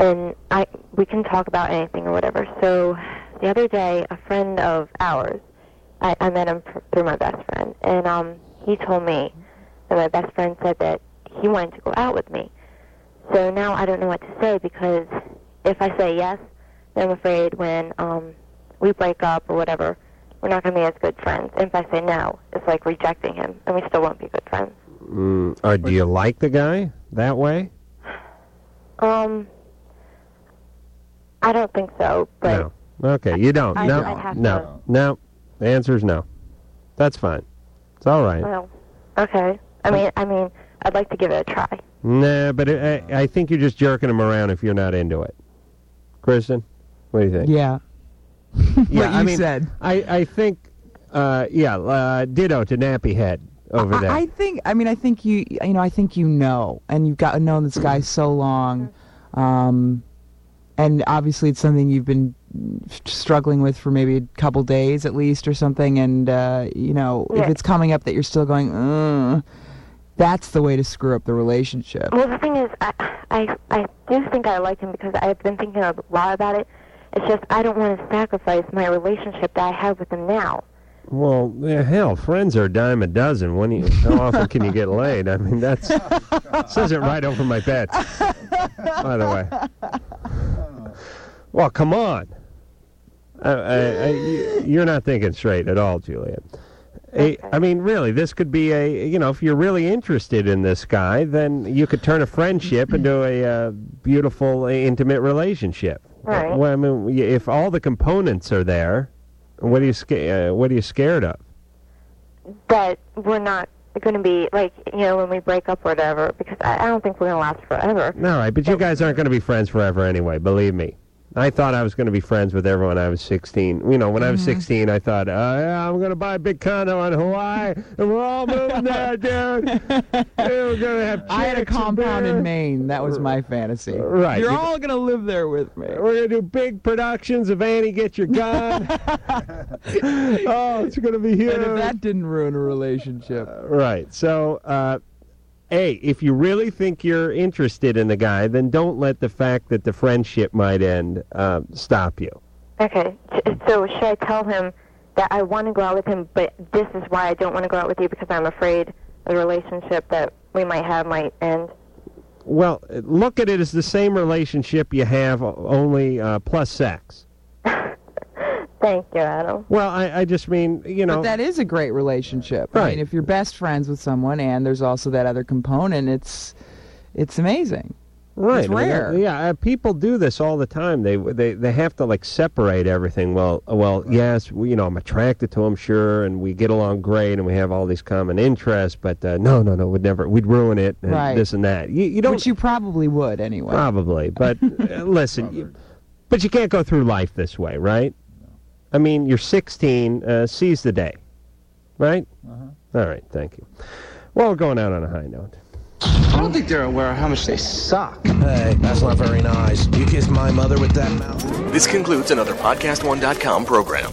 S29: And I, we can talk about anything or whatever. So, the other day, a friend of ours, I, I met him pr- through my best friend, and um, he told me that my best friend said that he wanted to go out with me. So now I don't know what to say because if I say yes, then I'm afraid when um, we break up or whatever, we're not going to be as good friends. And if I say no, it's like rejecting him, and we still won't be good friends.
S3: Mm, or do you like the guy that way?
S29: Um, I don't think so, but
S3: No. Okay, you don't.
S29: I-
S3: no,
S29: I'd have
S3: no, no. The answer is no. That's fine. It's all right.
S29: well, okay. I mean, I mean, I'd like to give it a try.
S3: Nah, but it, I, I think you're just jerking him around if you're not into it. Kristen, what do you think?
S5: Yeah.
S3: yeah,
S5: What
S3: I
S5: you
S3: mean,
S5: said.
S3: I, I think, uh, yeah, uh, ditto to Nappy Head over there.
S5: I, I think. I mean, I think you. You know, I think you know, and you've got to know this guy so long, um, and obviously it's something you've been struggling with for maybe a couple days at least or something. And uh, you know, if
S29: Yeah.
S5: it's coming up that you're still going, "Ugh," that's the way to screw up the relationship.
S29: Well, the thing is, I, I, I do think I like him because I've been thinking a lot about it. It's just I don't want to sacrifice my relationship that I have with him now.
S3: well, yeah, hell, friends are a dime a dozen. When you, how often can you get laid? I mean, that's says it right over my bed. By the way, well, come on. I, I, I, you- you're not thinking straight at all, Juliet. I- I mean, really, this could be a, you know, if you're really interested in this guy, then you could turn a friendship into a uh, beautiful, uh, intimate relationship.
S29: Right.
S3: Well, I mean, y- if all the components are there, what are you, sca- uh, what are you scared of?
S29: That we're not going to be like you know when we break up or whatever because I, I don't think we're going to last forever.
S3: All right, but you guys aren't going to be friends forever anyway, believe me. I thought I was going to be friends with everyone I was 16. You know, when I was
S5: Mm-hmm.
S3: 16, I thought, uh, yeah, I'm going to buy a big condo on Hawaii, and we're all moving there, dude. And we're going to have
S5: I had a
S3: chicks and
S5: compound in
S3: beer.
S5: Maine. That was my fantasy.
S3: Right.
S5: You're all gonna live there with me.
S3: We're gonna do big productions of Annie Get Your Gun. oh, it's gonna be Uh, huge.
S5: And if that didn't ruin a relationship.
S3: right. So, uh, A, if you really think you're interested in the guy, then don't let the fact that the friendship might end uh, stop you.
S29: Okay, sh- so should I tell him that I want to go out with him, but this is why I don't want to go out with you because I'm afraid the relationship that we might have might end.
S3: Well, look at it as the same relationship you have, o- only uh, plus sex.
S29: Thank you, Adam.
S3: Well, I, I just mean, you know.
S5: But that is a great relationship. I
S3: Right.
S5: mean, if you're best friends with someone and there's also that other component, it's it's amazing.
S3: Right.
S5: It's
S3: I mean,
S5: rare.
S3: uh, yeah, uh, people do this all the time. They they they have to like separate everything. Well, uh, well, yes, we, you know, I'm attracted to him, sure, and we get along great, and we have all these common interests. But uh, no, no, no, we'd never, we'd ruin it, and
S5: Right.
S3: this and that. You, you don't.
S5: Which you probably would anyway.
S3: Probably, but uh, listen, you, but you can't go through life this way, right? I mean, you're 16, uh, seize the day, right?
S5: Uh-huh.
S3: All right, thank you. Well, we're going out on a high note.
S30: I don't think they're aware of how much they suck.
S2: Hey, that's not very nice. You kissed my mother with that mouth.
S13: This concludes another PodcastOne.com program.